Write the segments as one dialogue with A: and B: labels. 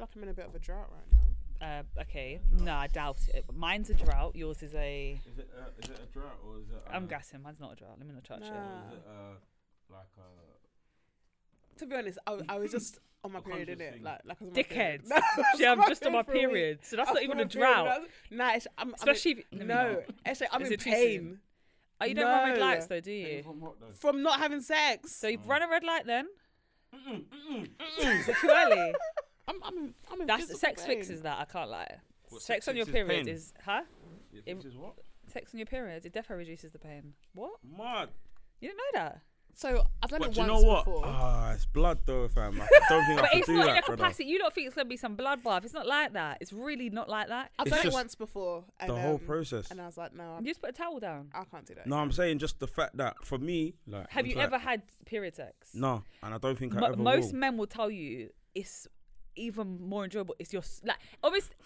A: I'm in a bit of a drought right now.
B: Uh, okay. No, I doubt it. Mine's a drought. Yours is a.
C: Is it, uh, is it a drought or is it? Uh,
B: I'm guessing mine's not a drought. Let me not touch
A: Uh-huh. Nah.
B: it.
C: Or is it uh, like a?
A: To be honest, I, I was just on my
C: A
A: period in
C: conscious
A: it,
C: thing.
A: like like I was on my period.
B: Dickhead.
A: No, I was
B: yeah, I'm just on my
A: for a week.
B: period, so that's
A: I
B: not
A: was
B: even
A: on
B: a
A: my period,
B: drought.
A: that's- Nah, it's, I'm,
B: Especially Mm. if,
A: I'm
B: let
A: in,
B: me
A: no.
B: not.
A: Actually, I'm
B: Is
A: in
B: it too soon?
A: pain
B: Oh, you don't run red
A: No.
B: lights though, do you?
C: From what though?
A: from not having sex.
B: So you run a red light then?
C: Mm-mm.
B: Is it too early?
A: I'm, I'm, in- I'm in physical
B: That's sex
A: pain.
B: fixes that. I can't lie.
C: What,
B: sex,
C: sex
B: on your
C: fixes
B: period
C: pain?
B: is huh?
C: It
B: Im-
C: fixes what?
B: Sex on your period it definitely reduces the pain. What?
C: Mud.
B: You didn't know that?
A: So I've done
C: But
A: it
C: you
A: once
C: know what?
A: before.
C: Ah, it's blood though, fam. I don't think I
B: But
C: can
B: it's
C: do
B: not in
C: that,
B: a
C: brother.
B: capacity. You don't think it's gonna be some blood bath? It's not like that. It's really not like that.
A: I've
C: It's
A: done it
C: just
A: once before. And,
C: The whole
A: um,
C: process.
A: And I was like, no, I'm,
B: You just put a towel down.
A: I can't do that.
C: No, I'm saying just the fact that for me, like,
B: Have
C: it's
B: you
C: like-
B: ever had period sex?
C: No, and I don't think I
B: Mo-
C: ever
B: most
C: will.
B: men will tell you it's even more enjoyable. It's your s- like obviously.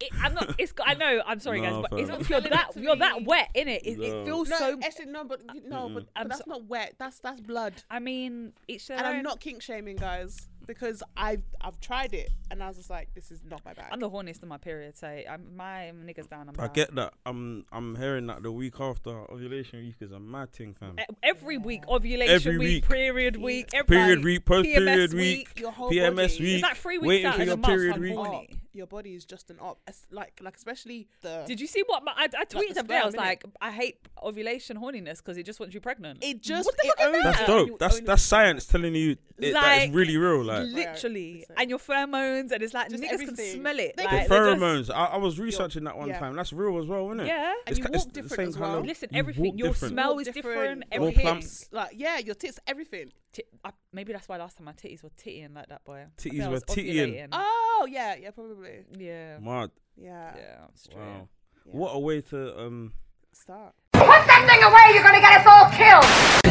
B: It, I'm not. It's. got- I know. I'm sorry,
C: No,
B: guys, but it's
C: fam.
B: not. You're that. You're that wet in it. It,
C: No.
B: it feels
A: No,
B: so.
A: actually, no, but you- no, but, but
B: I'm
A: that's
B: so-
A: not wet. That's that's blood.
B: I mean, it's.
A: And I'm not kink shaming, guys, because I've I've tried it, and I was just like, this is not my bag.
B: I'm the horniest in my period, so I'm, my niggas down. I'm
C: I
B: down.
C: get that. I'm I'm hearing that the week after ovulation week is a mad thing, fam.
B: E- Every week, ovulation
C: Every
B: week,
C: week.
B: period week, every
C: Period week, post
B: PMS
C: period
B: week,
C: week,
A: your whole
C: PMS
A: body.
C: week.
B: It's like three weeks
C: waiting
B: out
C: for
B: in
C: your
B: a month,
C: period
B: I'm
C: week.
B: horny.
A: Op. Your body is just an op. It's like like especially the
B: Did you see what my, I, I tweeted
A: the
B: the other day? I
A: sperm,
B: was
A: innit?
B: like, I hate ovulation horniness because it just wants you pregnant.
A: it just
B: What the
A: it
B: fuck is
A: only-
B: that?
C: That's
A: you
C: dope. That's
A: only-
C: that's science telling you it, that
B: Like,
C: it's really real. Like
A: Right,
B: Literally,
A: it's like-
B: and your pheromones, and it's like
A: Just
B: niggas
A: everything.
B: can smell it.
A: They
B: like,
A: can
B: they're
C: the
B: just-
C: pheromones. I, I was researching that one
A: yeah.
C: time. That's real as well, isn't it?
B: Yeah.
A: And you
C: ca-
A: walk
C: the
A: different
C: same
A: as
C: kind
A: well.
C: of-
B: Listen,
C: you
B: everything.
C: walk
B: Your
C: different.
B: smell
A: All
B: is different.
A: your
C: More
B: everything.
C: plump.
A: hips, like yeah, your tits, everything.
B: Ti- I- maybe that's why last time my titties were tittying like that, boy. I
C: Titties
B: think I
C: were
B: was
C: tittying.
B: ovulating.
A: Oh yeah, yeah, probably.
B: yeah.
C: Mad.
A: Yeah.
B: Yeah. Straight.
C: Wow.
A: yeah.
C: What a way to um.
A: Start.
D: Put that thing away, you're gonna get us all killed!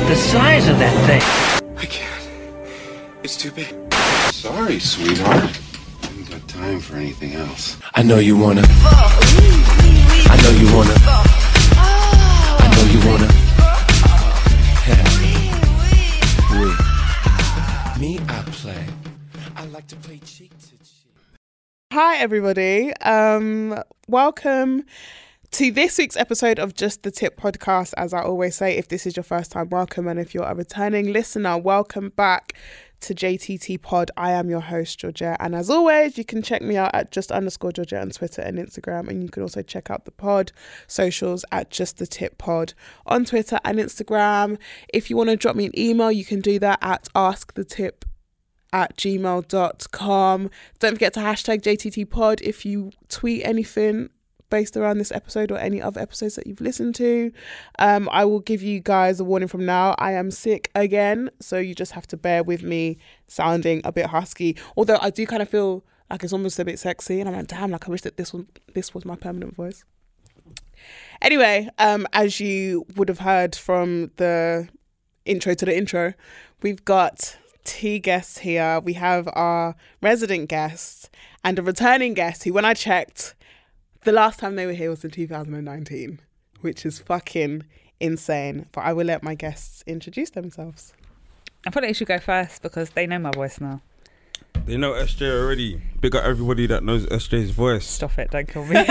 E: the size of that thing.
F: I can't. It's too big. Sorry, sweetheart. I haven't got time for anything else. I know you wanna. I know you wanna. I know you wanna. Yeah. Me, I play. I like to play cheek to cheek.
A: Hi everybody. Um welcome to this week's episode of Just the Tip podcast. As I always say, if this is your first time, welcome and if you're a returning listener, welcome back to JTT Pod. I am your host Georgette and as always, you can check me out at just underscore Georgette on Twitter and Instagram and you can also check out the pod socials at just the tip pod on Twitter and Instagram. If you want to drop me an email, you can do that at ask the tip at gmail.com. Don't forget to hashtag JTTPod if you tweet anything based around this episode or any other episodes that you've listened to. Um, I will give you guys a warning from now. I am sick again, so you just have to bear with me sounding a bit husky. Although I do kind of feel like it's almost a bit sexy, and I'm like, damn, like I wish that this was this was my permanent voice. Anyway, um, as you would have heard from the intro to the intro, we've got two guests here. We have our resident guest and a returning guest who, when I checked, the last time they were here was in 2019, which is fucking insane. But I will let my guests introduce themselves.
B: I probably should go first because they know my voice now.
C: They know SJ already. Big up everybody that knows SJ's voice,
B: Stop it! Don't kill me.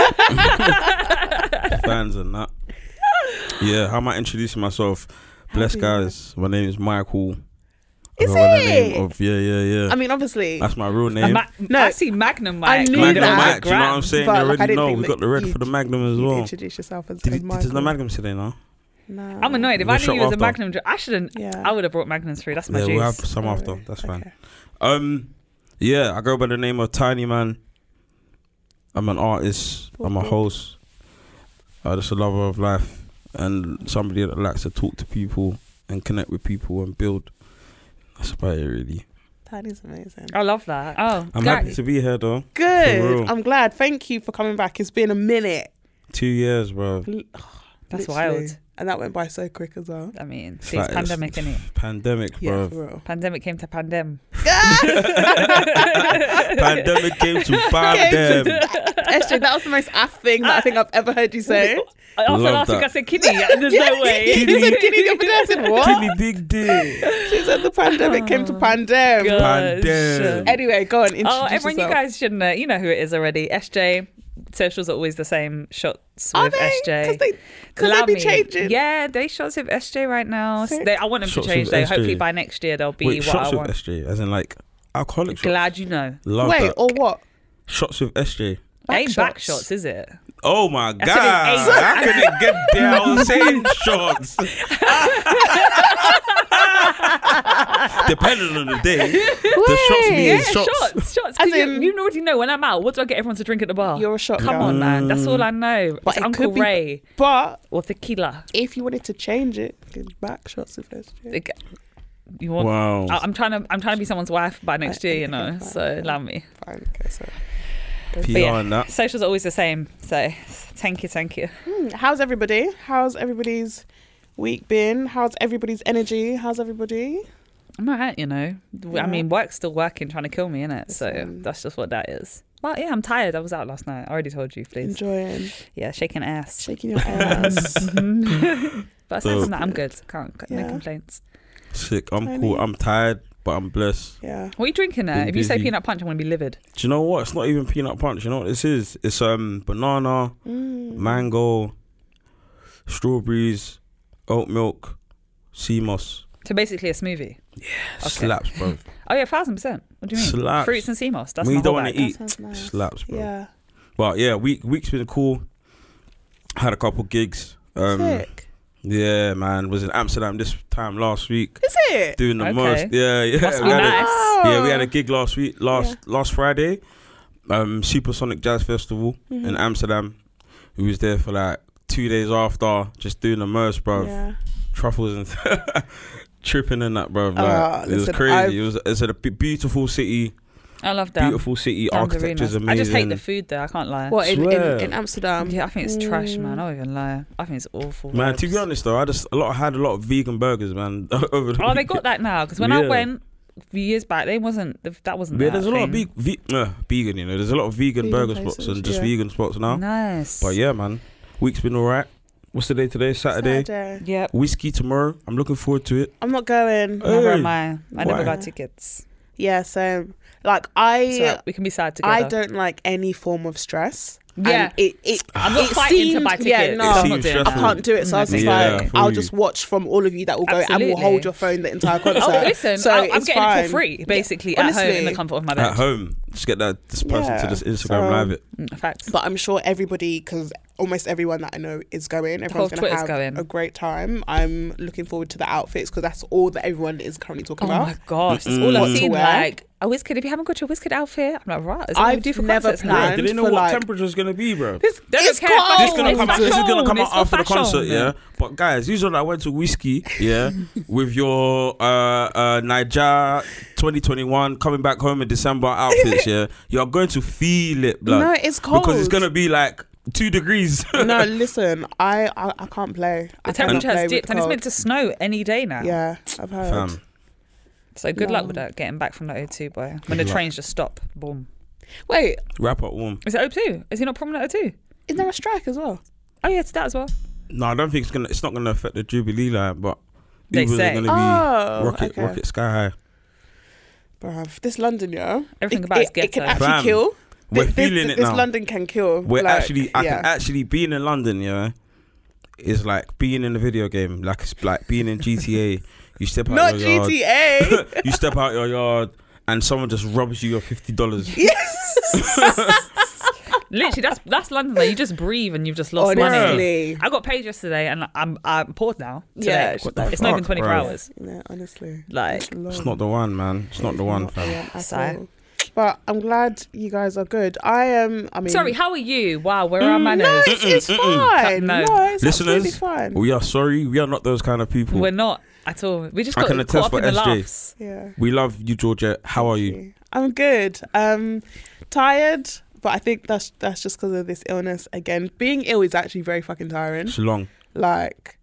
C: fans and that. Yeah, how am I introducing myself? Bless
A: do you-
C: guys. My name is Michael. I
A: Is
C: go by the name
A: it?
C: Of, yeah, yeah, yeah.
A: I mean, obviously,
C: That's my real name.
A: No.
B: no, I see Magnum Mike.
A: I knew
B: you know,
C: Magnum
A: that.
C: Mike, do you know what
B: Graham.
C: I'm saying?
A: But,
C: they
A: like, I
C: already
A: didn't
C: know.
A: think
C: We
A: that
C: got the red
A: you-
C: for the Magnum as
A: you
C: well.
A: introduce yourself as
C: Did,
A: as
C: it- did, is the
A: Michael.
C: Magnum today now?
A: No.
B: I'm annoyed. If
C: We'll
B: I knew
C: shut
B: you was a
C: after.
B: Magnum, dr- I shouldn't.
A: Yeah.
B: I would have brought Magnums through. That's my
C: yeah,
B: juice.
C: we'll have some
A: Sorry.
C: after. That's fine.
A: Okay.
C: Um, yeah, I go by the name of Tiny Man. I'm an artist. I'm a host. I'm just a lover of life and somebody that likes to talk to people and connect with people and build. That's about it, really.
A: That is amazing.
B: I love that. Oh,
C: I'm happy to be here, though. For
A: Good.
C: real.
A: I'm glad. Thank you for coming back. It's been a minute.
C: Two years, bro.
B: That's
A: Literally.
B: wild.
A: And that went by so quick as well.
B: I mean,
C: It's
B: see, it's
C: like- it's-
B: pandemic, innit?
C: Pandemic,
A: Yeah,
C: bro.
A: for real.
B: Pandemic came to pandem.
C: Pandemic came to bam
A: Came to
C: them.
A: SJ, that was the most ass thing that I think I've ever heard you say.
B: After
C: Love
B: last week,
C: that.
B: I said kidney. Yeah, There's no way.
A: You said kidney the other day. I said, what?
C: Kidney big dick.
A: She said the pandemic came to pandem.
B: Gosh.
C: Pandem.
A: Anyway, go on, introduce
B: Oh, everyone,
A: yourself.
B: you guys should know. You know who it is already. SJ. Socials are always the same shots
A: Are
B: with
A: they?
B: SJ.
A: 'Cause they- 'cause they
B: Love
A: be
B: me.
A: changing.
B: Yeah, they shots with SJ right now.
A: Sick.
B: They, I want them
C: Shots
B: to change
C: with
B: though.
C: SJ.
B: Hopefully by next year they'll be
C: Wait,
B: what I
C: shots with
B: want.
C: SJ, as in like alcoholic shots.
B: Glad you know.
C: Love
A: Wait, oh.
C: that.
A: or what?
C: Shots with SJ.
A: Back
B: Ain't back
A: shots.
B: shots, is it?
C: Oh my god!
B: said it ain't.
C: How can it get down saying shots? Depending on the day, the shots mean
B: Yeah,
C: shots.
B: shots, shots. 'Cause
A: As
B: you,
A: in-
B: you already know when I'm out. What do I get everyone to drink at the bar?
A: You're a shot
B: Come
A: girl.
B: on, man. That's all I know. It's
A: Mm. it
B: Uncle
A: could be-
B: Ray
A: But
B: or tequila.
A: if you wanted to change it, then back shots of SJ.
B: Like, You want?
C: Wow.
B: I, am trying to. I'm trying to be someone's wife by next year. You know.
A: okay, fine.
B: So allow me.
A: Fine, okay, so.
C: PR
B: But yeah,
C: and that.
B: socials are always the same. So thank you, thank you.
A: Hmm, How's everybody? How's everybody's week been? How's everybody's energy? How's everybody?
B: I'm alright, you know. I mean, work's still working, trying to kill me, innit? So that's just what that is. Well, yeah, I'm tired. I was out last night. I already told you, please.
A: Enjoying,
B: Yeah, shaking ass.
A: shaking your ass.
B: But aside from
C: So-
B: that, I'm good. Can't, can't
A: Yeah.
B: no complaints.
C: Sick. I'm cool. I'm tired, but I'm blessed.
A: yeah.
B: What are you drinking there?
C: Been
B: If you say
C: busy.
B: peanut punch, I'm gonna be livid.
C: Do you know what? It's not even peanut punch. You know what this is? It's um banana,
B: Mm-hmm.
A: Hmm.
C: mango, strawberries, oat milk, sea moss.
B: So basically, a smoothie.
C: Slaps, bro.
B: Oh yeah, thousand percent. What do you mean?
C: Slaps.
B: Fruits and sea moss. That's
C: when
B: my
C: you don't
B: whole
C: want to
B: bag.
C: eat,
A: sounds nice.
C: slaps, bro.
A: Yeah.
C: But yeah, week week's been cool. Had a couple gigs. Um,
A: Sick.
C: yeah, man, was in Amsterdam this time last week.
A: Is it?
C: Doing the
B: Okay.
C: most. Yeah, yeah.
B: Must be
C: had a-
B: nice.
C: yeah, we had a gig last week, last last Friday, um, Supersonic Jazz Festival in Amsterdam. We was there for like two days after, just doing the most, bro.
A: Yeah.
C: Truffles and tripping and that, bro. Like,
A: Ah,
C: it was
A: listen,
C: crazy.
A: I've-
C: It was it's a b- beautiful city,
B: I love that.
C: beautiful city.
B: Sounds really
C: Architecture's
B: nice.
C: amazing.
B: I just hate the food though. I can't lie.
A: What Mm. in,
C: Swear.
A: in, in Amsterdam?
B: Yeah, I think it's trash, man. I don't even lie. I think it's awful.
C: Man, to
B: vibes.
C: be honest though, I just a lot had a lot of vegan burgers, man. over the
B: Oh, they
C: weekend.
B: got that now because when I
C: Yeah.
B: went a few years back, they wasn't. That wasn't.
C: Yeah,
B: that
C: there's a lot of
B: thing.
C: big ve- uh, vegan. You know, there's a lot of vegan,
A: Vegan
C: burger spots
A: places,
C: and just
A: yeah.
C: vegan spots now.
B: Nice.
C: But yeah, man, week's been alright. What's the day today? Saturday.
A: Saturday.
B: Yep.
C: Whiskey tomorrow. I'm looking forward to it.
A: I'm not going.
B: Never
C: Hey,
B: am I. I never
C: why?
B: got tickets.
A: Yeah, so like
B: So
A: I
B: we can be sad together.
A: I don't like any form of stress.
B: Yeah.
A: And it, it
B: I'm not
A: it
B: fighting to
A: seemed-
B: buy
A: Yeah,
B: tickets.
A: no,
C: It
B: I'm not
C: seems
B: doing that.
A: I
C: stressful.
A: can't do it. So I was just
C: Mm, I
A: like,
C: get that.
A: I'll
C: Yeah,
A: just watch from all of you that will go, and we'll hold
B: Absolutely.
A: your phone the entire concert.
B: Oh, listen,
A: so
B: I, am
A: it's
B: getting
A: fine.
B: it for free, basically, at home in
A: Honestly.
B: the comfort of my
C: At
B: bed.
C: home, just get that this person
A: Yeah,
C: to this Instagram
A: so-
C: live it.
B: Mm, Facts.
A: But I'm sure everybody, because almost everyone that I know is going. Everyone's going to
B: Twitter's
A: have
B: going.
A: a great time. I'm looking forward to the outfits because that's all that everyone is currently talking
B: Oh
A: about.
B: my gosh, it's all I've
A: What to
B: seen.
A: wear?
B: Like, oh, Wizkid, if you haven't got your Wizkid outfit, I'm like, right. Is that what we
A: I've
B: do for
A: never
B: concerts
A: planned.
B: now?
C: Do they know
A: for
C: what
A: like-
C: temperature's gonna be, bro?
B: This, they don't
A: It's
B: care about
A: cold.
C: This is gonna
B: Oh, it's
C: come. Out, this is gonna come out
B: fashion,
C: after the
B: it's for
C: concert,
B: fashion.
C: yeah. But guys, usually I went to whiskey, yeah, with your uh, uh, Niger 2021 coming back home in December outfits, yeah. You're going to feel it, blood.
A: No, it's
C: because it's
A: cold.
C: gonna be like two degrees.
A: no, listen, I I, I can't play. I cannot
B: The temperature
A: play
B: has
A: with
B: dipped, and it's
A: cold.
B: meant to snow any day now.
A: Yeah, I've heard.
C: Fam,
B: So good luck with that. Getting back from that O2, boy. When the trains just stop, boom.
A: Wait,
C: wrap up warm.
B: Is it O2? Is he not prominent at O2?
A: is there a strike as well?
B: Oh yeah, it's that as well.
C: No, I don't think it's gonna. It's not gonna affect the Jubilee line, but
B: They
C: Ubers
B: say.
C: are gonna be
A: Oh,
C: rocket,
A: okay.
C: rocket sky high.
A: Bruv, this London, yo.
B: Everything
A: it,
B: about
A: it,
B: it's
A: It can
B: ghetto.
A: actually
C: Fam,
A: kill. Thi-
C: we're
A: this,
C: feeling it
A: this
C: now.
A: London can kill.
C: We're
A: Like,
C: actually, I
A: yeah.
C: can actually being in London, yeah, is like being in a video game, like it's like being in GTA. you step out
A: Not
C: your
A: GTA.
C: yard, you step out your yard, and someone just robs you your fifty dollars.
B: Literally, that's that's London. Though. You just breathe and you've just lost
A: Honestly.
B: money. I got paid yesterday, and I'm I'm poured now. Today.
A: Yeah,
B: it's
A: what the
B: not even
C: fuck,
B: 24
C: bro?
B: hours.
A: Yeah, honestly.
B: Like,
C: It's not the one, man. It's not the
A: I
C: one, fam.
A: want at
B: Sigh.
A: all. But I'm glad you guys are good. I am. I mean,
B: sorry, how are you? Wow, where are our
A: no,
B: manners?
A: it's, it's fine.
B: No.
A: No, it's absolutely
C: Listeners,
A: fine.
C: we are sorry. We are not those kind of people.
B: We're not at all. We just
C: Hmm. I
B: got
C: can
B: caught
C: attest
B: up
C: for
B: in the
C: SJ.
B: laughs.
A: yeah,
C: We love you, Georgia. How are you?
A: I'm good. Um, tired, but I think that's that's just because of this illness. Again, being ill is actually very fucking tiring.
C: It's long.
A: Like,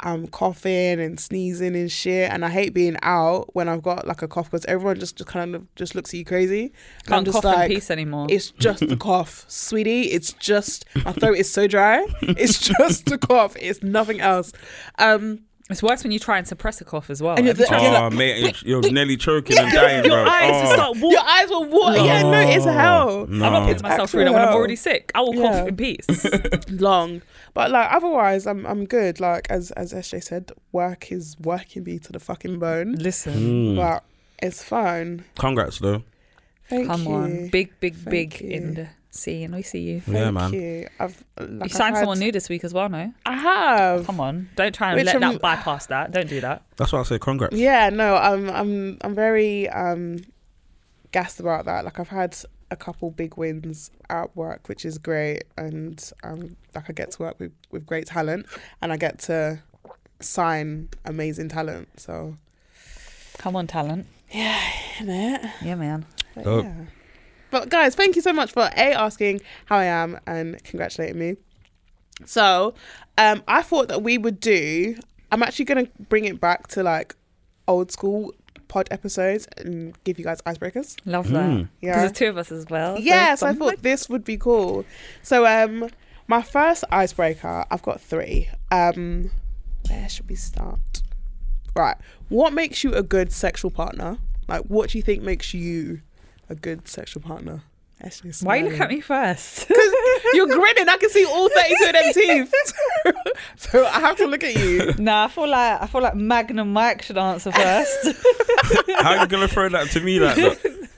A: I'm coughing and sneezing and shit, and I hate being out when I've got like a cough because everyone just, just kind of just looks at you crazy. And I'm
B: Can't
A: just
B: cough in peace anymore.
A: It's just the cough, sweetie. It's just my throat is so dry. It's just the cough. It's nothing else. Um,
B: It's worse when you try and suppress a cough as well.
A: And you're
B: Every
A: the-
B: time-
A: you're
C: Oh, mate, you're nearly choking and dying, bro.
B: your eyes
C: oh. Oh.
B: just start wa-
A: your eyes will water. Yeah, no, it's hell.
B: I'm not putting
C: No.
B: myself through
A: actually
B: that when I'm
A: hell.
B: already sick. I will
A: Yeah.
B: cough in peace.
A: long. But like otherwise, I'm I'm good. Like as as SJ said, work is working me to the fucking
C: Mm.
A: bone.
B: Listen,
A: But it's fine.
C: Congrats, though. Hmm.
A: Thank
B: come
A: you.
B: on, big, big, big
A: you.
B: in the scene. We see you.
A: Thank
C: yeah, man.
A: you. I've like,
B: You
A: I've
B: signed
A: had-
B: someone new this week as well, no?
A: I have.
B: Come on, don't try and
A: Which
B: let
A: I'm-
B: that bypass that. Don't do that.
C: That's why I say congrats.
A: Yeah, no, I'm I'm I'm very um gassed about that. Like I've had a couple big wins at work, which is great, and um like I get to work with with great talent, and I get to sign amazing talent. So
B: Come on, talent.
A: innit?
B: Yeah, man.
A: But,
C: Dope.
A: yeah. but guys, thank you so much for A, asking how I am and congratulating me. So um, I thought that we would do, I'm actually going to bring it back to like old school pod episodes and give you guys icebreakers.
B: Love that.
C: Hmm.
A: Yeah.
B: Because there's two of us as well. so
A: Yes, I
B: some-
A: thought this would be cool. So um, my first icebreaker, I've got three. Um, where should we start? Right. What makes you a good sexual partner? Like, what do you think makes you a good sexual partner? Ashley's
B: Why you
A: smiling.
B: look at me first?
A: You're grinning. I can see all 32 of them teeth. so I have to look at you.
B: nah, I feel like I feel like Magnum Mike should answer first.
C: How you gonna throw that to me like that?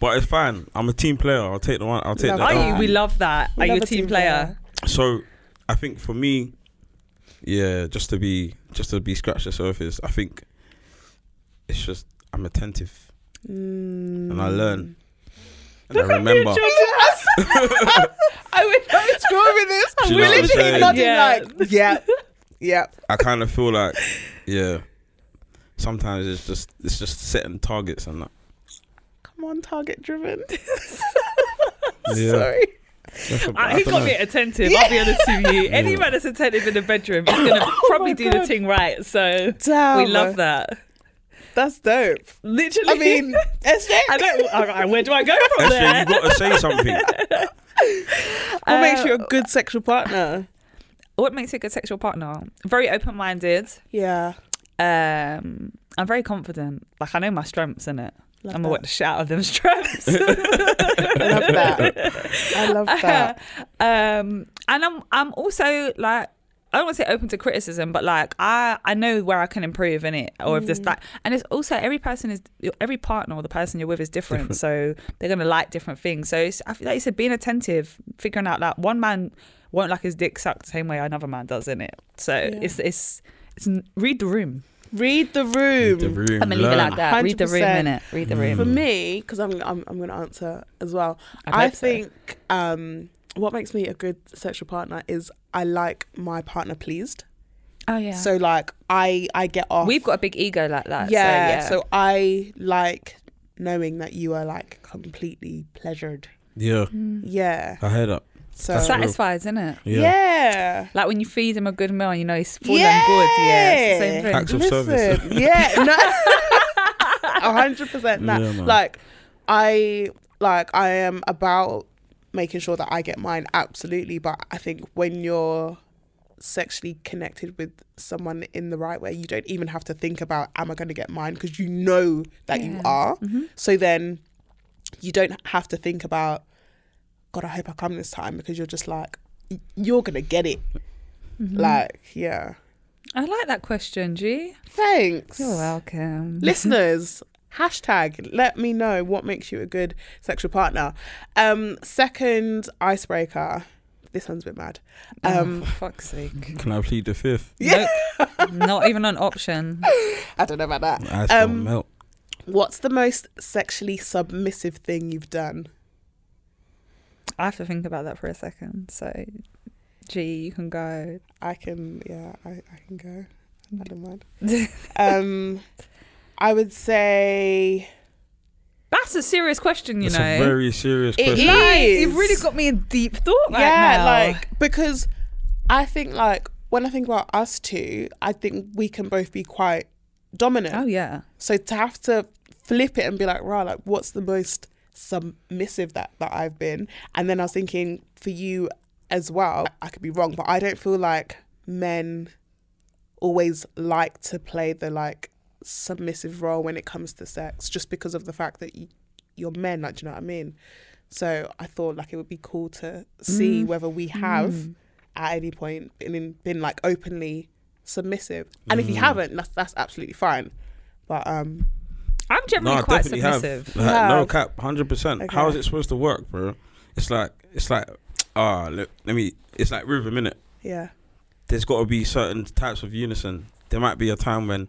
C: But it's fine. I'm a team player. I'll take the one. I'll take
A: Love
C: that.
B: Are
C: one.
B: you? We love that. Are you
A: love
B: a
A: a team
B: team player?
C: So, I think for me, yeah, just to be just to be scratch the surface. I think it's just I'm attentive
B: Mm.
C: and I learn and I remember.
A: Yes. I would I was drawing this.
C: Do you
A: We're
C: know what I'm
A: literally
C: saying?
A: nodding
B: Yeah.
A: like, yeah, yeah.
C: I kind of feel like, yeah. Sometimes it's just it's just setting targets and that.
A: Come on, target driven.
C: Yeah.
A: Sorry.
B: Uh, he's got to be attentive. I'll be honest with you. Any man that's attentive in the bedroom is going to probably do the thing right. So
A: Oh Damn.
B: we love that.
A: That's dope.
B: Literally.
A: I mean, SJ.
B: I don't. all right, where do I go from
C: Actually,
B: there?
C: you gotta say something.
A: what makes you a good sexual partner?
B: What makes you a good sexual partner? Very open-minded.
A: Yeah.
B: Um, I'm very confident. Like I know my strengths in it. I'm
A: that.
B: gonna work the shit out of them strengths.
A: I love that. I love that.
B: um, and I'm I'm also like I don't want to say open to criticism, but like I I know where I can improve in it, or if this that, and it's also every person is every partner or the person you're with is different, so they're gonna like different things. So it's, I feel like you said being attentive, figuring out like one man won't like his dick sucked the same way another man does in it. So it's it's it's read the room.
A: Read the room.
C: The room,
B: I'm gonna leave it
C: learn.
B: like that. Read the room
A: 100%.
B: in it. Read the room.
A: For me, because I'm, I'm I'm gonna answer as well.
B: I'd
A: I
B: hope so.
A: think um, what makes me a good sexual partner is I like my partner pleased.
B: Oh yeah.
A: So like I I get off.
B: We've got a big ego like that.
A: yeah,
B: So, yeah.
A: So I like knowing that you are like completely pleasured.
C: Yeah,
B: Mm.
A: Yeah.
C: I heard that.
B: uh,
A: So
C: That's-
B: satisfied, isn't it?
C: Yeah.
A: yeah.
B: Like when you feed him a good meal, and you know he's full and good. Yeah, it's the same thing.
C: Acts of service.
A: Listen, yeah, no, a hundred percent. Nah,
C: Yeah, man.
A: like I, like I am about making sure that I get mine absolutely. But I think when you're sexually connected with someone in the right way, you don't even have to think about am I going to get mine because you know that you are.
C: Mm-hmm.
A: So then you don't have to think about God. I hope I come this time because you're just like y- you're gonna get it.
C: Mm-hmm.
A: Like yeah.
B: I like that question, G.
A: Thanks.
B: You're welcome.
A: Listeners, hashtag let me know what makes you a good sexual partner. Um, second icebreaker. This one's a bit mad. Um,
B: Oh, For fuck's sake.
C: Can I plead the fifth?
B: Yeah. Not even an option.
A: I don't know about that.
C: Ice
A: Um,
C: don't melt.
A: What's the most sexually submissive thing you've done?
B: I have to think about that for a second. So, G, you can go.
A: I can, yeah, I, I can go. I don't mind. um, I would say
B: That's a serious question, you
C: It's
B: know.
C: a very serious
A: it
C: question.
B: Like,
A: is.
B: you've really got me in deep thought right
A: yeah,
B: now.
A: like because I think like when I think about us two, I think we can both be quite dominant.
B: Oh yeah.
A: So to have to flip it and be like, rah, like what's the most submissive that that I've been? And then I was thinking for you as well. I could be wrong, but I don't feel like men always like to play the like submissive role when it comes to sex, just because of the fact that you, you're men. Like, do you know what I mean? So I thought like it would be cool to see whether we have
B: Mm. Hmm.
A: at any point been in, been like openly submissive, and
C: Mm.
A: if you haven't, that's that's absolutely fine. But um,
B: I'm
C: No,
B: generally
C: I
B: quite
C: definitely
B: submissive.
C: have. Like, No
A: Yeah.
C: cap, hundred percent. How is it supposed to work, bro? It's like it's like ah, look, let me. It's like rhythm, innit?
A: yeah,
C: There's got to be certain types of unison. There might be a time when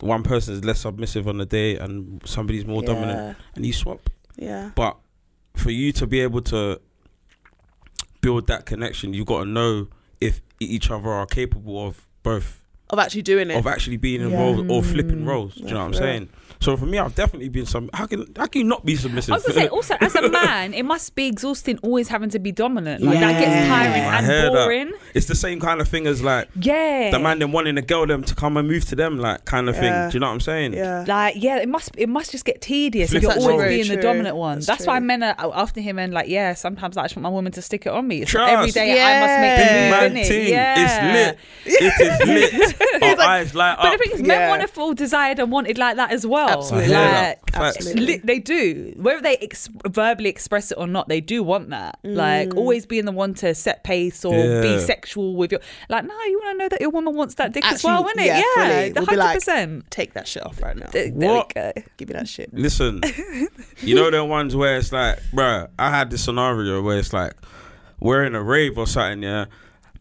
C: one person is less submissive on the day and somebody's more dominant, and you swap.
A: yeah,
C: But for you to be able to build that connection, you got to know if each other are capable of both
A: of actually doing it.
C: of actually being involved or flipping roles. do you know what I'm
A: for real.
C: saying? So for me, I've definitely been some. How can how can you not be submissive?
B: I was gonna say, also as a man, it must be exhausting always having to be dominant. Like that gets
E: Yeah.
B: tiring
C: I
B: and
C: hear that.
B: boring.
C: It's the same kind of thing as like
B: Yeah.
C: the man them wanting the girl them to come and move to them, like kind of
A: Yeah.
C: thing. Do you know what I'm saying?
A: yeah,
B: Like yeah, it must it must just get tedious if
C: Flip
B: you're
C: it
B: always
C: over.
B: being
A: True,
B: the
A: true.
B: dominant one.
A: That's
B: That's, why
A: true.
B: men are out after him and like yeah, sometimes I just want my woman to stick it on me. It's not
C: Trust.
B: every day I must make
A: Big
B: the
C: Man
B: move, innit?
C: ting,
B: Yeah.
C: it's lit. It is lit. Our eyes light
B: But
C: up.
B: the thing is,
A: Yeah.
B: men want to feel desired and wanted like that as well.
A: Absolutely.
C: I hear
B: Like,
C: that. Facts.
A: Absolutely.
B: li- they do. Whether they ex- verbally express it or not, they do want that.
A: Mm.
B: Like, always being the one to set pace or
C: Yeah.
B: be sexual with your. Like, no, you want to know that your woman wants that dick as
A: Actually,
B: well, innit?
A: yeah,
B: Yeah,
A: fully. We'll be like-
B: 100%.
A: take that shit off right now.
B: There- there
C: What?
B: we go.
A: Give me that shit.
C: Listen, you know them ones where it's like, bruh, I had this scenario where it's like we're in a rave or something, yeah,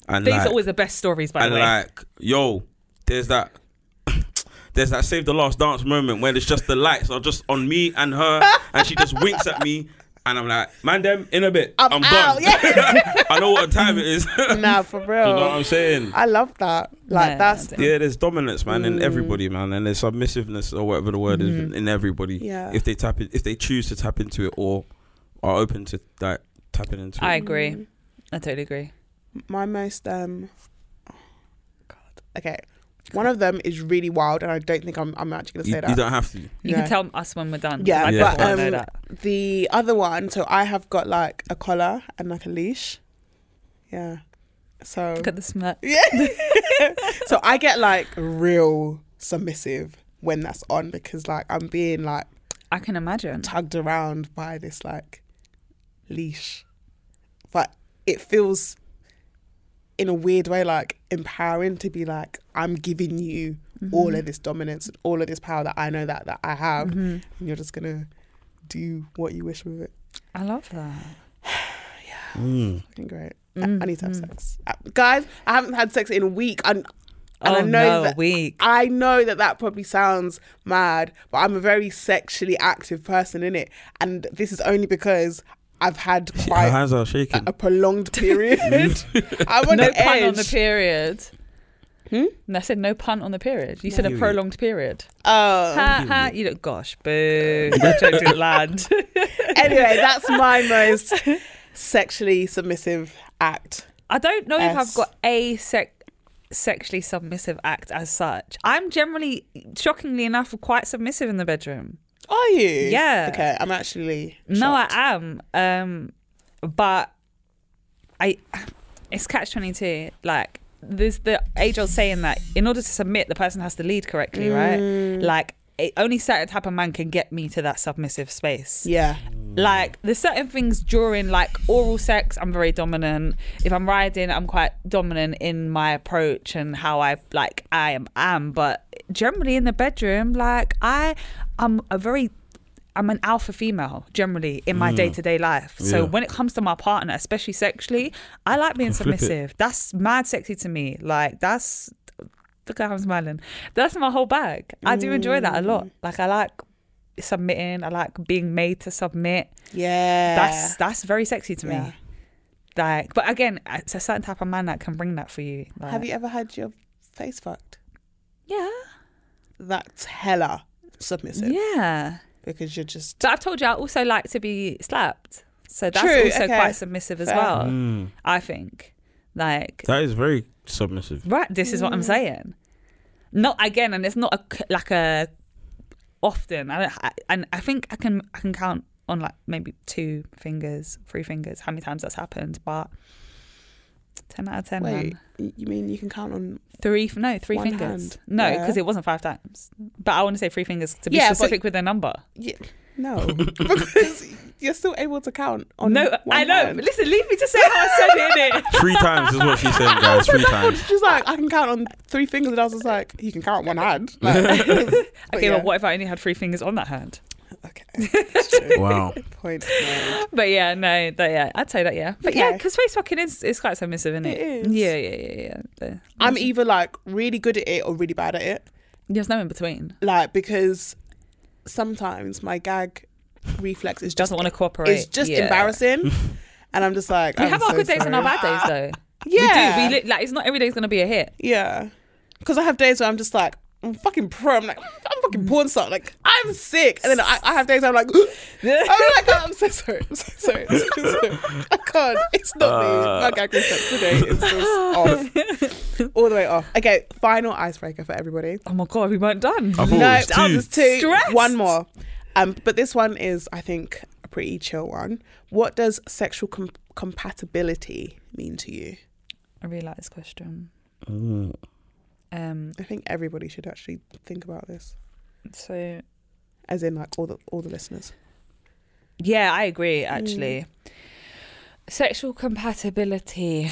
C: and
B: These
C: like,
B: are always the best stories, by
C: and
B: the way.
C: like, yo, there's that. There's that save the last dance moment where it's just the lights are just on me and her, and she just winks at me, and I'm like, man, them in a bit, I'm,
A: out,
C: done. I know what time it is.
A: Nah, for real.
C: You know what I'm saying?
A: I love that. Like
B: Yeah,
A: that's
B: I do.
C: Yeah, there's dominance, man, in everybody,
A: Mm.
C: man, and there's submissiveness or whatever the word is in- in everybody.
A: Mm-hmm. Yeah.
C: If they tap in, if they choose to tap into it or are open to like tapping into
B: I
C: it.
A: Mm.
B: agree. I totally agree.
A: my most um God. Okay. One of them is really wild and I don't think I'm I'm actually gonna
C: You,
A: say that.
C: you don't have to.
B: You
A: Yeah.
B: can tell us when we're done.
A: yeah,
B: I
C: Yeah.
B: just
A: but
B: wanna know
A: um,
B: that.
A: the other one, so I have got like a collar and like a leash. Yeah. So
B: Look at the smirk.
A: so I get like real submissive when that's on because like I'm being like
B: I can imagine.
A: tugged around by this like leash. But it feels in a weird way like empowering to be like, I'm giving you
B: Mm-hmm.
A: all of this dominance and all of this power that I know that that I have and you're just gonna do what you wish with it.
B: I love that.
A: Fucking great. I- I need to
B: Mm-hmm.
A: have sex. Uh, Guys, I haven't had sex in a week and and
B: Oh,
A: I know
B: no,
A: that
B: weak.
A: I know that that probably sounds mad, but I'm a very sexually active person in it, and this is only because I've had
C: Her
A: quite
C: hands are shaking.
A: a prolonged period. I'm on
B: no
A: the
B: pun
A: edge.
B: on the period. Hmm? I said no pun on the period. You said a
C: Period.
B: prolonged period.
A: oh,
B: Ha ha! You look, gosh, boo! That joke didn't land.
A: anyway, that's my most sexually submissive act.
B: I don't know if
A: S.
B: I've got a sex sexually submissive act as such. I'm generally, shockingly enough, quite submissive in the bedroom.
A: Are you?
B: Yeah.
A: Okay, I'm actually.
B: No, I
A: shocked.
B: am. Um, but I, it's catch twenty two. Like there's the age old saying that in order to submit, the person has to lead correctly, right? Like it, only certain type of man can get me to that submissive space.
A: Yeah.
B: Like there's certain things during like oral sex, I'm very dominant. If I'm riding, I'm quite dominant in my approach and how I like I am am. But generally in the bedroom, like I, I'm a very I'm an alpha female generally in my day to day life. So
C: Yeah.
B: when it comes to my partner, especially sexually, I like being
C: flip it.
B: submissive. That's mad sexy to me. Like that's look at how I'm smiling. That's my whole bag. I do enjoy that a
A: Mm.
B: lot. Like I like submitting. I like being made to submit.
A: Yeah.
B: That's that's very sexy to
A: Yeah.
B: me. Like, but again, it's a certain type of man that can bring that for you. Like,
A: Have you ever had your face fucked?
B: Yeah,
A: That's hella submissive
B: yeah.
A: because you're just
B: So I've told you I also like to be slapped. So that's
A: True,
B: also
A: okay. Mm.
B: quite submissive as
A: Fair.
B: well. I think. Like
C: Mm. That is very submissive.
B: Right, this is what I'm saying. Not again, and it's not a c like a often. I don't, I, and I think I can I can count on like maybe two fingers, three fingers, how many times that's happened. But ten out of ten, man.
A: Wait, y- you mean you can count on?
B: three f- no three
A: One
B: fingers.
A: hand.
B: No,
A: Yeah.
B: because it wasn't five times. But I want to say three fingers to be
A: Yeah, but-
B: specific with a number.
A: Yeah, no, because you're still able to count on.
B: No,
A: one
B: I know.
A: hand.
B: Listen, leave me to say how I said it. innit?
C: Three times is what she said, guys. Three times.
A: She's like, I can count on three fingers, and I was just like, you can count one hand. Like, okay,
B: Okay, well, what if I only had three fingers on that hand?
A: Okay,
C: Wow.
A: point. made.
B: But yeah, no, that, yeah, I'd say that, yeah. But yeah,
A: Okay.
B: because face fucking is, is quite submissive, isn't it?
A: It is.
B: Yeah, yeah, yeah, yeah. The-
A: I'm either like really good at it or really bad at it.
B: There's no in between.
A: Like because sometimes my gag reflex is just
B: Doesn't want to cooperate.
A: It's just
B: Yeah.
A: embarrassing, and I'm just like,
B: We
A: I'm
B: have our
A: so
B: good days and our
A: sorry.
B: bad days, though.
A: Yeah,
B: We do. We li- like, it's not every day's going to be a hit.
A: Yeah. Because I have days where I'm just like, I'm fucking pro. I'm like, I'm fucking porn star. Like, I'm sick. And then I, I have days where I'm like, oh my God, I'm so sorry. I'm so sorry. I'm so sorry. I can't. It's not me. My gag reflex today is just off. All the way off. Okay, final icebreaker for everybody.
B: Oh my God, we weren't done.
C: I thought
A: No,
C: it
A: that
C: was
A: was
C: two.
A: two.
B: Stressed.
A: One more. Um, but this one is, I think, a pretty chill one. What does sexual com- compatibility mean to you?
B: I really like this question.
C: Mm.
B: Um,
A: I think everybody should actually think about this.
B: so
A: as in like all the all the listeners.
B: Yeah, I
A: Mm.
B: agree actually. Sexual compatibility.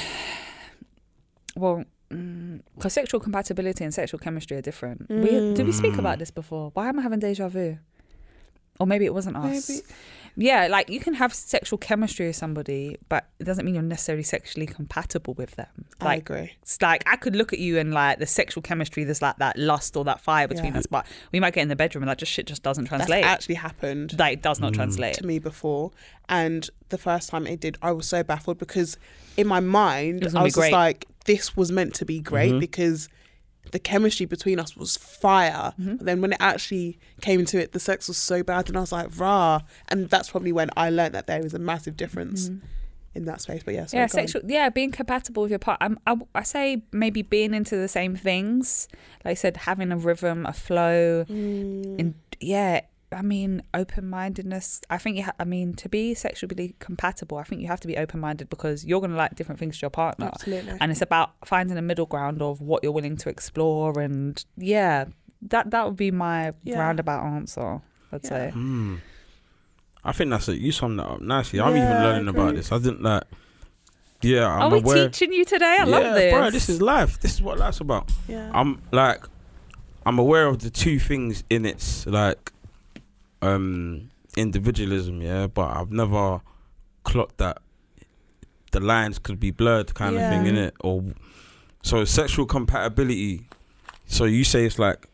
B: Well, because sexual compatibility and sexual chemistry are different. We, did we speak about
A: Mm.
B: this before? Why am I having deja vu? Or maybe it wasn't us.
A: Maybe.
B: Yeah, like you can have sexual chemistry with somebody, but it doesn't mean you're necessarily sexually compatible with them.
A: I
B: Like,
A: agree.
B: it's like I could look at you and like the sexual chemistry, there's like that lust or that fire between
A: Yeah.
B: us, but we might get in the bedroom and that just shit just doesn't
A: That's
B: translate.
A: actually happened
B: that it does not translate.
A: to me before, and the first time it did, I was so baffled because in my mind
B: It was
A: I
B: gonna be
A: was just
B: great. Mm-hmm.
A: like, this was meant to be great because the chemistry between us was fire.
B: Mm-hmm.
A: But then when it actually came to it, the sex was so bad, and I was like, rah. And that's probably when I learned that there is a massive difference in that space. But yeah, sorry,
B: Mm-hmm. yeah,
A: go on.
B: sexual. Yeah, being compatible with your partner. I, I say maybe being into the same things. Like I said, having a rhythm, a flow,
A: Mm.
B: and yeah. I mean, open mindedness. I think you. Ha- I mean, to be sexually compatible, I think you have to be open minded because you're gonna like different things to your partner,
A: Absolutely.
B: and it's about finding a middle ground of what you're willing to explore. And yeah, that that would be my
A: Yeah.
B: roundabout answer. I'd say.
C: Hmm. I think that's it. You summed that up nicely. I'm even
A: Yeah,
C: learning
A: I
C: about
A: agree.
C: this. I didn't like. Yeah,
B: Are
C: I'm
B: we
C: aware.
B: teaching you today? I
C: yeah,
B: love this.
C: bro. This is life. This is what life's about.
A: Yeah.
C: I'm like, I'm aware of the two things in its like, um, individualism. Yeah, but I've never clocked that the lines could be blurred, kind
A: Yeah.
C: of thing, innit? Or so sexual compatibility. So you say it's like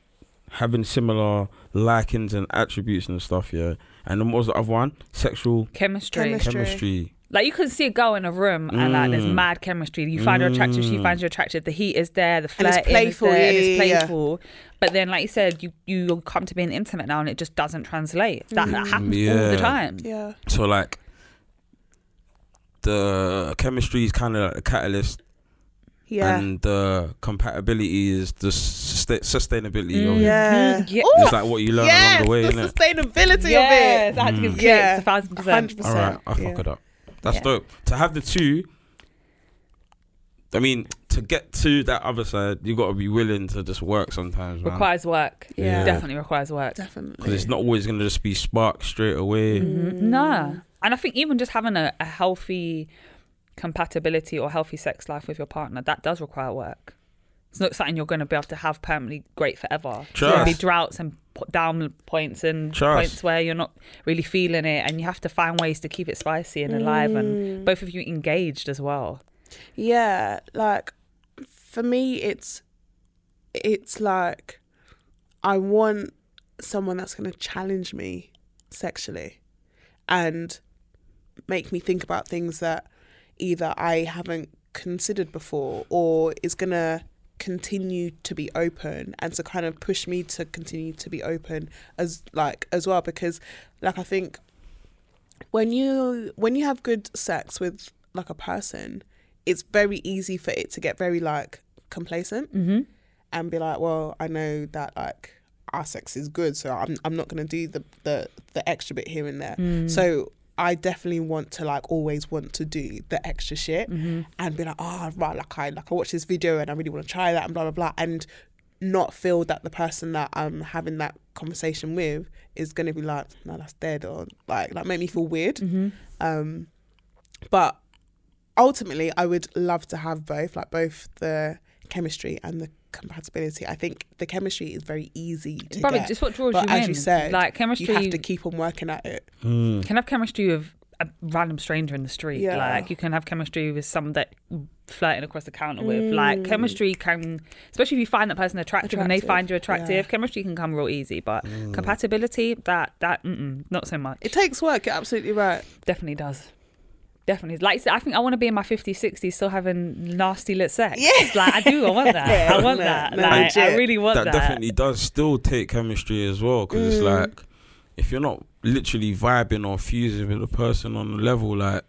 C: having similar likings and attributes and stuff. Yeah, and then what was the other one? Sexual
B: chemistry.
A: Chemistry.
C: chemistry.
B: Like you can see a girl in a room and like there's
C: Mm.
B: mad chemistry. You find her attractive, she finds you attractive. The heat is there, the
A: And it's
B: flirting is
A: playful,
B: there, and
A: yeah,
B: it's
A: yeah, yeah.
B: playful. But then, like you said, you you come to being intimate now, and it just doesn't translate. That,
A: Mm.
B: that happens all
C: Yeah.
B: the time.
A: yeah.
C: So like the chemistry is kind of like the catalyst,
A: Yeah.
C: and the compatibility is the sus- sustainability. Of it.
A: yeah.
B: Yeah.
A: Ooh,
C: It's like what you learn
A: yes,
C: along the way,
A: the
C: innit?
A: sustainability
B: Yes,
A: of
B: I had to give
A: it.
B: clicks
A: Yeah,
B: a thousand percent.
A: 100%.
C: All right, I fuck
A: yeah.
C: it up. That's
B: Yeah.
C: dope. To have the two, I mean, to get to that other side, you got to be willing to just work sometimes, man.
B: Requires work.
A: Yeah.
B: Definitely requires work.
A: Definitely.
C: Because it's not always gonna just be spark straight away.
A: Mm.
B: Mm. Nah. And I think even just having a, a healthy compatibility or healthy sex life with your partner, that does require work. It's not something you're going to be able to have permanently great forever. There's gonna be
C: Trust.
B: droughts and p- down points and
C: Trust.
B: points where you're not really feeling it, and you have to find ways to keep it spicy and alive, and both of you engaged as well.
A: Yeah, like for me, it's it's like I want someone that's going to challenge me sexually and make me think about things that either I haven't considered before or is going to continue to be open and to kind of push me to continue to be open as like as well because like I think when you when you have good sex with like a person it's very easy for it to get very like complacent and be like, well, I know that like our sex is good, so I'm I'm not gonna do the the, the extra bit here and there. So I definitely want to like always want to do the extra shit and be like, oh right, like I like I watched this video and I really want to try that and blah blah blah and not feel that the person that I'm having that conversation with is gonna be like, no, that's dead or like like make me feel weird. Um but ultimately i would love to have both like both the chemistry and the compatibility i think the chemistry is very easy to
B: Probably
A: get,
B: just what draws
A: but
B: you
A: as
B: in.
A: you said
B: Like,
A: you
B: chemistry-
A: have to keep on working at it
B: can have chemistry with a random stranger in the street.
A: Yeah.
B: Like you can have chemistry with someone that flirting across the counter
A: Mm.
B: with. Like chemistry can, especially if you find that person attractive, and they
A: Attractive,
B: find you attractive,
A: yeah.
B: chemistry can come real easy. But
C: Mm.
B: compatibility, that that mm-mm, not so much.
A: it takes work you're absolutely right
B: Definitely does. Definitely. Like, I think I want to be in my 50s, 60s still having nasty lit sex.
A: Yeah.
B: Like, I do. I want that. I want
A: No,
B: that.
A: no,
B: like, I
A: legit.
B: really want
C: that,
B: that. Mm.
C: definitely does still take chemistry as well because it's like if you're not literally vibing or fusing with a person on the level like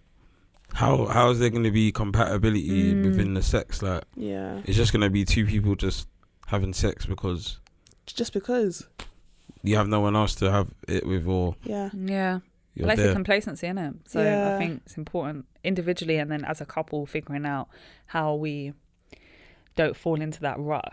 C: how how is there going to be compatibility
B: Mm.
C: within the sex like
A: yeah
C: it's just going to be two people just having sex because
A: just because
C: you have no one else to have it with or
A: yeah
B: Yeah.
C: you're
B: like the
C: there.
B: complacency in it. So
A: Yeah.
B: I think it's important individually and then as a couple figuring out how we don't fall into that rut.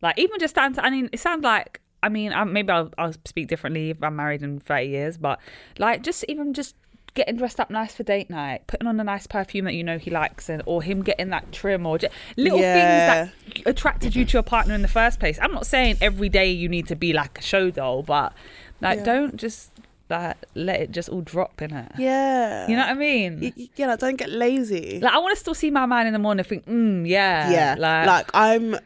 B: Like even just stand. I mean, it sounds like. I mean, I, maybe I'll, I'll speak differently if I'm married in 30 years, but like just even just getting dressed up nice for date night, putting on a nice perfume that you know he likes, and or him getting that trim or just, little
A: Yeah.
B: things that attracted you to your partner in the first place. I'm not saying every day you need to be like a show doll, but like
A: Yeah.
B: don't just like let it just all drop in it.
A: yeah
B: You know what I mean?
A: Y- y- yeah like, don't get lazy
B: like I want to still see my man in the morning. and Think, mm, yeah,
A: yeah
B: like,
A: i'm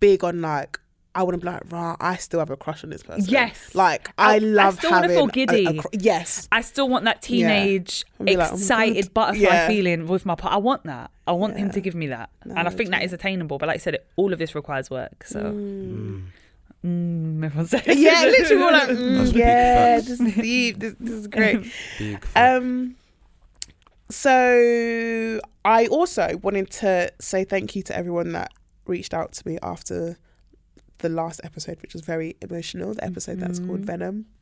A: big on like I want to be like, rah, I still have a crush on this person.
B: Yes.
A: Like,
B: I-
A: I,
B: I
A: love
B: still wanna
A: having.
B: feel
A: a-
B: giddy.
A: A, cr- yes.
B: I still want that
A: Yeah.
B: teenage
A: And be like, oh my
B: excited
A: God.
B: butterfly
A: Yeah.
B: feeling with my partner. I want that. I want him
A: Yeah.
B: to give me that, and I think that is attainable. But like I said, it, all of this requires work. So, mm. everyone says,
A: Yeah, literally. we're Like, mm,
C: That's big
A: yeah,
C: facts.
A: this is deep. This, this is great.
C: Big fact.
A: Um, so I also wanted to say thank you to everyone that reached out to me after the last episode, which was very emotional. The episode that's called Venom.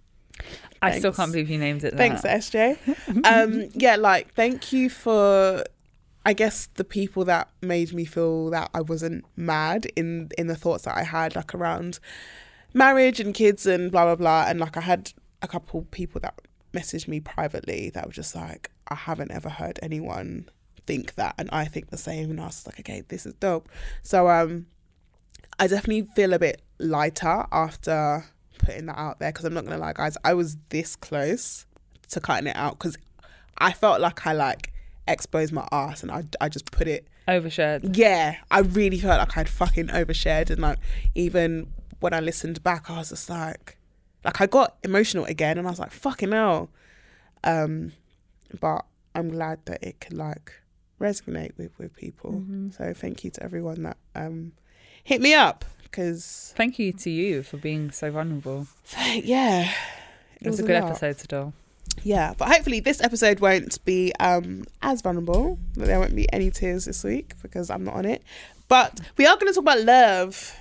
B: I still can't
A: thanks.
B: believe you named it.
A: Thanks,
B: that.
A: SJ. Um, yeah, like thank you for. I guess the people that made me feel that I wasn't mad in in the thoughts that I had like around marriage and kids and blah blah blah and like I had a couple people that messaged me privately that were just like I haven't ever heard anyone think that and I think the same and I was like okay this is dope so um I definitely feel a bit lighter after putting that out there because I'm not gonna lie, guys. I was this close to cutting it out because I felt like I like exposed my ass and I, I just put it.
B: Overshared.
A: Yeah, I really felt like I'd fucking overshared and like even when I listened back, I was just like, like I got emotional again and I was like, fucking hell. Um, but I'm glad that it could like resonate with with people.
B: Mm-hmm.
A: So thank you to everyone that um hit me up because
B: Thank you to you for being so vulnerable.
A: yeah
B: It, was, a good
A: lot.
B: episode to do.
A: yeah but hopefully this episode won't be um as vulnerable that there won't be any tears this week because i'm not on it but we are going to talk about love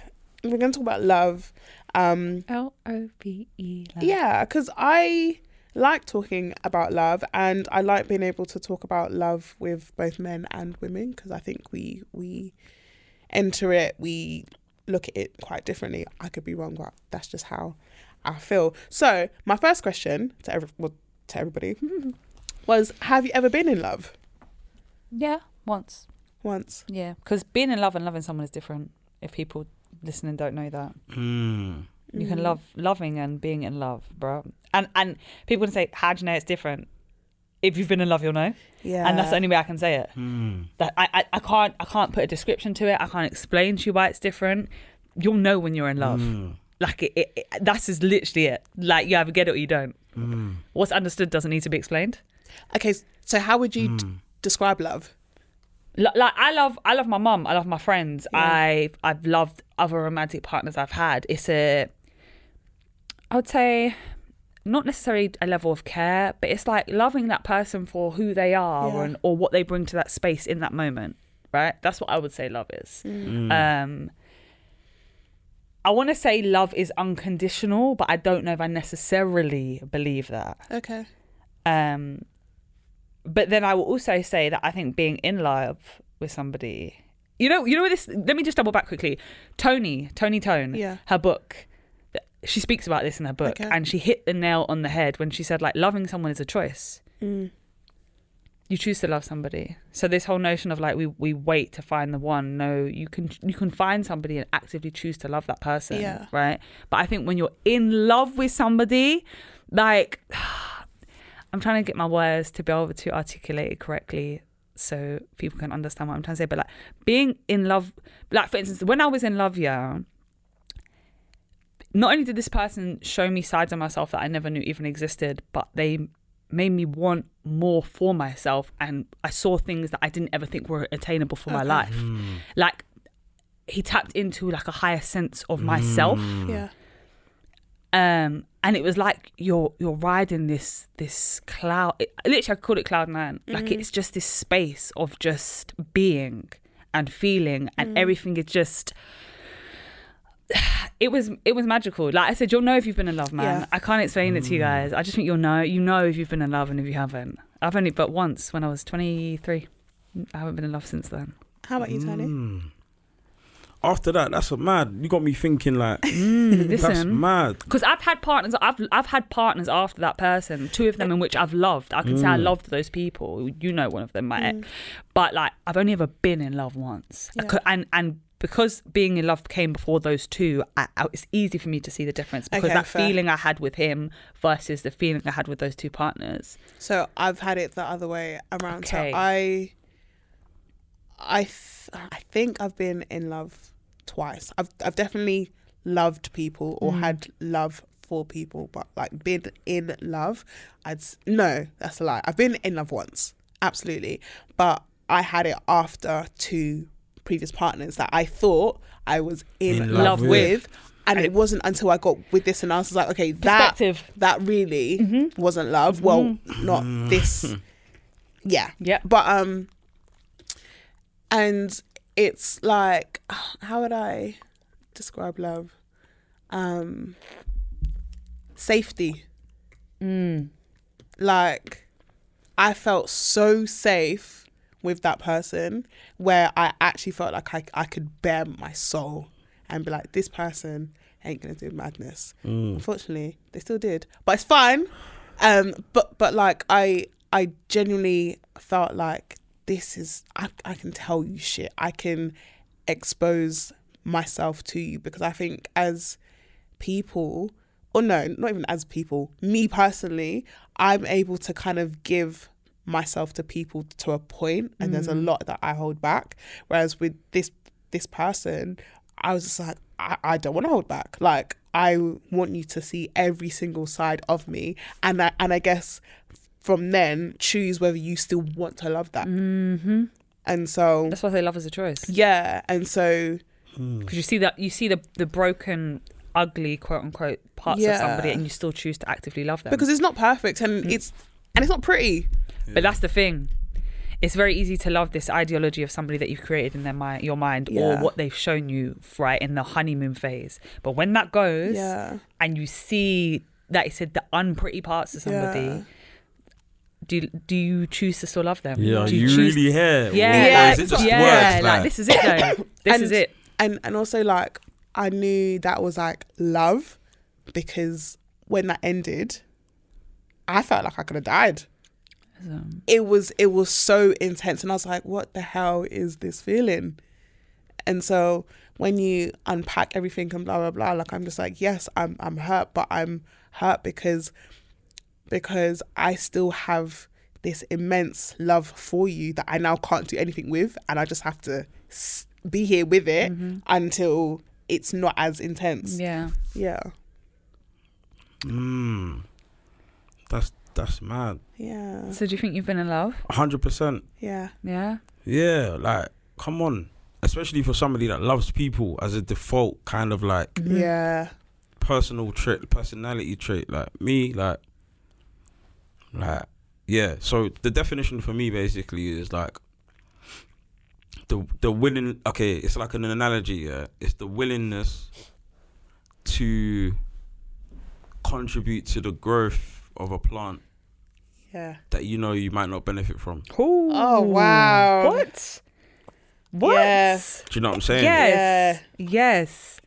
A: we're going to talk about love um
B: L O V E.
A: yeah because i like talking about love and i like being able to talk about love with both men and women because i think we we enter it we look at it quite differently i could be wrong but that's just how i feel so my first question to every well, to everybody was have you ever been in love
B: Yeah, once.
A: once
B: Yeah, because being in love and loving someone is different. If people listening don't know that,
C: Mm.
B: you can love loving and being in love, bro. And and people can say, "How do you know it's different?" If you've been in love, you'll know.
A: yeah
B: And that's the only way I can say it. That I, I I can't I can't put a description to it. I can't explain to you why it's different. You'll know when you're in love. Like it, it, it that's is literally it. Like you either get it or you don't. What's understood doesn't need to be explained.
A: okay so how would you d- describe love
B: L- like I love I love my mum, I love my friends. I I've loved other romantic partners I've had. It's a I would say not necessarily a level of care, but it's like loving that person for who they are
A: Yeah.
B: and or what they bring to that space in that moment. right? That's what I would say love is. Um, I want to say love is unconditional, but I don't know if I necessarily believe that.
A: Okay.
B: Um, but then I will also say that I think being in love with somebody, you know, you know what this. Let me just double back quickly. Tony, Tony Tone,
A: Yeah.
B: her book. She speaks about this in her book,
A: Okay.
B: and she hit the nail on the head when she said, like, loving someone is a choice. You choose to love somebody. So this whole notion of like we we wait to find the one. No, you can you can find somebody and actively choose to love that person.
A: Yeah.
B: Right. But I think when you're in love with somebody, like I'm trying to get my words to be able to articulate it correctly so people can understand what I'm trying to say. But like being in love, like for instance, when I was in love, yeah, not only did this person show me sides of myself that I never knew even existed, but they made me want more for myself and I saw things that I didn't ever think were attainable for my life. Like he tapped into like a higher sense of myself
A: Yeah.
B: um and it was like you're you're riding this this cloud it, literally i call it cloud nine like it's just this space of just being and feeling and everything is just it was it was magical like i said you'll know if you've been in love man
A: Yeah.
B: i can't explain it to you guys i just think you'll know you know if you've been in love and if you haven't i've only but once when i was 23 i haven't been in love since then
A: How about you, Tony?
C: After that, that's a mad. You got me thinking like that's
B: listen
C: mad.
B: Because I've had partners, I've I've had partners after that person, two of them in which I've loved. I can say I
A: Mm.
B: loved those people. You know, one of them, my ex. But like, I've only ever been in love once, I
A: Yeah.
B: cou- and and because being in love came before those two, I, I, it's easy for me to see the difference because
A: Okay,
B: that
A: fair.
B: feeling I had with him versus the feeling I had with those two partners.
A: So I've had it the other way around.
B: Okay.
A: So I, I, th- I think I've been in love twice. I've I've definitely loved people or had love for people, but like been in love, I'd s- no, that's a lie. I've been in love once, absolutely, but I had it after two previous partners that I thought I was in,
C: In
A: love,
C: love
A: with. And it wasn't until I got with this, and I was like, okay, that
B: Perspective.
A: that really wasn't love. Well, not this. Yeah.
B: Yeah.
A: But um, and it's like, how would I describe love? Um, safety. Like, I felt so safe with that person where I actually felt like I, I could bare my soul and be like, this person ain't gonna do madness. Unfortunately, they still did, but it's fine. Um, but but like I I genuinely felt like this is I I can tell you shit. I can expose myself to you because I think as people, or no, not even as people, me personally, I'm able to kind of give myself to people to a point, and there's a lot that I hold back. Whereas with this this person, I was just like, I, I don't want to hold back. Like I want you to see every single side of me, and I, and I guess from then choose whether you still want to love that. Mm-hmm. And so
B: That's why they love as a choice.
A: yeah, and so
B: because you see that you see the the broken, ugly quote unquote parts of
A: Yeah.
B: somebody, and you still choose to actively love them
A: because it's not perfect, and it's and it's not pretty.
B: But that's the thing. It's very easy to love this ideology of somebody that you've created in their mind, your mind, or
A: Yeah.
B: what they've shown you right in the honeymoon phase. But when that goes,
A: Yeah.
B: and you see that you said the unpretty parts of somebody,
A: Yeah.
B: do you, do you choose to still love them?
C: Yeah,
B: do
C: you,
B: choose-
C: really here.
B: yeah,
A: Yeah,
B: yeah,
C: Is it just
B: yeah,
C: words?
B: like,
C: like-
B: this is it though. This
A: and,
B: is it.
A: And and also like I knew that was like love because when that ended, I felt like I could have died. It was it was so intense, and I was like, "What the hell is this feeling?" And so when you unpack everything and blah blah blah, like I'm just like, "Yes, I'm I'm hurt, but I'm hurt because because I still have this immense love for you that I now can't do anything with, and I just have to s- be here with it until it's not as intense.
B: Yeah,
A: yeah,
C: Mm. That's that's mad.
A: yeah,
B: So do you think you've been in love?
C: hundred percent.
A: yeah.
B: Yeah.
C: Yeah, like come on. Especially for somebody that loves people as a default kind of like
A: yeah.
C: personal trait, personality trait. Like me, like, like yeah. So the definition for me basically is like the the willing okay, it's like an analogy, yeah. It's the willingness to contribute to the growth of a plant
A: Yeah.
C: that you know you might not benefit from. Do
A: Oh wow.
B: What? What?
A: Yes.
C: you know what I'm saying?
B: Yes. Yes.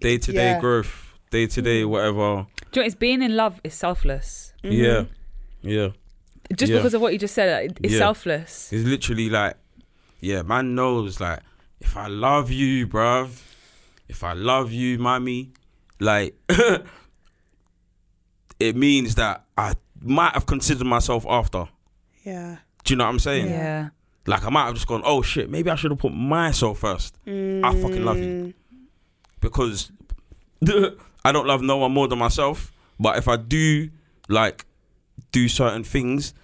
C: Day to day
A: Yeah.
C: growth, day to day
B: Mm-hmm.
C: whatever.
B: Do you know, it's being in love is selfless.
C: Yeah. Yeah.
B: Just
C: Yeah.
B: because of what you just said, like, it's
C: Yeah.
B: selfless.
C: It's literally like, yeah, man knows like, if I love you, bruv, if I love you, mommy, like, it means that I might have considered myself after.
A: Yeah.
C: Do you know what I'm saying?
B: Yeah.
C: Like, I might have just gone, oh shit, maybe I should have put myself first. I fucking love
A: Mm.
C: you. Because I don't love no one more than myself. But if I do, like, do certain things,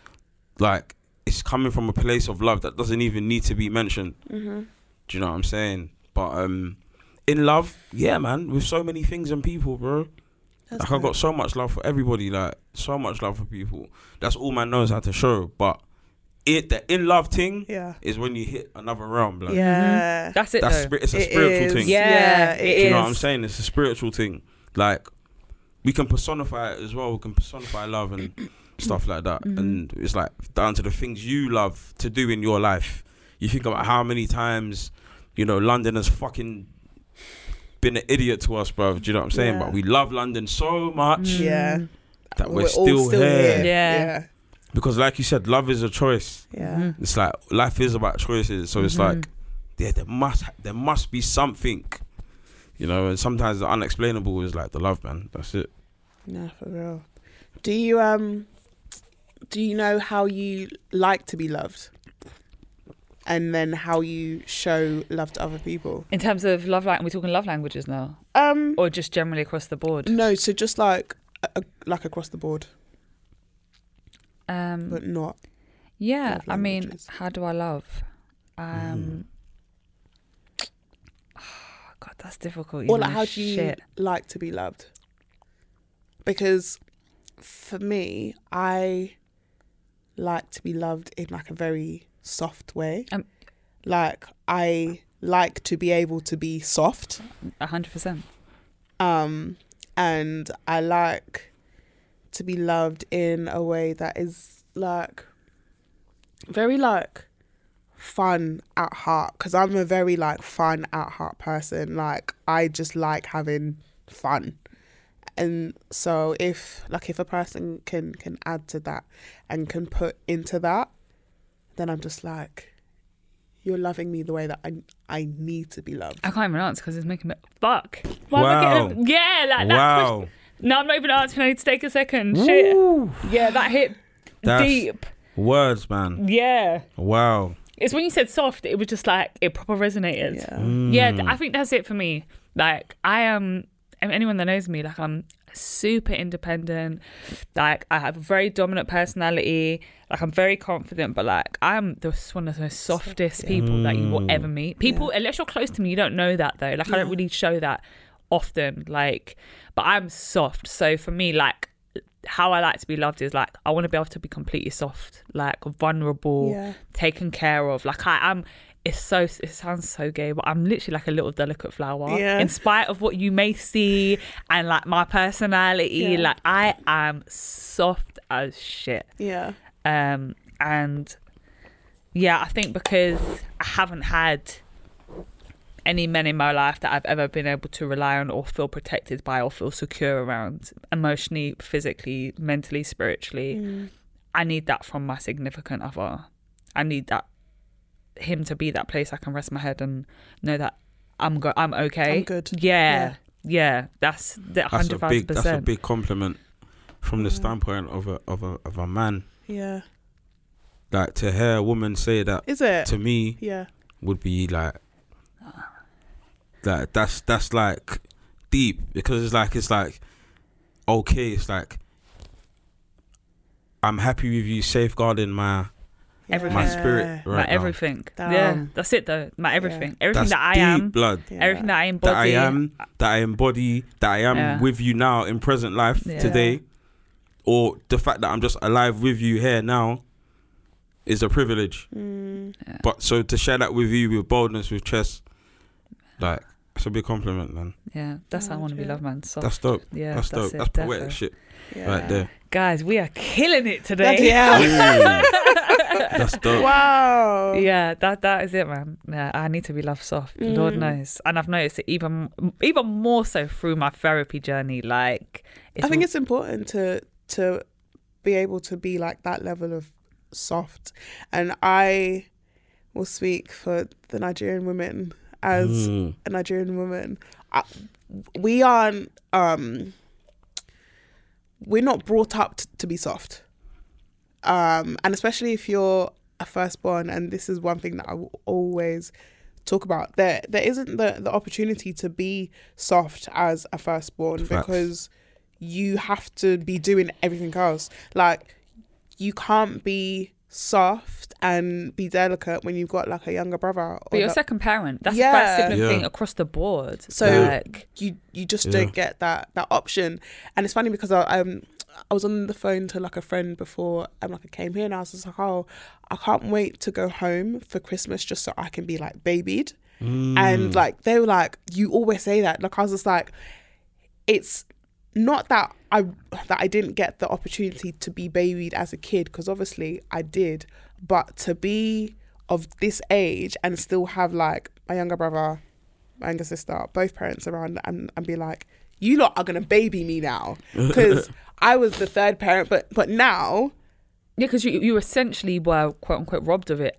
C: like, it's coming from a place of love that doesn't even need to be mentioned.
A: Mm-hmm.
C: Do you know what I'm saying? But um, in love, yeah, man, with so many things and people, bro. like, i got so much love for everybody, like, so much love for people. That's all man knows how to show. But it, the in love thing
A: Yeah.
C: is when you hit another realm, like,
A: Yeah.
B: That's it.
C: that's
B: though.
C: spir- it's a
A: Mm-hmm. It
C: spiritual
A: is.
C: thing.
B: Yeah,
A: it
B: it
C: Do you know
B: is.
C: what I'm saying? It's a spiritual thing. Like we can personify it as well. We can personify love and stuff like that. And it's like down to the things you love to do in your life. You think about how many times, you know, London has fucking been an idiot to us, bruv. Do you know what I'm saying?
A: Yeah.
C: But we love London so much
B: Mm.
A: Yeah.
C: that we're,
A: all
C: still, here.
B: Yeah.
A: Yeah.
C: Because like you said, love is a choice.
A: Yeah.
B: Mm.
C: It's like life is about choices. So it's
B: Mm-hmm.
C: like yeah, there must there must be something, you know. And sometimes the unexplainable is like the love, man. That's it.
A: Nah, for real. Do you um do you know how you like to be loved? And then how you show love to other people?
B: In terms of love language, we're talking love languages now,
A: Um
B: or just generally across the board.
A: no, so just like uh, uh, like across the board,
B: Um,
A: but not
B: yeah,
A: love
B: I mean,
A: languages.
B: how do I love? Um,
C: Mm-hmm.
B: Oh God, that's difficult. you
A: or like
B: know,
A: how do you
B: shit.
A: like to be loved? Because for me, I like to be loved in like a very soft way.
B: Um,
A: Like I like to be able to be soft.
B: A hundred percent.
A: um and i like to be loved in a way that is like very like fun at heart because i'm a very like fun at heart person like i just like having fun and so if like if a person can can add to that and can put into that then i'm just like you're loving me the way that i i need to be loved
B: I can't even answer because it's making me fuck. Why
C: Wow.
B: Am I getting a... Yeah, like that.
C: wow,
B: question- No, I'm not even answering. I need to take a second. Shit. Yeah, that hit
C: That's-
B: deep.
C: words, man.
B: Yeah.
C: Wow.
B: It's when you said soft, it was just like it proper resonated.
A: yeah
B: Yeah, th- I think that's it for me. Like I am, and anyone that knows me, like I'm super independent. Like I have a very dominant personality. Like I'm very confident, but like I'm the s- one of the most softest people that you will ever meet. People, unless you're close to me, you don't know that though. Like I don't really show that often. Like, but I'm soft. So for me, like how I like to be loved is like I want to be able to be completely soft, like vulnerable,
A: Yeah.
B: taken care of. Like I am. It's so. It sounds so gay, but I'm literally like a little delicate flower.
A: Yeah.
B: In spite of what you may see and like my personality,
A: Yeah.
B: like I am soft as shit.
A: yeah
B: Um, and yeah, I think because I haven't had any men in my life that I've ever been able to rely on or feel protected by or feel secure around emotionally, physically, mentally, spiritually.
A: Mm.
B: I need that from my significant other. I need that him to be that place I can rest my head and know that I'm go- I'm okay.
A: I'm good.
B: Yeah. Yeah. That's the
C: That's a
B: hundred
C: big.
B: thousand
C: That's a
B: percent. Mm.
C: big compliment from the standpoint of a of a of a man.
A: yeah
C: Like to hear a woman say that
A: is it
C: to me
A: yeah
C: would be like, like that's that's like deep because it's like it's like okay, it's like I'm happy with you safeguarding my
B: Everything.
C: my spirit right
B: my
C: now.
B: everything. Yeah.
A: Damn.
B: That's it though. My everything. Everything
C: That's
B: that I
C: deep
B: am.
C: blood.
B: Everything that I embody.
C: That I am, that I embody, that I am
B: Yeah.
C: with you now in present life
B: Yeah.
C: today, or the fact that I'm just alive with you here now, is a privilege.
A: Mm,
C: But so to share that with you with boldness, with chest, like it's a big compliment, man.
B: Yeah, that's how I want
A: Oh,
B: to be loved, man. So
C: That's dope.
B: Yeah,
C: that's,
B: that's
C: dope.
B: it,
C: that's poetic
B: defo.
C: shit
A: Yeah.
C: right there.
B: guys, we are killing it today.
A: Bloody hell.
C: that's dope.
A: wow.
B: Yeah, that that is it, man. Yeah, I need to be loved soft.
A: Mm.
B: Lord knows, and I've noticed it even even more so through my therapy journey. Like,
A: I think it's important to to be able to be like that level of soft, and I will speak for the Nigerian women as
C: Mm.
A: a Nigerian woman. I, we aren't um, we're not brought up t- to be soft, um, and especially if you're a firstborn. And this is one thing that I will always talk about. There, there isn't the the opportunity to be soft as a firstborn
C: Facts.
A: because you have to be doing everything else. Like you can't be soft and be delicate when you've got like a younger brother.
B: but
A: or
B: your
A: the-
B: second parent. That's
A: Yeah.
B: a first sibling
C: Yeah.
B: thing across the board.
A: So-
B: like,
A: you you just
C: Yeah.
A: don't get that that option. And it's funny because I um I was on the phone to like a friend before and like I came here and I was just like, oh, I can't wait to go home for Christmas just so I can be like babied. And like they were like, you always say that. Like I was just like, it's not that I that I didn't get the opportunity to be babied as a kid because obviously I did, but to be of this age and still have like my younger brother, my younger sister, both parents around and, and be like, you lot are gonna baby me now because I was the third parent, but but now
B: yeah, because you you essentially were quote unquote robbed of it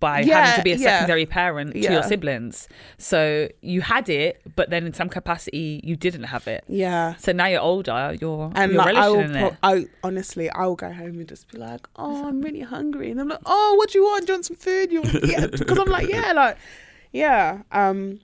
B: by
A: Yeah,
B: having to be a
A: yeah.
B: secondary parent to
A: Yeah.
B: your siblings. So you had it, but then in some capacity you didn't have it.
A: yeah.
B: So now you're older, you're
A: And
B: you're
A: like, I will,
B: relishing in
A: pro-
B: it.
A: I honestly, I will go home and just be like, "Oh, I'm really hungry," and I'm like, "Oh, what do you want? Do you want some food?" You want-" yeah, because I'm like, yeah, like, yeah. Um,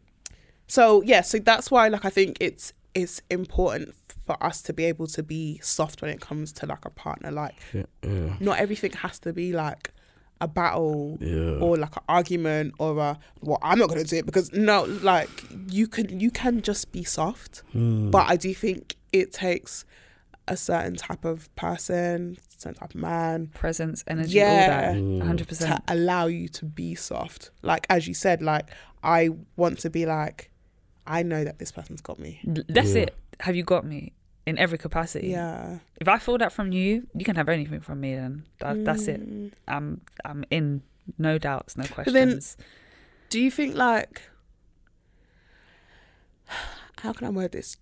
A: so yeah, so that's why, like, I think it's it's important for us to be able to be soft when it comes to like a partner. Like,
C: Yeah, yeah.
A: not everything has to be like a battle
C: Yeah.
A: or like an argument or a well i'm not going to do it because no like you can you can just be soft but i do think it takes a certain type of person certain type of man
B: Presence, energy,
A: Yeah.
B: all that, hundred percent.
A: to allow you to be soft like as you said like i want to be like i know that this person's got me
B: That's it. Have you got me in every capacity?
A: yeah
B: If I feel that from you, you can have anything from me. Then that, that's it. I'm I'm in. No doubts, no questions.
A: Mm. then- do you think like how can i word this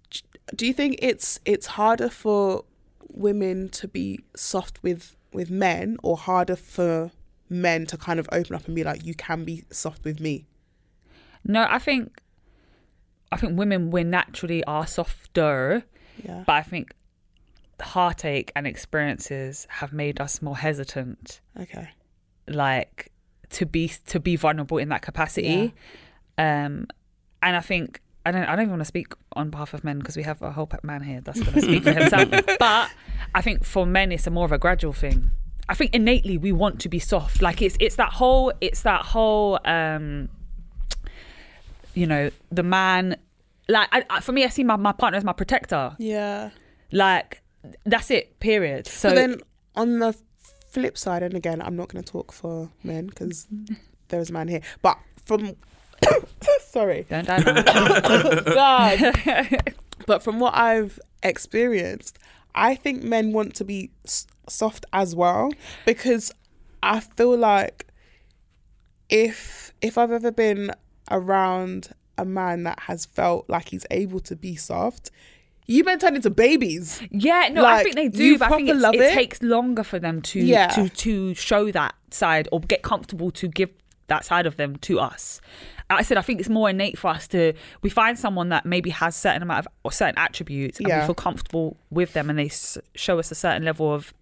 A: do you think it's it's harder for women to be soft with with men or harder for men to kind of open up and be like you can be soft with me
B: no, I think I think women we naturally are softer,
A: yeah
B: but I think heartache and experiences have made us more hesitant.
A: okay
B: like to be to be vulnerable in that capacity um and i think i don't i don't even want to speak on behalf of men because we have a whole pack man here that's going to speak for himself but i think for men it's a more of a gradual thing i think innately we want to be soft like it's it's that whole it's that whole um you know the man like I, I, for me i see my, my partner as my protector
A: yeah
B: like that's it period so
A: so then on the flip side and again i'm not going to talk for men because there is a man here but from sorry
B: don't die man.
A: But from what I've experienced, I think men want to be s- soft as well because I feel like if if I've ever been around a man that has felt like he's able to be soft, you men turn into babies.
B: Yeah, no, I
A: Like,
B: think they
A: you
B: do, but I think
A: proper
B: it's,
A: love
B: it,
A: it?
B: takes longer for them to
A: Yeah.
B: to to show that side or get comfortable to give that side of them to us. Like I said I think it's more innate for us to we find someone that maybe has certain amount of or certain attributes and
A: Yeah.
B: we feel comfortable with them and they s- show us a certain level of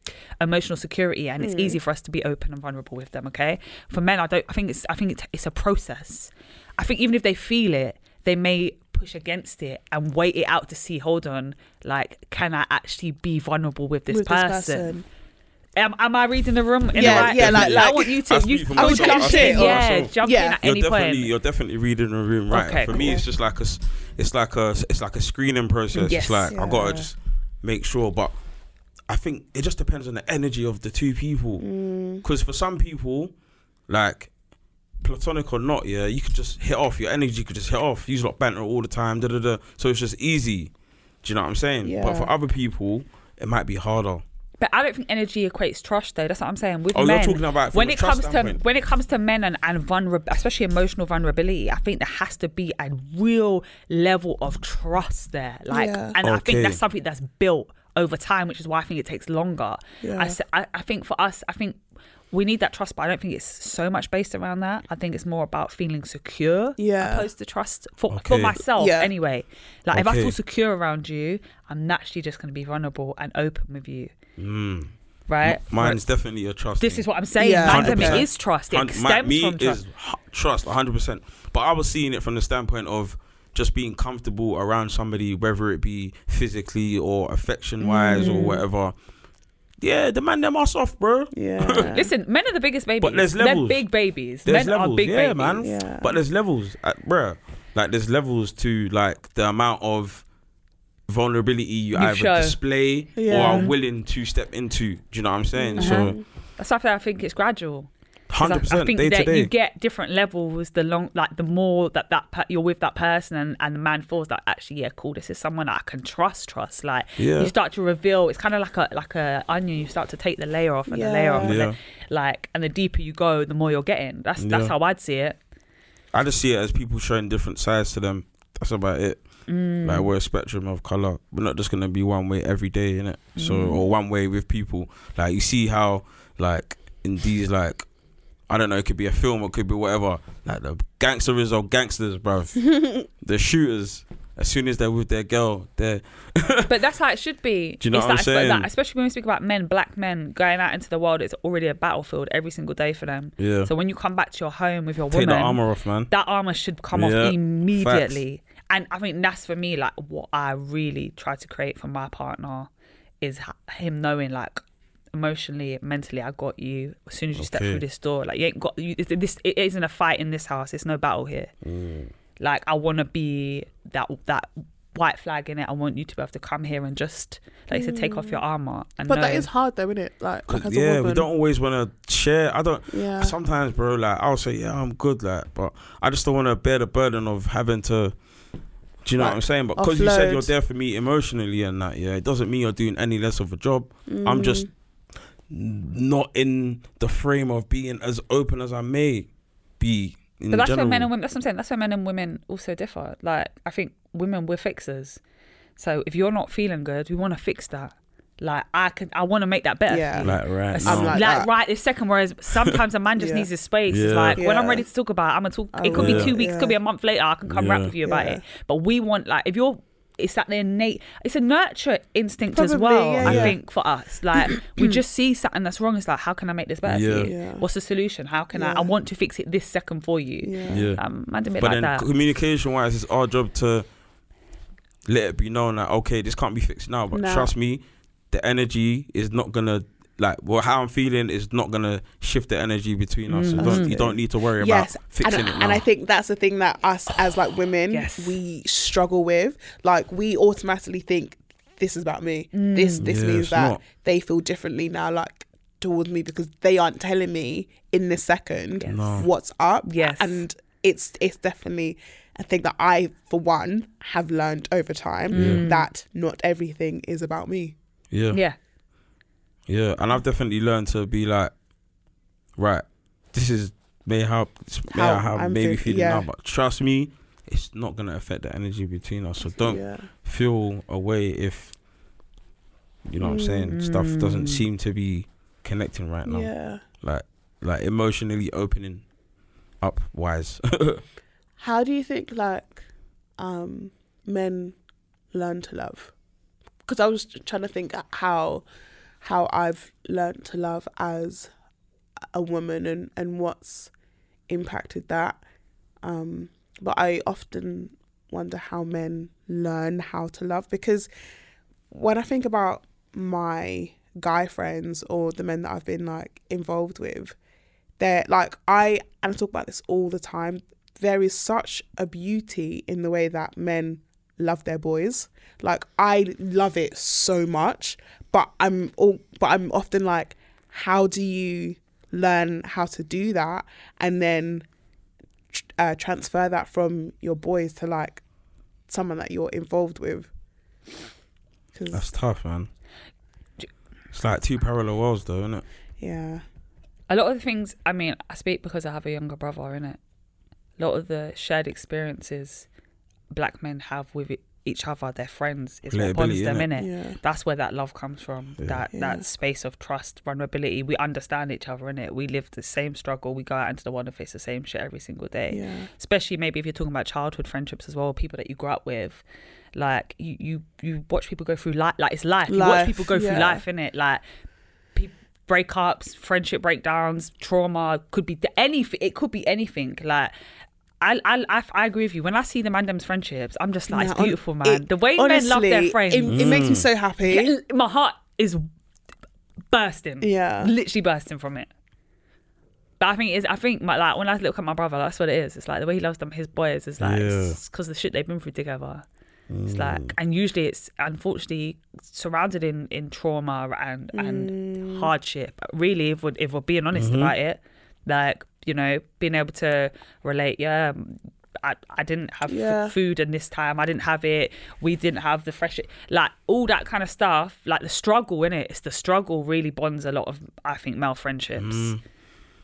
B: emotional security and
A: Hmm.
B: it's easy for us to be open and vulnerable with them. Okay, for men, I don't. I think it's I think it's it's a process. I think even if they feel it, they may push against it and wait it out to see. Hold on, like can I actually be vulnerable with this
A: With this
B: person?
A: person.
B: Am, am I reading the room? In
A: Yeah,
B: the right?
A: yeah, like-
B: I
A: like-
B: want you to.
C: I speak
B: You,
C: for
B: I would
A: myself, I
B: jump
A: speak
B: in.
A: for
B: Yeah,
C: myself.
B: jump
A: Yeah.
B: in at
C: you're
B: any
C: definitely
B: point.
C: you're definitely reading the room right.
B: Okay,
C: For me,
B: cool.
C: it's just like a, s- it's like a, it's like a screening process.
B: Yes.
C: It's like I gotta
A: Yeah.
C: just make sure, but I think
A: Mm.
C: it just depends on the energy of the two people. Because for some people, like platonic or not, yeah, you could just hit off. Your energy could just hit off. You lot banter all the time, da da da. So it's just easy. Do you know what I'm saying? But
A: Yeah.
C: for other people, it might be harder.
B: But I don't think energy equates trust, though. That's what I'm saying. With
C: Oh, you're
B: men,
C: talking about from
B: when
C: a
B: it
C: trust
B: comes to
C: standpoint.
B: when it comes to men and and vulner- especially emotional vulnerability, I think there has to be a real level of trust there. Like,
A: Yeah.
B: and I
C: Okay.
B: think that's something that's built over time, which is why I think it takes longer.
A: Yeah.
B: I s I I I, think for us, I think we need that trust, but I don't think it's so much based around that. I think it's more about feeling secure,
A: Yeah.
B: opposed to trust for for
C: Okay.
B: myself
A: Yeah.
B: anyway. Like, if I
C: Okay.
B: feel secure around you, I'm naturally just going to be vulnerable and open with you right?
C: Mine's definitely a trust.
B: This
C: thing.
B: is what I'm saying.
A: Yeah.
B: Mine to me
C: 100%.
B: is trust. It
C: Hun-
B: stems
C: my- me
B: from trust.
C: is hu- trust, 100%. But I was seeing it from the standpoint of just being comfortable around somebody, whether it be physically or affection wise
B: Mm.
C: or whatever. Yeah, the man, them are soft, bro.
A: Yeah.
B: Listen, men are the biggest babies.
C: But there's levels.
B: They're big babies.
C: There's
B: men
C: levels,
B: are big
C: yeah,
B: babies.
C: man.
A: Yeah.
C: But there's levels, uh, bruh. Like there's levels to like the amount of vulnerability you, either
B: show.
C: display
A: Yeah.
C: or are willing to step into. Do you know what I'm saying? So,
B: That's why I think it's gradual. 'Cause Mm-hmm. I-
C: hundred
B: I
C: percent
B: think
C: day
B: that
C: to day.
B: you get different levels the long, like the more that that per- you're with that person and, and the man feels like actually yeah, cool. This is someone I can trust. Trust like
C: Yeah.
B: you start to reveal. It's kind of like a like a onion. You start to take the layer off and the layer off, and
C: Yeah.
B: then, like and the deeper you go, the more you're getting. That's that's
C: Yeah.
B: how I'd see it.
C: I just see it as people showing different sides to them. That's about it.
A: Mm.
C: Like we're a spectrum of color. We're not just gonna be one way every day, innit? So
A: Mm.
C: or one way with people. Like you see how like in these like I don't know, it could be a film, it could be whatever. Like the gangsters or gangsters, bruv. the shooters. As soon as they're with their girl, they're
B: But that's how it should be.
C: Do you know
B: It's
C: what I'm
B: that, it's like that-
C: saying?
B: especially when we speak about men, black men going out into the world, it's already a battlefield every single day for them.
C: Yeah.
B: So when you come back to your home with your
C: take
B: woman,
C: the armor off, man.
B: that armor should come
C: Yeah.
B: off immediately. And I think that's for me, like what I really try to create for my partner is h- him knowing, like emotionally, mentally, I got you. As soon as you step
C: Okay.
B: through this door, like you ain't got you, it- this. It isn't a fight in this house. It's no battle here.
A: Mm.
B: Like I want to be that that white flag in it. I want you to be able to come here and just like you said, take off your armor. And
A: Mm. But that
B: know-
A: is hard though, isn't it? Like, like as
C: yeah,
A: a woman.
C: we don't always want to share. I don't.
A: Yeah.
C: Sometimes, bro, like I'll say, yeah, I'm good, like, but I just don't want to bear the burden of having to. Do you know what
A: Like,
C: I'm saying? But because you said
A: offload.
C: you're there for me emotionally and that, yeah, it doesn't mean you're doing any less of a job.
A: Mm.
C: I'm just not in the frame of being as open as I may be. In
B: But that's
C: general.
B: where men and women. That's what I'm saying. That's where men and women also differ. Like I think women we're fixers. So if you're not feeling good, we want to fix that. Like I can, I want to make that better.
A: Yeah.
B: for you.
C: Like right
B: It's
C: now.
A: I'm like that.
B: right this second. Whereas sometimes a man just
A: Yeah.
B: needs his space. It's
C: Yeah.
B: like when I'm
A: Yeah.
B: ready to talk about, it, I'm gonna talk.
A: I
B: it could
C: will.
B: be two weeks,
A: Yeah.
B: could be a month later. I can come
C: Yeah.
B: rap with you about
A: Yeah.
B: it. But we want like if you're. It's that innate. It's a nurture instinct as
A: Probably,
B: well.
A: yeah,
B: I
A: yeah.
B: think for us, like we just see something that's wrong. It's like, how can I make this better
C: Yeah.
B: for you?
A: Yeah.
B: What's the solution? How can
A: Yeah.
B: I? I want to fix it this second for you.
A: Yeah.
C: yeah.
B: Um, man, didn't make
C: but
B: like
C: then
B: that.
C: communication wise it's our job to let it be known that okay this can't be fixed now but
A: No.
C: trust me the energy is not gonna like well how i'm feeling is not gonna shift the energy between us so don't, you don't need to worry
A: Mm. yes
C: about fixing
A: and,
C: it now. Oh,
A: and i think that's the thing that us as like women
B: Yes.
A: we struggle with like we automatically think this is about me this this
C: Mm. Yeah,
A: means
C: it's
A: that
C: not.
A: they feel differently now like towards me because they aren't telling me in this second what's up
B: Yes.
A: and it's it's definitely I think that I, for one, have learned over time
C: Mm.
A: that not everything is about me.
C: yeah
B: yeah.
C: yeah and i've definitely learned to be like right this is may help may
A: How
C: i have
A: I'm
C: maybe
A: feel-
C: feeling
A: yeah.
C: now but trust me it's not gonna affect the energy between us so don't
A: Yeah.
C: feel away if you know what I'm saying. Stuff
B: Mm.
C: doesn't seem to be connecting right now.
A: Yeah.
C: Like like emotionally opening up wise.
A: how do you think like um men learn to love because i was trying to think how how i've learned to love as a woman and and what's impacted that um but i often wonder how men learn how to love because when i think about my guy friends or the men that i've been like involved with they're like i and i talk about this all the time there is such a beauty in the way that men love their boys like i love it so much but i'm all but i'm often like how do you learn how to do that and then tr- uh, transfer that from your boys to like someone that you're involved with. 'Cause-
C: That's tough, man. It's like two parallel worlds, though, isn't it?
A: yeah,
B: a lot of the things i mean i speak because i have a younger brother in it a lot of the shared experiences black men have with e- each other their friends is what bonds
C: Relatability,
B: them in
A: innit?
B: it
A: Yeah.
B: that's where that love comes from that that space of trust vulnerability we understand each other in it we live the same struggle we go out into the world and face the same shit every single day
A: Yeah.
B: especially maybe if you're talking about childhood friendships as well people that you grew up with like you you, you watch people go through life like it's life, you watch
A: Life,
B: people go
A: yeah.
B: through life in it like pe- breakups, friendship breakdowns, trauma could be anything. It could be anything. Like. I, I, I, I agree with you. When I see the Mandem's friendships, I'm just like,
A: Nah,
B: it's
A: hon-
B: beautiful, man.
A: it-
B: the way men love their
A: honestly,
B: friends,
A: it, it makes me so happy.
B: it- my heart is bursting.
A: Yeah.
B: literally bursting from it. But I think it is. I think my, like when I look at my brother, that's what it is. It's like the way he loves them, his boys, is like
C: Yeah.
B: because the shit they've been through together. It's
A: Mm.
B: like, and usually it's unfortunately surrounded in in trauma and
A: Mm.
B: and hardship. Really, if we're, if we're being honest
A: Mm-hmm.
B: about it, like you know, being able to relate, yeah. um, I, I didn't have f-
A: Yeah.
B: food and this time I didn't have it we didn't have the fresh like all that kind of stuff like the struggle in it it's the struggle really bonds a lot of I think male friendships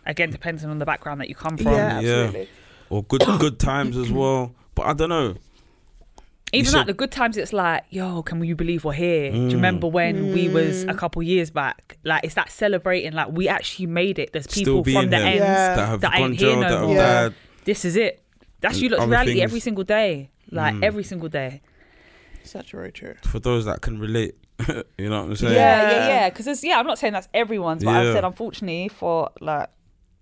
B: again depending on the background that you come from
A: Mm. yeah,
C: Yeah.
A: absolutely.
C: Or good good times as well. But I don't know.
B: even
C: said-
B: like the good times it's like yo can you believe we're here
C: Mm.
B: do you remember when we was a couple years back like it's that celebrating like we actually made it there's people
C: Still being
B: from the
C: here.
B: ends
A: Yeah.
C: That have
B: that
C: gone
B: ain't here
C: jail,
B: no
C: that have
B: more.
A: Yeah.
C: died.
B: this is it that's
C: And
B: you lot's
C: other
B: reality
C: things. Mm.
B: every single day like every single day
A: Such very true.
C: For those that can relate, you know what I'm saying?
B: yeah
A: Yeah.
B: yeah yeah because yeah i'm not saying that's everyone's but
C: Yeah.
B: i've said unfortunately for like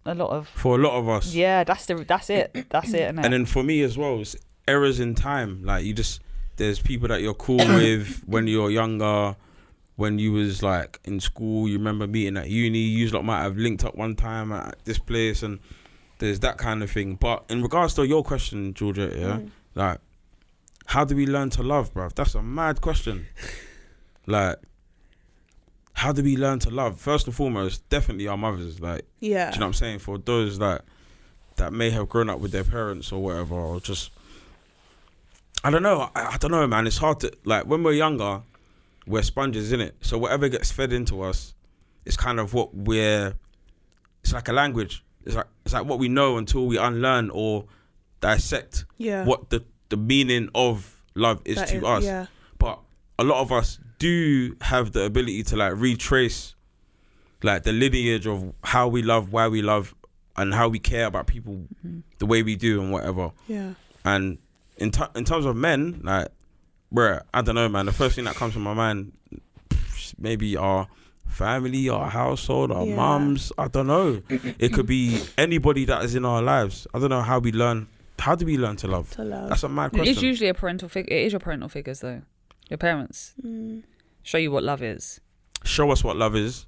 B: a lot of
C: For a lot of us.
B: yeah that's the that's it that's it innit?
C: And then for me as well, it's errors in time. Like you just there's people that you're cool with when you're younger, when you was like in school. You remember meeting at uni. You lot might have linked up one time at this place, and there's that kind of thing. But in regards to your question, Georgia, yeah, like how do we learn to love, bruv? That's a mad question. like. How do we learn to love? First and foremost, definitely our mothers. Like,
A: Yeah,
C: do you know what I'm saying? For those that that may have grown up with their parents or whatever, or just I don't know. I, I don't know, man. It's hard to like when we're younger, we're sponges, in it. So whatever gets fed into us, it's kind of what we're. It's like a language. It's like it's like what we know until we unlearn or dissect
A: Yeah.
C: what the the meaning of love is
A: That
C: to
A: is-
C: us.
A: yeah.
C: But a lot of us do have the ability to like retrace like the lineage of how we love, why we love, and how we care about people
A: Mm-hmm.
C: the way we do and whatever.
A: yeah,
C: And in t- in terms of men, like, bruh, I don't know, man. The first thing that comes to my mind, maybe our family, our household, our
A: Yeah.
C: mums. I don't know. it could be anybody that is in our lives. I don't know how we learn. How do we learn to love?
A: To love.
C: That's a mad
B: It is
C: question.
B: usually a parental figure. It is your parental figures, though. Your parents show you what love is,
C: Show us what love is,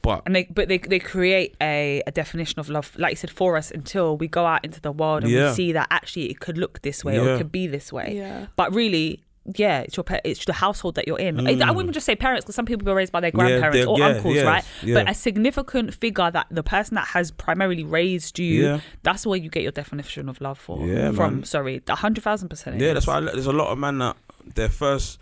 C: but
B: and they but they they create a, a definition of love, like you said, for us until we go out into the world and
C: Yeah.
B: we see that actually it could look this way or
C: Yeah.
B: it could be this way.
A: Yeah.
B: But really. Yeah, it's your pa- it's the household that you're in. I wouldn't just say parents because some people were raised by their
C: they're-
B: grandparents or
C: Mm. yeah,
B: uncles,
C: yes,
B: right? But
C: yeah.
B: a significant figure that the person that has primarily raised you,
C: Yeah.
B: that's where you get your definition of love for.
C: Yeah,
B: from
C: man.
B: sorry, a hundred thousand percent.
C: Yeah, that's why I, le- there's a lot of men that their first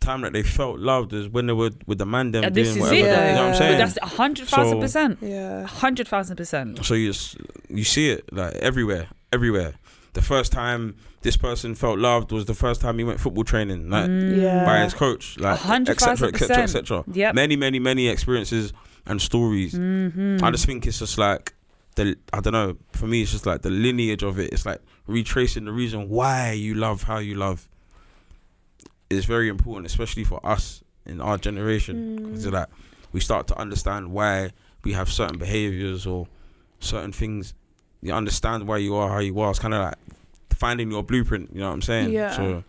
C: time that they felt loved is when they were with the man them
B: And
C: doing
B: this is
C: whatever.
B: it,
C: they-
B: though.
C: you know what I'm saying?
B: But that's a hundred thousand percent.
A: yeah.
B: A hundred thousand percent.
C: so you s- you see it like everywhere, everywhere. The first time this person felt loved was the first time he went football training, like
B: Mm.
A: Yeah.
C: by his coach, like
B: hundred
C: etc.
B: thousand
C: etc.
B: percent.
C: etc.
B: Yep.
C: Many, many, many experiences and stories.
B: Mm-hmm.
C: I just think it's just like the I don't know. For me, it's just like the lineage of it. It's like retracing the reason why you love how you love. is very important, especially for us in our generation,
B: Mm.
C: because like we start to understand why we have certain behaviors or certain things. You understand why you are how you are. It's kind of like finding your blueprint. You know what I'm saying?
A: Yeah.
C: So,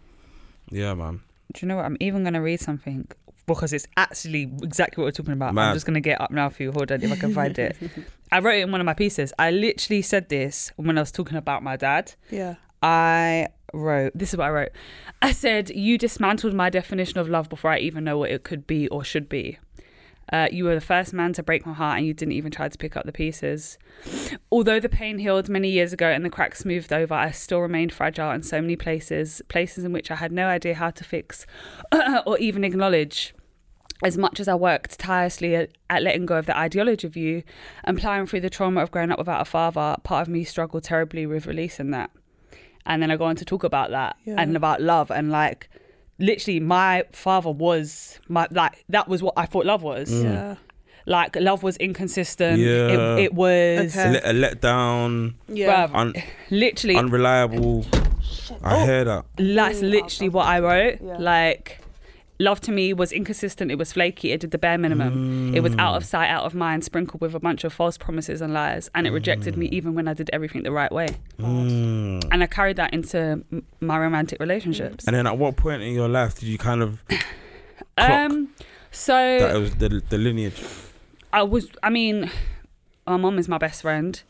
C: yeah, man.
B: Do you know what? I'm even gonna read something because it's actually exactly what we're talking about.
C: Mad.
B: I'm just gonna get up now for you. Hold on, if I can find it. I wrote it in one of my pieces. I literally said this when I was talking about my dad.
A: yeah.
B: I wrote this is what I wrote. I said, You dismantled my definition of love before I even know what it could be or should be. Uh, you were the first man to break my heart and you didn't even try to pick up the pieces. Although the pain healed many years ago and the cracks smoothed over, I still remained fragile in so many places, places in which I had no idea how to fix or even acknowledge. As much as I worked tirelessly at, at letting go of the ideology of you and plowing through the trauma of growing up without a father, part of me struggled terribly with releasing that. And then I go on to talk about that
A: Yeah.
B: and about love and like literally my father was my like that was what I thought love was.
A: Yeah.
B: Like love was inconsistent.
C: Yeah.
B: It, it was
A: Okay.
C: Let, a letdown,
A: Yeah.
B: bruv,
C: un,
B: literally
C: unreliable. I hear that.
B: that's literally what I wrote.
A: Yeah.
B: Like, love to me was inconsistent. It was flaky. It did the bare minimum. It was
C: Mm.
B: out of sight, out of mind, sprinkled with a bunch of false promises and lies. And it rejected me even when I did everything the right way.
C: Mm.
B: And I carried that into m- my romantic relationships.
C: And then at what point in your life did you kind of clock
B: Um,
C: that it
B: so
C: was the, the lineage?
B: I was. I mean, my mom is my best friend.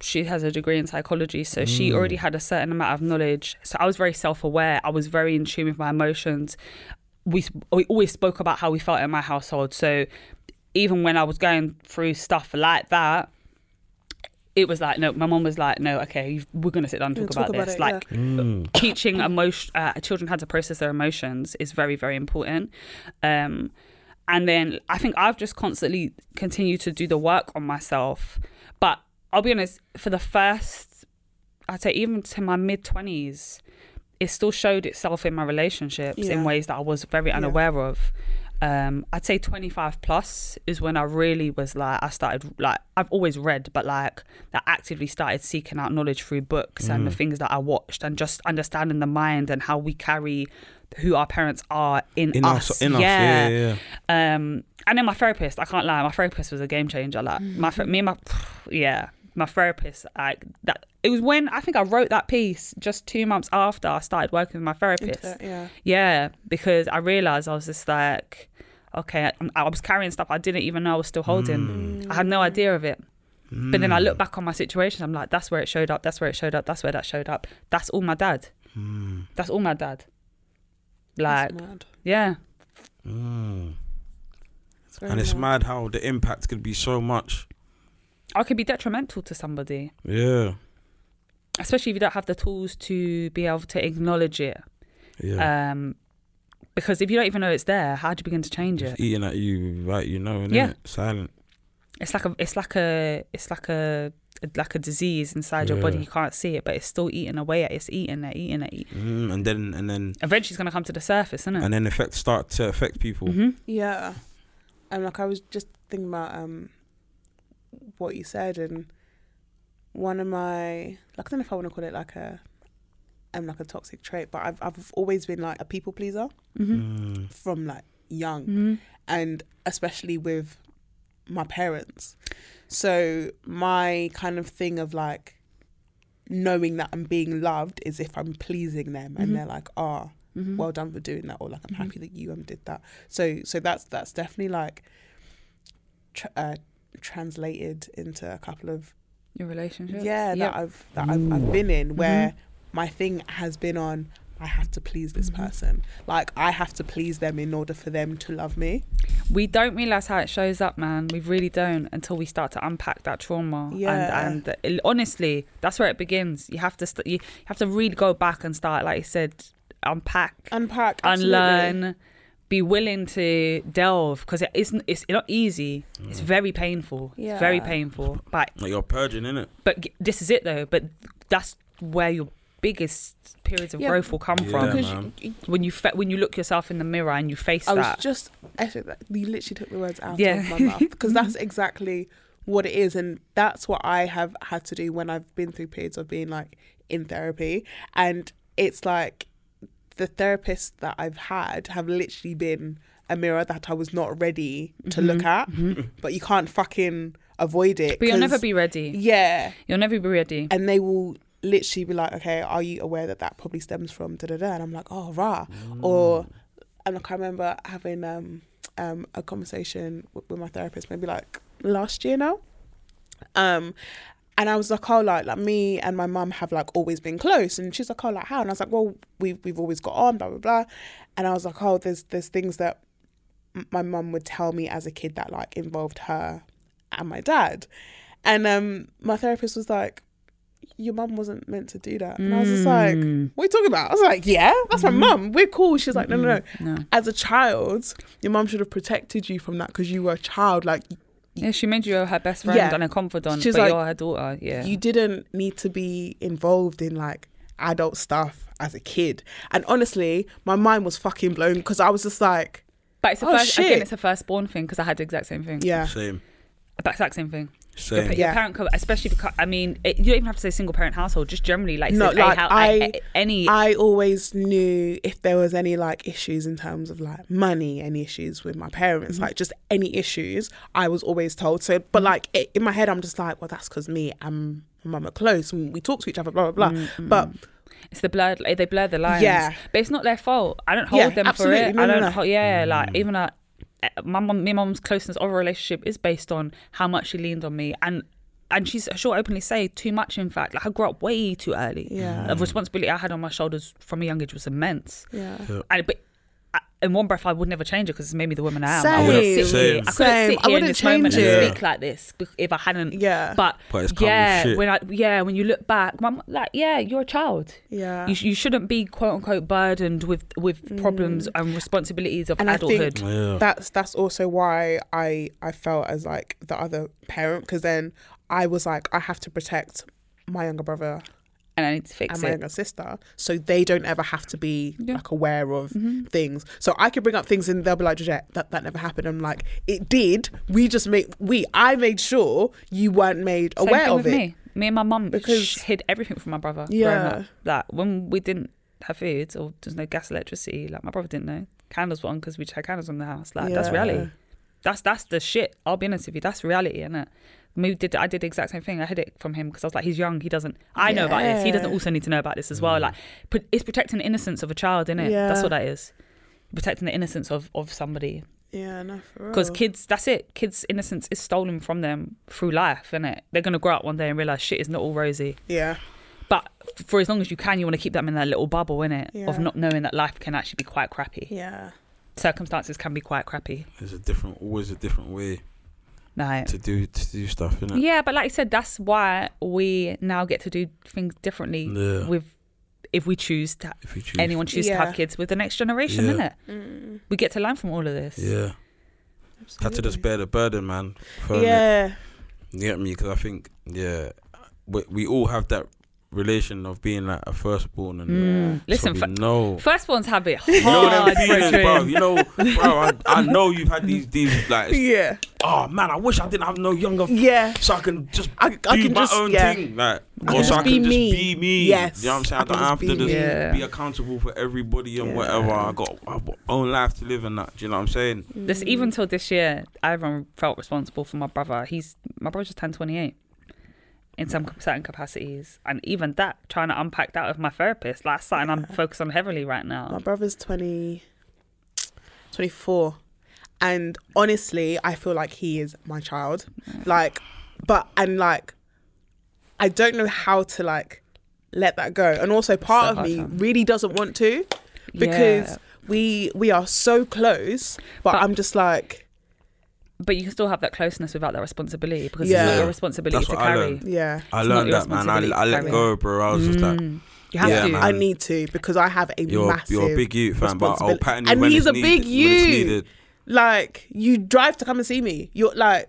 B: She has a degree in psychology, so she already had a certain amount of knowledge. So I was very self-aware. I was very in tune with my emotions. we we always spoke about how we felt in my household. So even when I was going through stuff like that, it was like no. My mom was like, no, okay, you've, we're gonna sit down and
A: Yeah,
B: talk,
A: talk
B: about,
A: about
B: this.
A: it,
B: like teaching emotion, uh, children how to process their emotions is very very important. Um, and then I think I've just constantly continued to do the work on myself. But I'll be honest, for the first, I'd say even to my mid twenties, it still showed itself in my relationships
A: Yeah.
B: in ways that I was very unaware of. Um, I'd say 25 plus is when I really was like, I started, like, I've always read, but like, I actively started seeking out knowledge through books and the
C: Mm.
B: things that I watched and just understanding the mind and how we carry who our parents are in,
C: In us,
B: us.
C: in us, yeah, yeah,
B: Um, and then my therapist, I can't lie, my therapist was a game changer. Like
A: Mm.
B: my, ther- me and my, yeah, my therapist, like that. It was when I think I wrote that piece just two months after I started working with my therapist.
A: Into it, yeah.
B: Yeah, because I realized I was just like, okay, I, I was carrying stuff I didn't even know I was still
C: Mm.
A: Mm.
B: holding. I had no idea of it. But then I look back on my situation, I'm like, that's where it showed up. That's where it showed up. That's where that showed up. That's all my dad.
C: Mm,
B: That's all my dad. Like,
A: That's mad.
B: yeah.
A: It's very
C: mm. And it's
A: mad.
C: mad how the impact could be so much.
B: I could be detrimental to somebody,
C: Yeah.
B: especially if you don't have the tools to be able to acknowledge it.
C: Yeah.
B: Um, because if you don't even know it's there, how do you begin to change it?
C: It's eating at you, right? You know, innit?
B: Yeah.
C: Silent.
B: It's like a, it's like a, it's like a, like a disease inside your body.
C: Yeah.
B: You can't see it, but it's still eating away at. It's eating at, eating at. Eating.
C: Mm, and then, and then,
B: Eventually, it's gonna come to the surface, isn't it?
C: and then effects start to affect people.
B: Mm-hmm.
A: Yeah. And like I was just thinking about um what you said and one of my like I don't know if I want to call it like a um like a toxic trait, but I've I've always been like a people pleaser
B: Mm-hmm.
C: Mm.
A: from like young and especially with my parents. So my kind of thing of like knowing that I'm being loved is if I'm pleasing them and they're like, ah,
B: Mm-hmm.
A: well done for doing that, or like I'm happy that you um did that. So so that's that's definitely like tr uh, translated into a couple of
B: Your relationship.
A: yeah Mm-hmm. that I've that I've, I've been in where my thing has been on. I have to please this person. Like I have to please them in order for them to love me.
B: we don't realize how it shows up, man. We really don't until we start to unpack that trauma.
A: Yeah.
B: And, and it- honestly, that's where it begins. You have to st- you have to really go back and start, like you said, unpack,
A: Unpack, absolutely.
B: unlearn, be willing to delve because it isn't. It's not easy. It's very painful. It's very
A: Yeah.
B: painful. But
C: Like you're purging, innit?
B: but g- this is it though. But that's where your biggest periods of
A: Yeah,
B: growth will come
C: Yeah,
B: from
A: Because
C: man.
A: you,
B: when you fe- when you look yourself in the mirror and you face
A: I was
B: that.
A: just actually that- you literally took the words out
B: Yeah.
A: of my mouth because that's exactly what it is, and that's what I have had to do when I've been through periods of being like in therapy, and it's like the therapists that I've had have literally been a mirror that I was not ready to look at, but you can't fucking avoid it.
B: Mm-hmm. but you'll
A: 'cause-
B: never be ready.
A: yeah,
B: You'll never be ready.
A: and they will literally be like, okay, are you aware that that probably stems from da da da? And I'm like, oh, rah. Or, and like, I remember having um, um, a conversation with, with my therapist, maybe like last year now. Um, and I was like, oh, like, like me and my mum have like always been close. And she's like, oh, like how? And I was like, well, we've, we've always got on, blah, blah, blah. And I was like, oh, there's, there's things that m- my mum would tell me as a kid that like involved her and my dad. And um, my therapist was like, your mum wasn't meant to do that. And I was just like, what are you talking about? I was like, yeah, that's my mum. We're cool. She was like, no, no,
B: Mm-hmm.
A: no. As a child, your mum should have protected you from that because you were a child. Like,
B: Yeah, she made you her best friend
A: Yeah.
B: and a confidant,
A: She's
B: but
A: like,
B: you're her daughter. Yeah.
A: you didn't need to be involved in like adult stuff as a kid. And honestly, my mind was fucking blown because I was just like,
B: but it's the
A: Oh,
B: first again,
A: shit.
B: it's a firstborn thing because I had the exact same thing.
A: yeah,
C: Same.
B: About exact same thing. Your,
C: Same.
B: pa- your
A: Yeah.
B: parent, co- especially because I mean, it, you don't even have to say single parent household. Just generally, like,
A: no,
B: no,
A: like I,
B: any
A: I always knew if there was any like issues in terms of like money, any issues with my parents,
B: Mm-hmm.
A: like just any issues, I was always told. So, but like it, in my head, I'm just like, well, that's because me and my mum are close and we talk to each other, blah blah blah.
B: Mm-hmm.
A: But
B: It's the blurred, like, they blur the lines.
A: Yeah.
B: but it's not their fault. I don't hold
A: Yeah,
B: them for
A: absolutely.
B: it.
A: No,
B: I
A: no,
B: don't.
A: no.
B: Hold,
C: Mm.
B: yeah, like even like eh, my mom, me mom's closeness of a relationship is based on how much she leaned on me and. And she's she'll openly say too much. In fact, like I grew up way too early.
C: Mm.
A: Yeah.
B: the responsibility I had on my shoulders from a young age was immense.
A: yeah,
B: And but I, in one breath, I would never change it because it's made me the woman I am. I
A: Same.
B: wouldn't sit
C: Same.
B: here. I
A: Same.
B: couldn't sit
A: I
B: here in
A: wouldn't
B: this moment
A: change
B: and
C: it.
B: speak like this bec- if I hadn't.
A: Yeah.
B: But,
C: But it's common
B: yeah,
C: shit.
B: when I yeah, when you look back, mum, like yeah, you're a child.
A: Yeah.
B: You, sh- you shouldn't be quote unquote burdened with with problems Mm. and responsibilities of
A: and I
B: adulthood.
A: think
C: Yeah.
A: that's that's also why I I felt as like the other parent because then I was like I have to protect my younger brother
B: and I need to fix
A: and my
B: it.
A: younger sister so they don't ever have to be like aware of
B: Mm-hmm.
A: things so i could bring up things and they'll be like Georgette, that, that never happened i'm like it did we just made we i made sure you weren't made
B: Same
A: aware
B: thing
A: of
B: with
A: it
B: me. Me and my mum
A: Because-
B: because hid everything from my brother.
A: Yeah.
B: growing up. Like when we didn't have food or there's no gas, electricity. Like my brother didn't know. Candles were on because we just had candles on the house. Like that's
A: Yeah.
B: reality. That's that's the shit. I'll be honest with you. That's reality, isn't it? We did. I did the exact same thing. I hid it from him because I was like, he's young. He doesn't. I know about this. He doesn't also need to know about this as well. Like, pro- it's protecting the innocence of a child, isn't it? That's
A: Mm. Yeah.
B: what that is. Protecting the innocence of of somebody
A: yeah no for real
B: because kids that's it kids innocence is stolen from them through life isn't it they're going to grow up one day and realize shit is not all rosy
A: yeah
B: but f- for as long as you can you want to keep them in that little bubble innit?
A: Yeah.
B: of not knowing that life can actually be quite crappy
A: yeah
B: circumstances can be quite crappy
C: There's a different, always a different way
B: no
C: to do to do stuff, innit?
B: yeah but like i said that's why we now get to do things differently
C: Yeah.
B: with if we choose to
C: If you choose.
B: anyone choose to
A: Yeah. Mm.
B: have kids with the next generation
C: Yeah.
B: innit? we get to learn from all of this
C: Yeah. Had to just bear the burden, man. for it.
A: yeah
C: You get me? Because I think, yeah, we, we all have that relation of being like a firstborn and
A: Mm.
C: so
B: Listen,
C: we
B: fa-
C: know.
B: first ones have it
C: you know
B: hard
C: them feelings,
B: brethren.
C: bro. You know, bro. I, I know you've had these, these like. it's-
A: yeah
C: Oh man, I wish I didn't have no younger. f-
A: Yeah.
C: So I can just
A: I- I
C: do
A: can
C: my
A: just-
C: own
A: yeah.
C: thing, like,
A: can
C: or so
A: just
C: I can
A: be
C: just
A: me.
C: be me.
A: Yes.
C: You know what I'm saying? I
A: I can
C: don't
A: just
C: have
A: be
C: to just
A: me.
B: Yeah.
C: be accountable for everybody and whatever. I got I got own life to live and that. Do you know what I'm saying?
B: This even
A: Mm.
B: till this year, everyone felt responsible for my brother. He's my brother just turned twenty eight in some
A: Mm.
B: cap- certain capacities, and even that trying to unpack that with my therapist. Like, That's something I'm focused on heavily right
A: My
B: now.
A: brother's 20, 24. And honestly, I feel like he is my child. Like, but, and like, I don't know how to like let that go. And also, part of
B: hard,
A: me
B: huh?
A: really doesn't want to because
B: Yeah.
A: we we are so close, but,
B: But-
A: I'm just like,
B: But you can still have that closeness without that responsibility because
A: Yeah.
B: it's not your
A: Yeah.
B: responsibility
C: That's
B: to
C: what I
B: carry.
C: learned.
A: yeah,
C: I
B: It's not
C: learned
B: your
C: that, man. I, I
B: responsibility Mm. to
C: let
B: carry.
C: go, bro. I was just like,
B: You have
C: Yeah,
B: to.
C: man.
A: I need to because I have a
C: You're,
A: massive.
C: you're a big you, fam, but I'll
A: responsibility.
C: pattern you
A: and
C: when
A: he's
C: it's
A: a
C: needed-
A: big
C: when
A: you.
C: it's needed.
A: Like you drive to come and see me. You're like,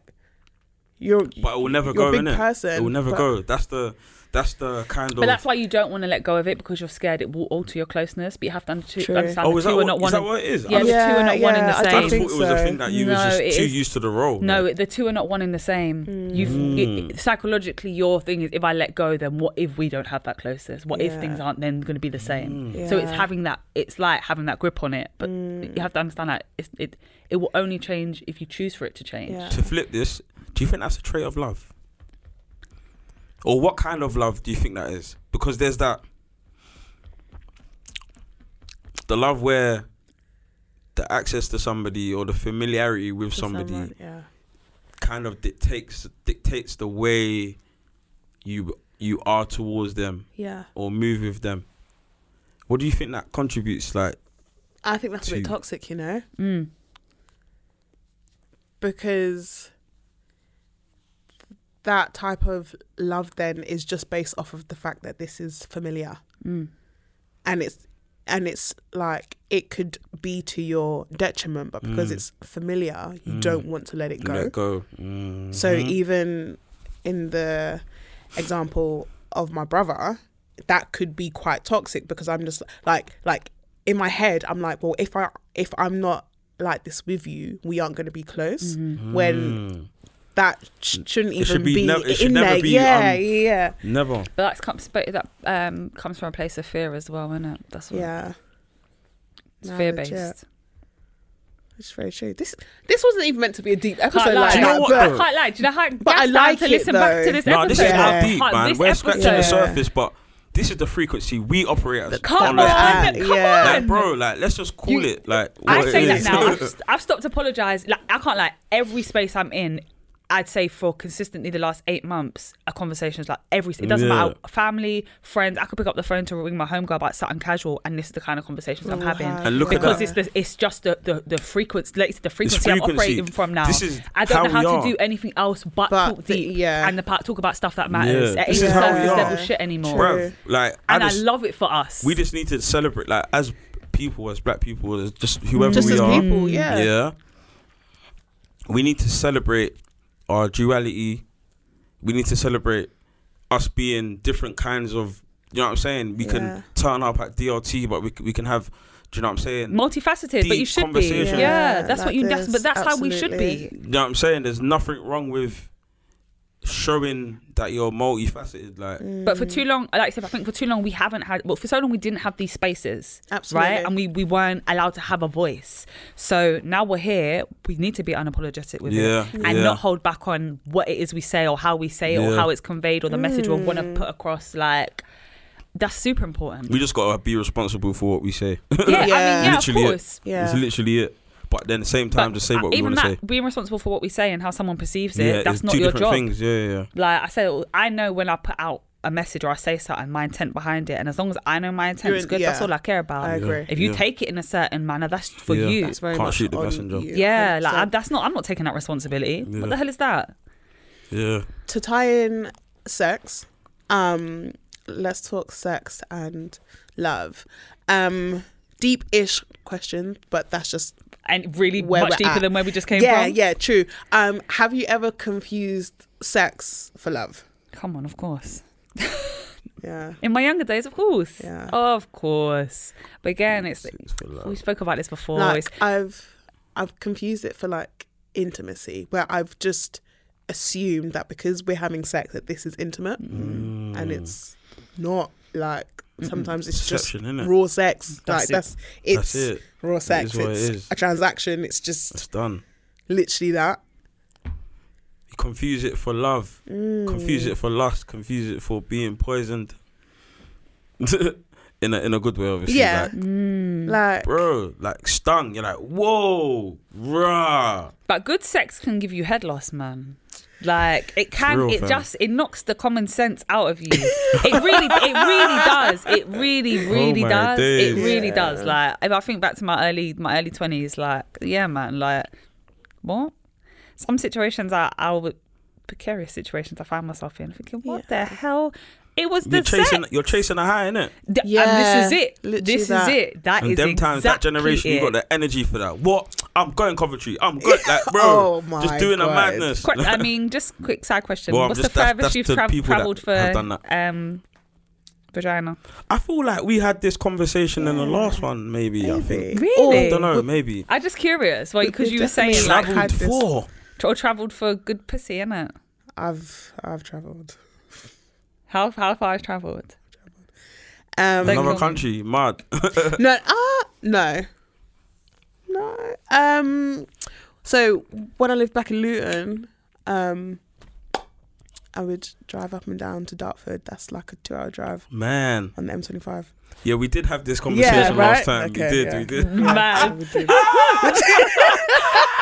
A: you're.
C: But it will never
A: you're
C: go,
A: a big
C: innit?
A: person,
C: it will never
A: but-
C: go. That's the that's the kind of.
B: But that's why you don't want to let go of it because you're scared it will alter your closeness. But you have to under-
A: True.
B: understand
C: oh,
B: the
C: is
B: two
C: that,
B: are
C: what,
B: not
C: is
B: one.
C: that
B: and-
C: what it is?
B: Yeah, the
C: I,
B: two
C: just,
B: are not one
A: Yeah,
B: and
A: I
B: the
C: I
B: same.
A: think-
C: just thought it was a
A: so.
C: thing that you
B: No,
C: was
B: it
C: just too
B: is-
C: used to the role.
B: No,
C: man. Mm.
B: the two are not one and the same.
A: Mm.
B: You've
C: Hmm.
B: it, psychologically, your thing is if I let go, then what if we don't have that closeness? What if
A: Yeah.
B: things aren't then going to be the same?
C: Hmm.
B: So it's
A: Yeah. Hmm.
B: having that. It's like having that grip on it, but you have to understand that it's, it it will only change if you choose for it to change.
A: Yeah.
C: to flip this, do you think that's a trait of love? Or what kind of love do you think that is? Because there's that the love where the access to somebody or the familiarity with somebody
A: Someone, yeah.
C: kind of dictates dictates the way you you are towards them
A: Yeah.
C: or move with them. What do you think that contributes like
A: I think that's a bit
C: to-
B: Mm.
A: toxic, you know? because that type of love then is just based off of the fact that this is familiar
B: Hmm.
A: and it's and it's like it could be to your detriment but because it's familiar you don't want to let it go
C: Mm. Let go. Mm.
A: so even in the example of my brother, that could be quite toxic because I'm just like like in my head I'm like, well, if I if I'm not like this with you, we aren't going to be close. When that sh- shouldn't even
C: should be
A: be,
C: nev- Mm. it should
A: in
C: never
A: there.
C: be,
A: yeah,
C: um,
A: yeah,
C: Never.
B: But that's comes, but that um, comes from a place of fear as well, isn't it? That's what
A: yeah.
B: it's
A: No,
B: fear
A: legit.
B: based.
A: It's very true. This this wasn't even meant to be a deep episode
B: Can't lie.
A: like
B: Do you
A: that,
C: know what,
A: but
C: though?
B: I can't lie. Do you know how
A: I
B: gas down
A: like
B: to
A: it,
B: listen back
A: though.
B: to this
C: No,
B: episode?
C: this is
A: Yeah.
C: how deep,
B: Like,
C: man.
B: this
C: We're scratching the
B: episode-
C: surface, but this is the frequency we operate at.
B: Come
A: That
B: on,
A: was bad.
B: come
A: Yeah.
B: on.
C: Like, bro, like, let's just call
B: You-
C: it like what
B: I
C: it
B: say that
C: is.
B: now. I've, st- I've stopped apologise. Like I can't like every space I'm in. I'd say for consistently the last eight months, a conversation's like every. It doesn't
C: Yeah.
B: matter. Family, friends. I could pick up the phone to ring my homegirl about something casual, and this is the kind of conversations I'm having.
A: And
C: look at
B: because
C: that.
B: it's the, it's just the the, the frequency. Like, it's the frequency,
C: frequency.
B: I'm operating from now.
C: This is
B: I don't know
C: how we
B: how
C: are.
B: to do anything else but,
A: But
B: talk
A: the-
B: deep
A: yeah.
B: and the part, talk about stuff that matters.
C: Yeah.
B: It
C: This
B: ain't
C: is how we
B: surface
C: are.
B: level shit anymore.
A: True.
C: Bruv, like,
B: And I,
C: just-
B: love it for us.
C: we just need to celebrate, like, as people, as black people, as just
B: Mm.
C: whoever
A: just
C: we
A: as
C: are.
A: people, yeah.
C: yeah. We need to celebrate our duality. We need to celebrate us being different kinds of. You know what I'm saying? We
A: Yeah.
C: can turn up at DLT, but we c- we can have. Do you know what I'm saying?
B: multifaceted, but
C: Deep
B: you should be.
C: conversation.
A: Yeah,
B: Yeah, that's
A: like
B: what you. That's,
A: this,
B: but that's how we should
A: absolutely.
B: be.
C: You know what I'm saying? There's nothing wrong with showing that you're multifaceted. Like,
B: But
A: Mm.
B: for too long, like I said, I think for too long we haven't had. Well, for so long we didn't have these spaces,
A: Absolutely.
B: right? And we we weren't allowed to have a voice. So now we're here. We need to be unapologetic with
C: Yeah,
B: it and
C: yeah.
B: not hold back on what it is we say or how we say it or
C: Yeah.
B: how it's conveyed or the message we want
A: Mm.
B: to put across. Like that's super important.
C: we just gotta be responsible for what we say.
B: yeah, I mean, yeah,
C: literally
B: of course.
A: it. Yeah.
C: It's literally it. But then at the same time,
B: But uh,
C: just say what we
B: even
C: want to
B: that,
C: say.
B: being responsible for what we say and how someone perceives it,
C: Yeah,
B: that's
C: it's
B: not
C: two
B: your
C: different
B: job.
C: things. Yeah, yeah, yeah.
B: like I say, I know when I put out a message or I say something, my intent behind it, and as long as I know my intent is
A: You're-
B: good, that's
A: yeah.
B: all I care about.
A: I agree.
B: If you
C: Yeah.
B: take it in a certain manner, that's for
C: Yeah.
B: you.
A: That's very
C: Can't
A: much
C: shoot the
A: on
C: messenger.
A: you,
B: yeah, like
A: 100%.
B: I, that's not. I'm not taking that responsibility.
C: Yeah.
B: What the hell is that?
C: Yeah.
A: to tie in sex, um, let's talk sex and love. Um, deep ish question, but that's just
B: And really
A: Where we're
B: much deeper
A: at.
B: than where we just came
A: yeah,
B: from.
A: yeah, true. Um, have you ever confused sex for love?
B: Come on, of course.
A: Yeah,
B: In my younger days, of course,
A: Yeah.
B: of course. But again, it's
C: It's for love.
B: we spoke about this before.
A: like
B: It's-
A: I've I've confused it for like intimacy, where I've just assumed that because we're having sex that this is intimate,
C: Mm.
A: and it's not like. Sometimes it's just
C: Perception, innit?
A: raw sex.
B: Mm.
A: like
B: That's it.
A: that's it's
C: That's it.
A: raw sex.
C: is what it
A: it's
C: is.
A: a transaction. It's just
C: It's done.
A: literally that.
C: You confuse it for love, confuse it for lust, confuse it for being poisoned. in a in a good way, obviously.
A: Yeah. Like
C: Like, bro, like stung. You're like, whoa, rah.
B: But good sex can give you head loss, man. Like it can,
C: real,
B: it
C: fam.
B: just it knocks the common sense out of you. it really, it really does. It really, really
C: Oh my
B: does.
C: days.
B: It really does. Like if I think back to my early, my early twenties, like yeah, man, like what? Some situations I, I would precarious situations I find myself in, thinking, what the hell? It was the
C: You're chasing.
B: sex.
C: You're chasing a high, innit?
B: Th-
A: Yeah,
B: and this is it.
A: literally
B: This is
A: that.
B: it. That is
C: And them
B: exactly
C: times, that generation,
B: it.
C: you got the energy for that. What? I'm going Coventry. I'm good. Like, bro,
A: Oh my
C: just doing
A: God.
C: a madness.
B: Qu- I mean, just quick side question.
C: Well, I'm
B: What's
C: just-
B: the
C: that's-
B: furthest
C: that's
B: you've
C: the
B: tra-
C: people that
B: travelled
C: have
B: for
C: done that.
B: um, vagina?
C: I feel like we had this conversation in the last one, maybe. I think.
B: Really?
C: I Oh, don't know. Maybe.
B: I'm just curious, well, because you were
A: definitely
B: saying like,
A: Travel- had
C: Traveled
A: this-
C: for.
B: tra- or travelled for good pussy, innit?
A: I've I've travelled.
B: How how far I travelled?
A: Um
B: Like-
C: Another
B: England.
C: country, mad.
A: no ah no. No. Um so when I lived back in Luton, um I would drive up and down to Dartford. That's like a two hour drive
C: Man.
A: on the M twenty five.
C: Yeah, we did have this conversation
A: right?
C: last time.
A: Okay,
C: we did,
A: yeah.
C: we did.
B: Man,
A: I would do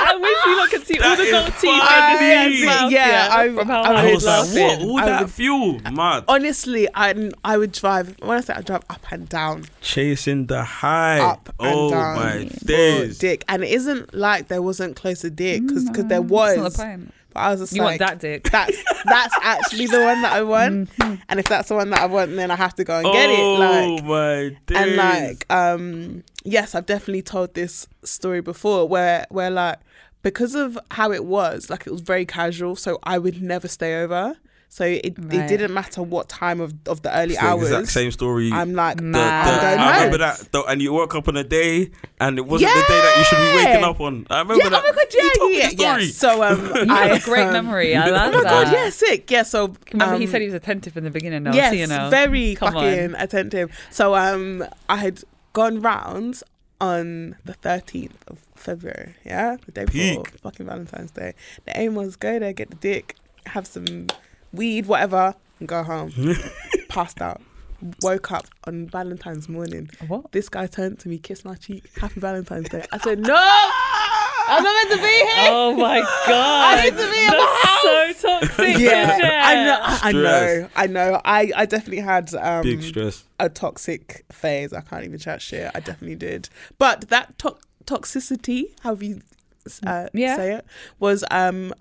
B: I wish you lot could see all the gold teeth
C: funny.
B: in this man's mouth.
A: Yeah, I-
B: from how
A: I
B: hard
C: I
A: would
B: he's
C: was like,
B: laughing.
C: what?
A: laughing.
C: All
A: I
C: that
A: would-
C: fuel? Mad.
A: Honestly, I I would drive. When I say I drive up and down,
C: Chasing the high.
A: up
C: oh
A: and down,
C: my
A: for
C: days.
A: dick. And it isn't like there wasn't closer dick because there was.
B: That's not the point.
A: But I was just
B: You want
A: like,
B: that dick. Mm-hmm.
A: That's that's actually the one that I want. And if that's the one that I want, then I have to go and get it.
C: oh
A: Like
C: my days.
A: and like um yes i've definitely told this story before where where like because of how it was like it was very casual so i would never stay over so it, it
B: Right.
A: didn't matter what time of, of the early
C: It's the
A: hours
C: exact same story.
A: i'm like
C: The- the-
B: Mad.
A: I'm going
C: I
A: home.
C: remember that, though, and you woke up on a day, and it wasn't the day that you should be waking
A: Yeah.
C: up on. I remember that. you told me the story.
A: so um
B: I
A: i
B: have a great
A: um,
B: memory. I love
A: oh my
B: that.
A: god yeah sick yeah so
B: Remember, he
A: um,
B: said he was attentive in the beginning. Now,
A: yes,
B: so you know,
A: very
B: Come on.
A: fucking attentive. So um, I had gone round on the 13th of February, yeah, the day before
C: Peak.
A: fucking Valentine's Day. The aim was go there, get the dick, have some weed, whatever, and go home. Passed out. Woke up on Valentine's morning.
B: What?
A: This guy turned to me, kissed my cheek. Happy Valentine's Day. I said, No, I'm not meant to be here.
B: Oh my god!
A: I need to be in my
B: That's so toxic.
A: Yeah,
B: isn't it?
A: I know, I, I know,
C: Stress.
A: I know. I, I definitely had um,
C: Big stress.
A: a toxic phase. I can't even chat shit. I definitely did. But that to- toxicity, however you uh,
B: Yeah.
A: say it, was um,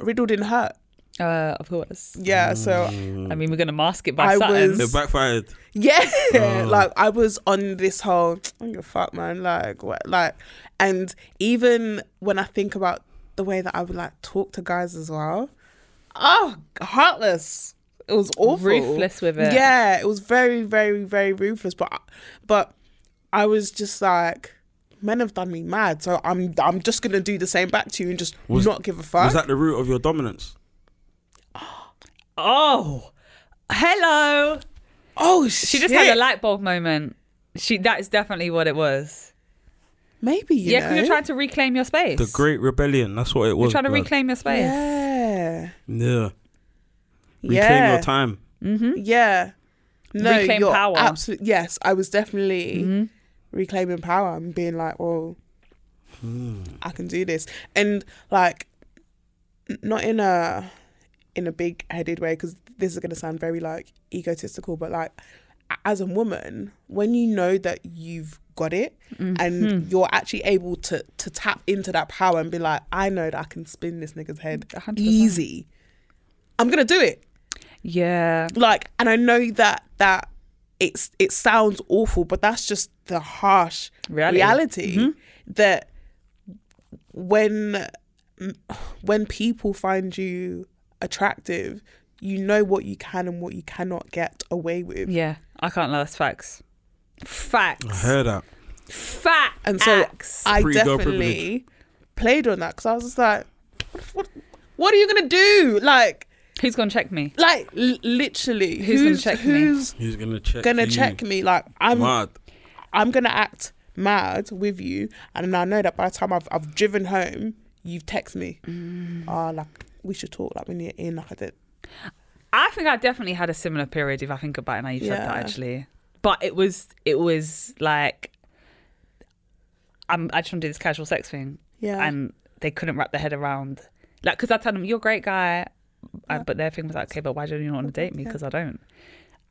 A: riddled in hurt.
B: Uh, of course.
A: Yeah.
C: Mm.
A: So
B: I mean, we're gonna mask it by
A: I
B: something.
A: was-
C: It backfired.
A: yeah,
B: Oh.
A: like I was on this whole. I don't give a fuck, man. Like what? Like, and even when I think about the way that I would like talk to guys as well, oh, heartless. It was awful.
B: Ruthless with it.
A: Yeah, it was very, very, very ruthless. But, but I was just like, men have done me mad, so I'm, I'm just gonna do the same back to you and just
C: Was-
A: not give a fuck.
C: Was that the root of your dominance?
B: Oh, hello.
A: oh,
B: She just had a light bulb moment. She that is definitely what it was.
A: Maybe you
B: Yeah, because
A: know?
B: you're trying to reclaim your space.
C: The Great Rebellion. That's what it
B: You're
C: was.
B: trying to
C: blood.
B: reclaim your space.
A: Yeah.
C: Yeah. Reclaim
A: yeah.
C: your time.
A: Yeah. No,
B: Mm-hmm. Reclaim
A: you're
B: power. Mm-hmm.
A: Absolutely. Yes, I was definitely reclaiming power and being like, well, I can do this, and like, n- not in a in a big headed way because this is going to sound very like egotistical, but like, a- as a woman, when you know that you've got it
B: Mm-hmm.
A: and you're actually able to to tap into that power and be like, I know that I can spin this nigga's head
B: 100%.
A: easy. I'm gonna do it
B: Yeah.
A: like and i know that that it's it sounds awful but that's just the harsh
B: Reality. Mm-hmm.
A: reality, that when when people find you attractive you know what you can and what you cannot get away with
B: Yeah. I can't lie. That's facts.
C: I
B: Facts.
C: heard that.
B: Facts.
A: and so i
C: Free girl
A: definitely played on that because i was just like what, what are you gonna do like
B: Who's gonna check me?
A: like l- literally
B: Who's gonna check me?
A: who's
C: He's gonna check.
A: gonna
C: you.
A: check um, me like i'm
C: Mad.
A: I'm gonna act mad with you, and I know that by the time I've I've driven home, you've texted me. Ah, like we should talk. Like we need in. Like I did.
B: I think I definitely had a similar period if I think about it now you've said that
A: Yeah.
B: actually. But it was it was like I'm I just want to do this casual sex thing.
A: Yeah.
B: And they couldn't wrap their head around like because I told them you're a great guy, uh, but their thing was like okay, but why do you not want to date me? Because I don't.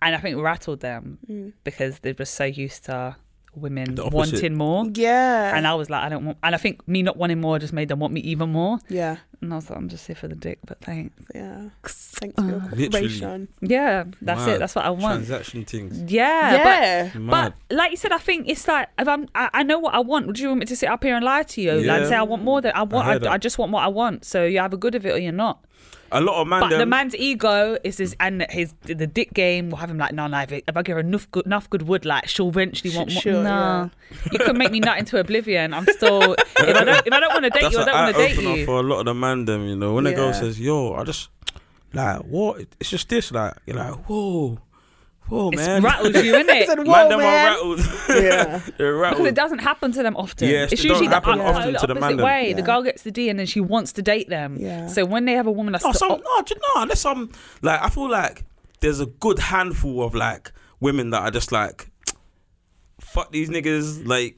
B: And I think it rattled them
A: Mm.
B: because they were so used to women
C: The opposite.
B: wanting more.
A: Yeah.
B: And I was like, I don't want, and I think me not wanting more just made them want me even more.
A: yeah.
B: And I was like, I'm just here for the dick, but thanks.
A: Yeah. Thanks for your
C: Literally.
A: cooperation.
B: Yeah, that's it.
C: Mad.
B: That's what I want.
C: Transaction things.
B: Yeah,
A: Yeah.
B: But,
C: Mad.
B: but like you said, I think it's like if I'm, I, I know what I want. Would you want me to sit up here and lie to you? Like
C: Yeah.
B: say I want more than I want.
C: heard
B: I,
C: that.
B: I, just want what I want. So you either good of it or you're not.
C: A lot of man.
B: But the
C: them-
B: man's ego is his and his the dick game will have him like, no, no. If, it- if I give her enough good, enough good wood, like she'll eventually want more.
A: sure,
B: nah, you can make me nut into oblivion. I'm still if I don't if I don't want to date
C: That's
B: you, I
C: an
B: don't want to date
C: eye-opener
B: you.
C: for a lot of the man them, you know. When a girl
A: Yeah.
C: says, yo, I just, like, what? It's just this, like, you're like, whoa, whoa,
B: It's
C: man.
B: rattles you, innit?
A: I said,
C: Man,
A: "Whoa,
C: them
A: man."
C: are rattled.
A: Yeah.
B: Because
C: They're
B: it
C: rattled.
B: doesn't happen to them often.
C: Yes,
B: it's
C: it don't
B: usually the,
C: happen
B: o-
C: often
B: o-
C: to the man
B: opposite
C: then.
B: way. The
A: Yeah.
B: girl gets the D and then she wants to date them.
A: Yeah.
B: So when they have a woman that's
C: No,
B: the
C: some,
B: op-
C: no, do you know, there's some, like, I feel like there's a good handful of, like, women that are just like, fuck these niggas, like,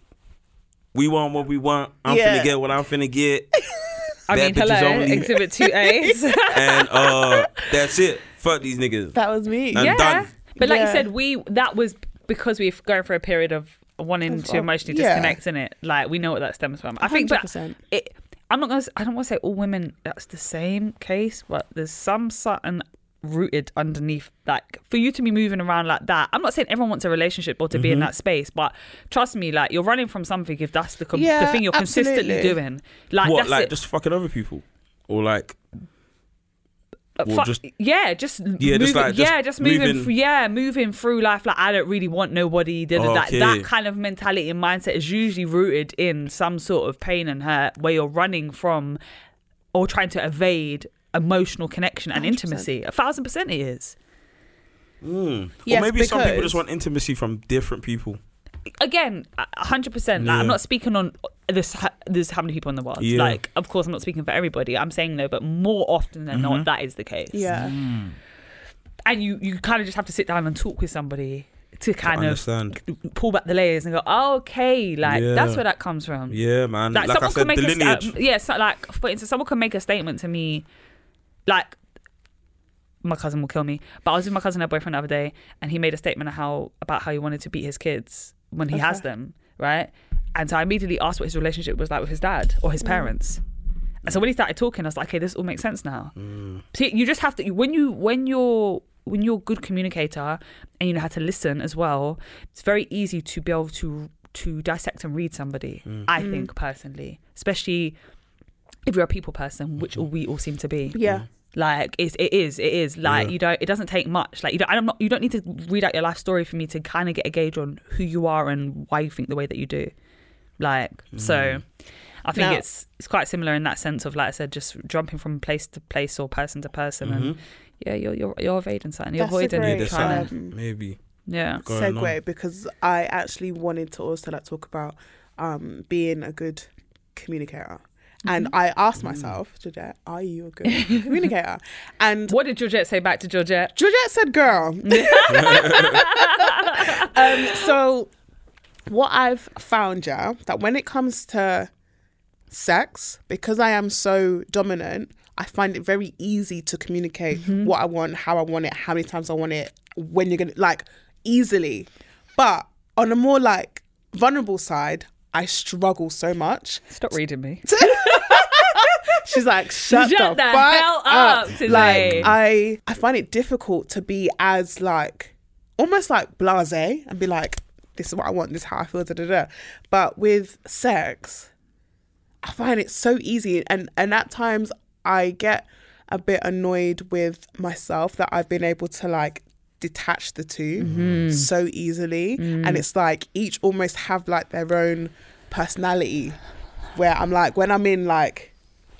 C: We want what we want. I'm
A: Yeah.
C: finna get what I'm finna get.
B: I
C: Bad
B: mean,
C: bitches
B: hello,
C: only.
B: exhibit two A's.
C: and uh, that's it. Fuck these niggas.
A: That was me.
C: And
B: yeah,
C: done.
B: but like
A: Yeah.
B: you said, we that was because we've gone through a period of wanting to
A: well,
B: emotionally
A: yeah.
B: disconnect in it. Like we know what that stems from. I think, but
A: 100%.
B: it, I'm not gonna. s- I don't want to say all women. That's the same case, but there's some certain rooted underneath like for you to be moving around like that i'm not saying everyone wants a relationship or to be in
C: Mm-hmm.
B: that space but trust me like you're running from something if that's the, com- the
A: Yeah,
B: thing you're consistently
A: absolutely.
B: doing like
C: what,
B: that's
C: like
B: it.
C: just fucking other people? Or like, well,
B: Fu-
C: just-
B: yeah, just
C: Yeah,
B: moving,
C: just like- just
B: yeah, just moving,
C: moving-
B: through- yeah, moving through life like I don't really want nobody. Da, da, da.
C: Okay.
B: That kind of mentality and mindset is usually rooted in some sort of pain and hurt, where you're running from or trying to evade emotional connection and intimacy. A thousand percent, it is.
A: Yes,
C: or maybe some people
A: because-
C: just want intimacy from different people.
B: Again, a hundred percent. Like
C: Yeah.
B: I'm not speaking on this. There's how many people in the world?
C: Yeah.
B: Like, of course, I'm not speaking for everybody. I'm saying no, but more often than
C: Mm-hmm.
B: not, that is the case.
A: Yeah.
B: and you you kind of just have to sit down and talk with somebody to kind of
C: understand.
B: pull back the layers and go, oh, okay, like
C: Yeah.
B: that's where that comes from.
C: Yeah, man.
B: Like,
C: Like, I
B: someone could
C: said,
B: make
C: the
B: a sta-
C: lineage.
B: yeah, so, like for instance, someone could make a statement to me, like my cousin will kill me. But I was with my cousin and her boyfriend the other day, and he made a statement of how about how he wanted to beat his kids when he has them, right? And so I immediately asked what his relationship was like with his dad or his
C: Mm.
B: parents. And so when he started talking, I was like, okay, this all makes sense now. See, you just have to when you when you're when you're a good communicator and you know how to listen as well, it's very easy to be able to to dissect and read somebody. I think personally, especially if you're a people person, which all we all seem to be.
A: Yeah.
B: Like it's it is it is like you don't it doesn't take much like you don't I'm not you don't need to read out your life story for me to kind of get a gauge on who you are and why you think the way that you do like so I think
A: Now-
B: it's it's quite similar in that sense of like I said just jumping from place to place or person to person and yeah you're you're, you're evading something you're
A: That's a
B: avoiding
A: great,
B: you're
C: There's
B: trying
A: um,
B: to
C: something maybe
B: yeah
C: going
A: segue
C: on.
A: because I actually wanted to also like talk about um being a good communicator. And I asked myself, Georgette, are you a good communicator? And
B: what did Georgette say back to Georgette
A: Georgette said, girl. um, so, what I've found, yeah, that when it comes to sex, because I am so dominant, I find it very easy to communicate what I want, how I want it, how many times I want it, when you're going to, like, easily. But on a more, like, vulnerable side, I struggle so much.
B: stop reading me
A: She's like, shut,
B: Shut
A: the,
B: the
A: fuck
B: hell up today.
A: Like, I I find it difficult to be as like almost like blase and be like, this is what I want, this is how I feel, da da da. But with sex, I find it so easy, and and at times I get a bit annoyed with myself that I've been able to like detach the 2
B: Mm-hmm.
A: so easily,
B: Mm.
A: and it's like each almost have like their own personality. Where I'm like, when I'm in like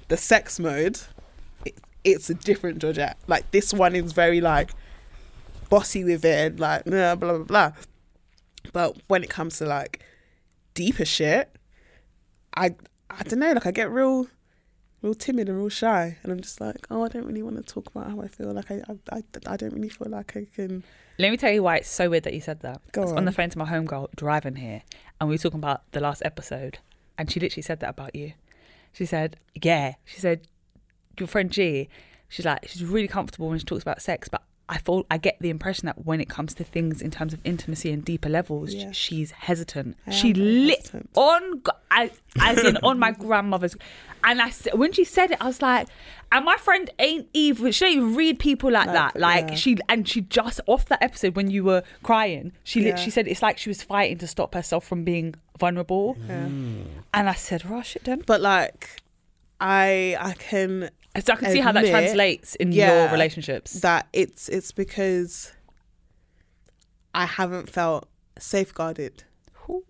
A: the sex mode, it, it's a different Georgette. Like this one is very like bossy with it, and like blah blah blah. blah. But when it comes to like deeper shit, I I don't know. Like I get real, real timid and real shy, and I'm just like, oh, I don't really want to talk about how I feel. Like I I, I, I don't really feel like I can.
B: Let me tell you why it's so weird that you said that.
A: Go
B: I was on. the
A: on.
B: phone to my homegirl driving here, and we were talking about the last episode, and she literally said that about you. She said, "Yeah," she said, "Your friend G." She's like, she's really comfortable when she talks about sex, but I feel I get the impression that when it comes to things in terms of intimacy and deeper levels,
A: Yeah.
B: she's hesitant. she
A: very
B: lit
A: hesitant.
B: on g- as, as in on my grandmother's, and I s- when she said it, I was like, and my friend ain't even she don't even read people like,
A: Like,
B: that. Like
A: yeah.
B: she she and she just off that episode when you were crying, she
A: Yeah.
B: literally said it's like she was fighting to stop herself from being vulnerable. And I said, "Rush it, then."
A: But like, I I can
B: So I can see how that
A: admit
B: translates in
A: yeah,
B: your relationships.
A: that it's it's because I haven't felt safeguarded,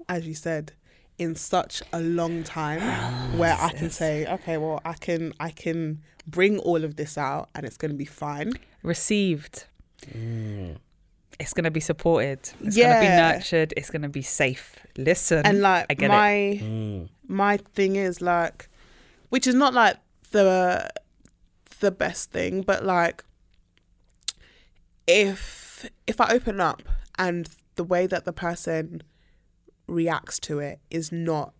A: as you said, in such a long time, where I can say, okay, well, I can I can bring all of this out, and it's going to be fine.
B: Received. It's gonna be supported. It's gonna
A: Mm. Yeah.
B: be nurtured. It's gonna be safe. Listen,
A: and like
B: I get
A: my
B: it.
A: my thing is like which is not like the the best thing but like if if i open up and the way that the person reacts to it is not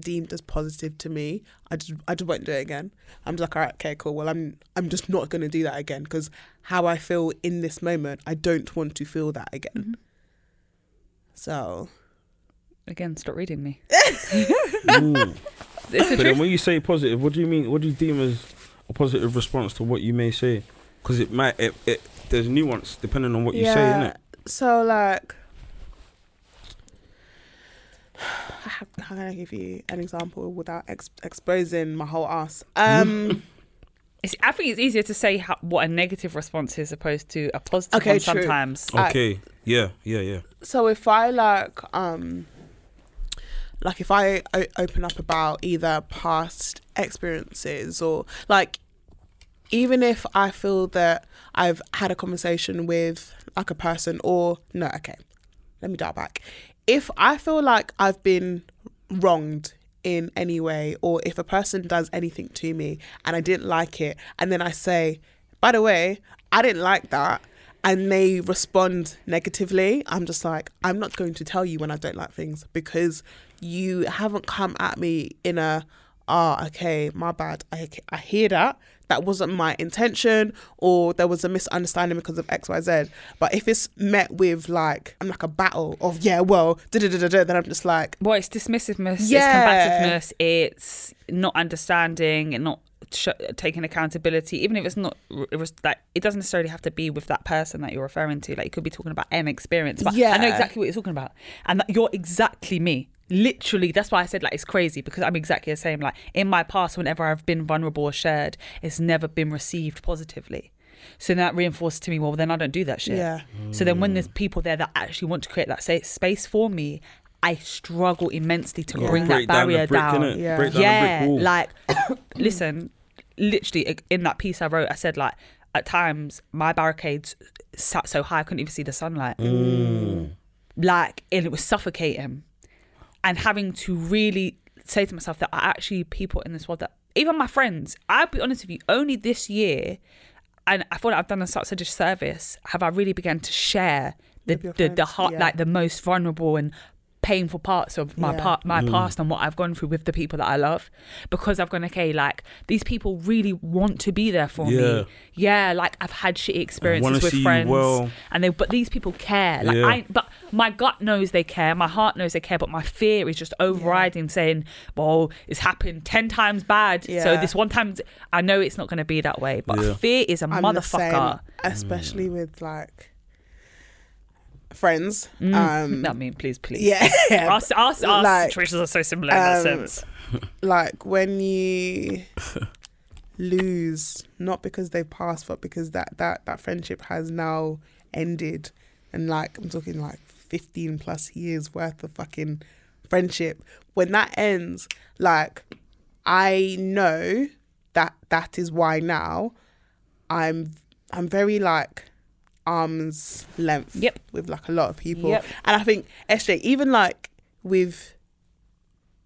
A: deemed as positive to me, I just I just won't do it again. I'm just like, all right, okay, cool. Well, I'm I'm just not gonna do that again because how I feel in this moment, I don't want to feel that again.
B: Mm-hmm.
A: So
B: Again, stop reading me.
C: Ooh. but then when you say positive, what do you mean? What do you deem as a positive response to what you may say? Because it might, it, it, there's nuance depending on what you say, innit?
A: So like, how how can I give you an example without ex- exposing my whole ass?
C: Hmm?
A: Um,
B: It's, I think it's easier to say how, what a negative response is opposed to a positive
A: Okay,
B: one
A: true.
B: sometimes.
A: I-
C: Okay. Yeah, yeah, yeah.
A: so if I like, um, like if I o- open up about either past experiences or like, even if I feel that I've had a conversation with like a person or no, okay, let me dial back. If I feel like I've been wronged in any way, or if a person does anything to me and I didn't like it, and then I say, by the way, I didn't like that, and they respond negatively, I'm just like, I'm not going to tell you when I don't like things because you haven't come at me in a, ah, okay, my bad. I, I hear that. That wasn't my intention, or there was a misunderstanding because of X, Y, Z. But if it's met with like, I'm like a battle of, yeah, well, da da da da, then I'm just like,
B: Well, it's dismissiveness,
A: Yeah.
B: it's combativeness, it's not understanding and not sh- taking accountability. Even if it's not, it was like it doesn't necessarily have to be with that person that you're referring to. Like you could be talking about an experience, but I
A: Yeah.
B: know exactly what you're talking about, and that you're exactly me. Literally, that's why I said like it's crazy because I'm exactly the same. Like in my past, whenever I've been vulnerable or shared, it's never been received positively. So that reinforced to me, well, then I don't do that shit.
A: Yeah.
B: So then when there's people there that actually want to create that sa- space for me, I struggle immensely to
C: Gotta
B: bring that
C: break down the
B: barrier
C: brick,
B: down.
C: innit?
A: Yeah.
C: Break down
B: Yeah,
C: the brick wall.
B: like listen, literally i- in that piece I wrote, I said like at times my barricades sat so high I couldn't even see the sunlight.
C: Mm.
B: Like and it was suffocating, and having to really say to myself that are actually people in this world that even my friends. I'll be honest with you, only this year, and I feel like I've done them such a disservice. Have I really began to share the
A: With your
B: the, the
A: friends,
B: heart
A: yeah.
B: like the most vulnerable and painful parts of my
A: Yeah.
B: part
C: Mm.
B: my past and what I've gone through with the people that I love because I've gone okay like these people really want to be there for
C: Yeah.
B: me yeah like I've had shitty
C: wanna
B: experiences with
C: see you
B: friends
C: well.
B: and they but these people care like
C: Yeah.
B: I but my gut knows they care my heart knows they care but my fear is just overriding saying well it's happened 10 times bad so
A: Yeah.
B: this one time I know it's not going to be that way but
C: Yeah.
B: fear is a
A: I'm the same,
B: motherfucker Mm.
A: especially with like friends. Um,
B: I mean please please
A: yeah.
B: our, our, our
A: Like,
B: situations are so similar in that
A: um,
B: sense
A: like when you lose not because they passed but because that that that friendship has now ended and like i'm talking like 15 plus years worth of fucking friendship when that ends like i know that that is why now i'm i'm very like arm's length
B: Yep.
A: with like a lot of people
B: Yep.
A: and i think sj even like with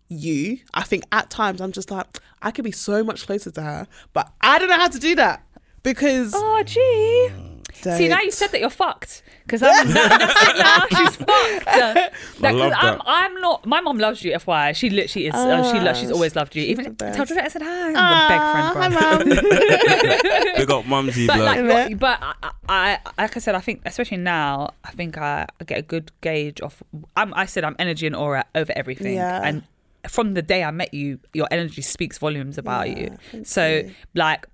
A: you, I think at times I'm just like, I could be so much closer to her, but I don't know how to do that because.
B: Oh, gee. See, now
A: Don't.
B: you said that you're fucked. Because I'm that, that's it now. She's fucked. Uh, That, 'cause
C: love
B: I'm,
C: that.
B: I'm not. My mom loves you, FYI. She literally is. uh, she loves. She's always loved you. Even
A: the
B: tell her that I said hi. I'm
A: Ah,
B: a big friend, bro.
A: hi, Mum.
C: Big up Mumsy,
B: But like,
C: blood.
A: Innit?
B: but I, I, like I said, I think especially now, I think I, I get a good gauge of. I'm, I said I'm energy and aura over everything,
A: Yeah.
B: and from the day I met you, your energy speaks volumes about
A: Yeah,
B: you.
A: thank
B: So
A: you.
B: like,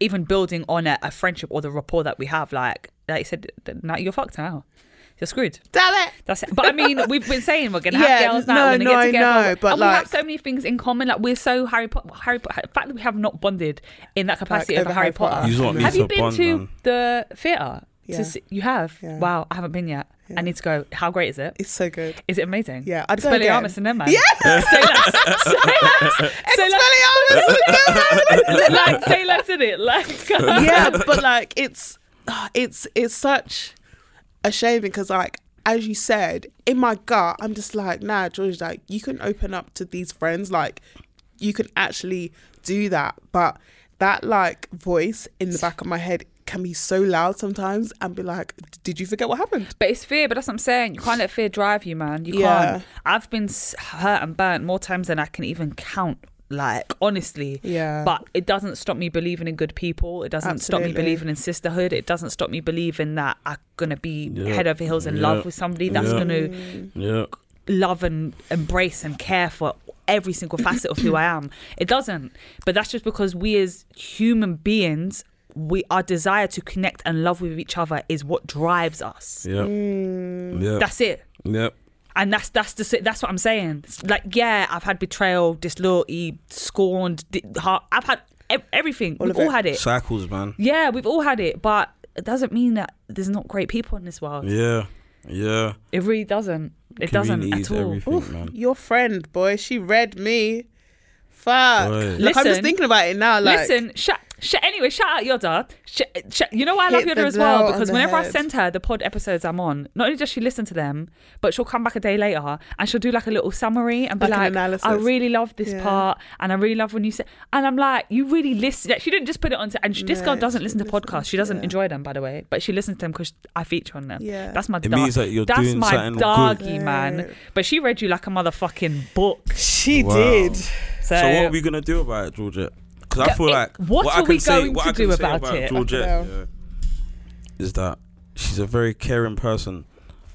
B: even building on a, a friendship or the rapport that we have, like like you said, th- now you're fucked now, you're screwed.
A: Damn it.
B: That's it. But I mean, we've been saying we're gonna
A: Yeah,
B: have girls now. we're
A: no,
B: gonna
A: no,
B: get together.
A: I know, but
B: and we
A: like-
B: have so many things in common. Like we're so Harry Potter. Harry Potter. The fact that we have not bonded in that capacity
A: Like,
B: over, Harry Potter.
C: You just want me
B: Have you
C: to
B: been
C: bond,
B: to
C: man.
B: the theatre?
A: Yeah.
B: To see, you have.
A: Yeah.
B: Wow, I haven't been yet. I need to go. How great is it?
A: It's so good.
B: Is it amazing?
A: Yeah, I'd go again.
B: Expelliarmus and them, man. Yeah. Say less. Say less. Say less. Like, say less in it. Like,
A: yeah, but like it's it's it's such a shame because like as you said, in my gut, I'm just like, nah, George, like you can open up to these friends, like you can actually do that. But that like voice in the back of my head can be so loud sometimes and be like, did you forget what happened?
B: But it's fear, but that's what I'm saying. You can't let fear drive you, man. You
A: Yeah.
B: can't. I've been s- hurt and burnt more times than I can even count. Like honestly,
A: Yeah.
B: But it doesn't stop me believing in good people. It doesn't stop me
A: Absolutely.
B: believing in sisterhood. It doesn't stop me believing that I'm gonna be
C: Yeah.
B: head over heels in
C: Yeah.
B: love with somebody that's
C: Yeah.
B: gonna
C: Yeah.
B: love and embrace and care for every single facet of who I am. It doesn't. But that's just because we as human beings, we our desire to connect and love with each other is what drives us.
C: Yeah. Yeah.
B: mm, That's it.
C: yeah.
B: And that's that's the si- that's what I'm saying. It's Like yeah, I've had betrayal, disloyalty, scorned, di- heart. I've had ev- everything.
A: All
B: we've
A: of
B: all
A: it.
B: had it.
C: Cycles, man.
B: Yeah, we've all had it, but it doesn't mean that there's not great people in this world.
C: Yeah. Yeah.
B: It really doesn't. It doesn't at
C: Community is
B: all.
C: everything, man.
A: Your friend, boy, she read me. Fuck.
C: Boy.
A: Like, I'm just
B: Listen.
A: thinking about it now. Like,
B: Listen, shout, shout, anyway, shout out Yoda. Sh- sh- you know why I love
A: Hit
B: Yoda
A: the
B: as well?
A: nail on
B: Because
A: the
B: whenever I
A: head.
B: send her the pod episodes I'm on, not only does she listen to them, but she'll come back a day later and she'll do like a little summary and be
A: Like an
B: like,
A: analysis.
B: I really love this
A: Yeah.
B: part and I really love when you say, and I'm like, you really listen. Like, she didn't just put it on, to, and she, this
A: No,
B: girl doesn't
A: she
B: listen to
A: listens,
B: podcasts. She doesn't
A: yeah.
B: enjoy them, by the way, but she listens to them because I feature on them.
A: Yeah.
B: That's my
C: It
B: dog.
C: means that you're
B: That's
C: doing
B: my
C: something good.
B: doggy, man.
A: Right.
B: But she read you like a motherfucking book.
A: she
C: Wow.
A: did.
B: So,
C: So what are we gonna do about it, Georgette? Because I
B: Yeah,
C: feel
B: it-
C: like
B: what
C: I
B: are we
C: can say-
B: going
C: what
B: to
C: I can
B: do
C: say
B: about it?
C: Georgette
A: Fucking
C: yeah, is that she's a very caring person,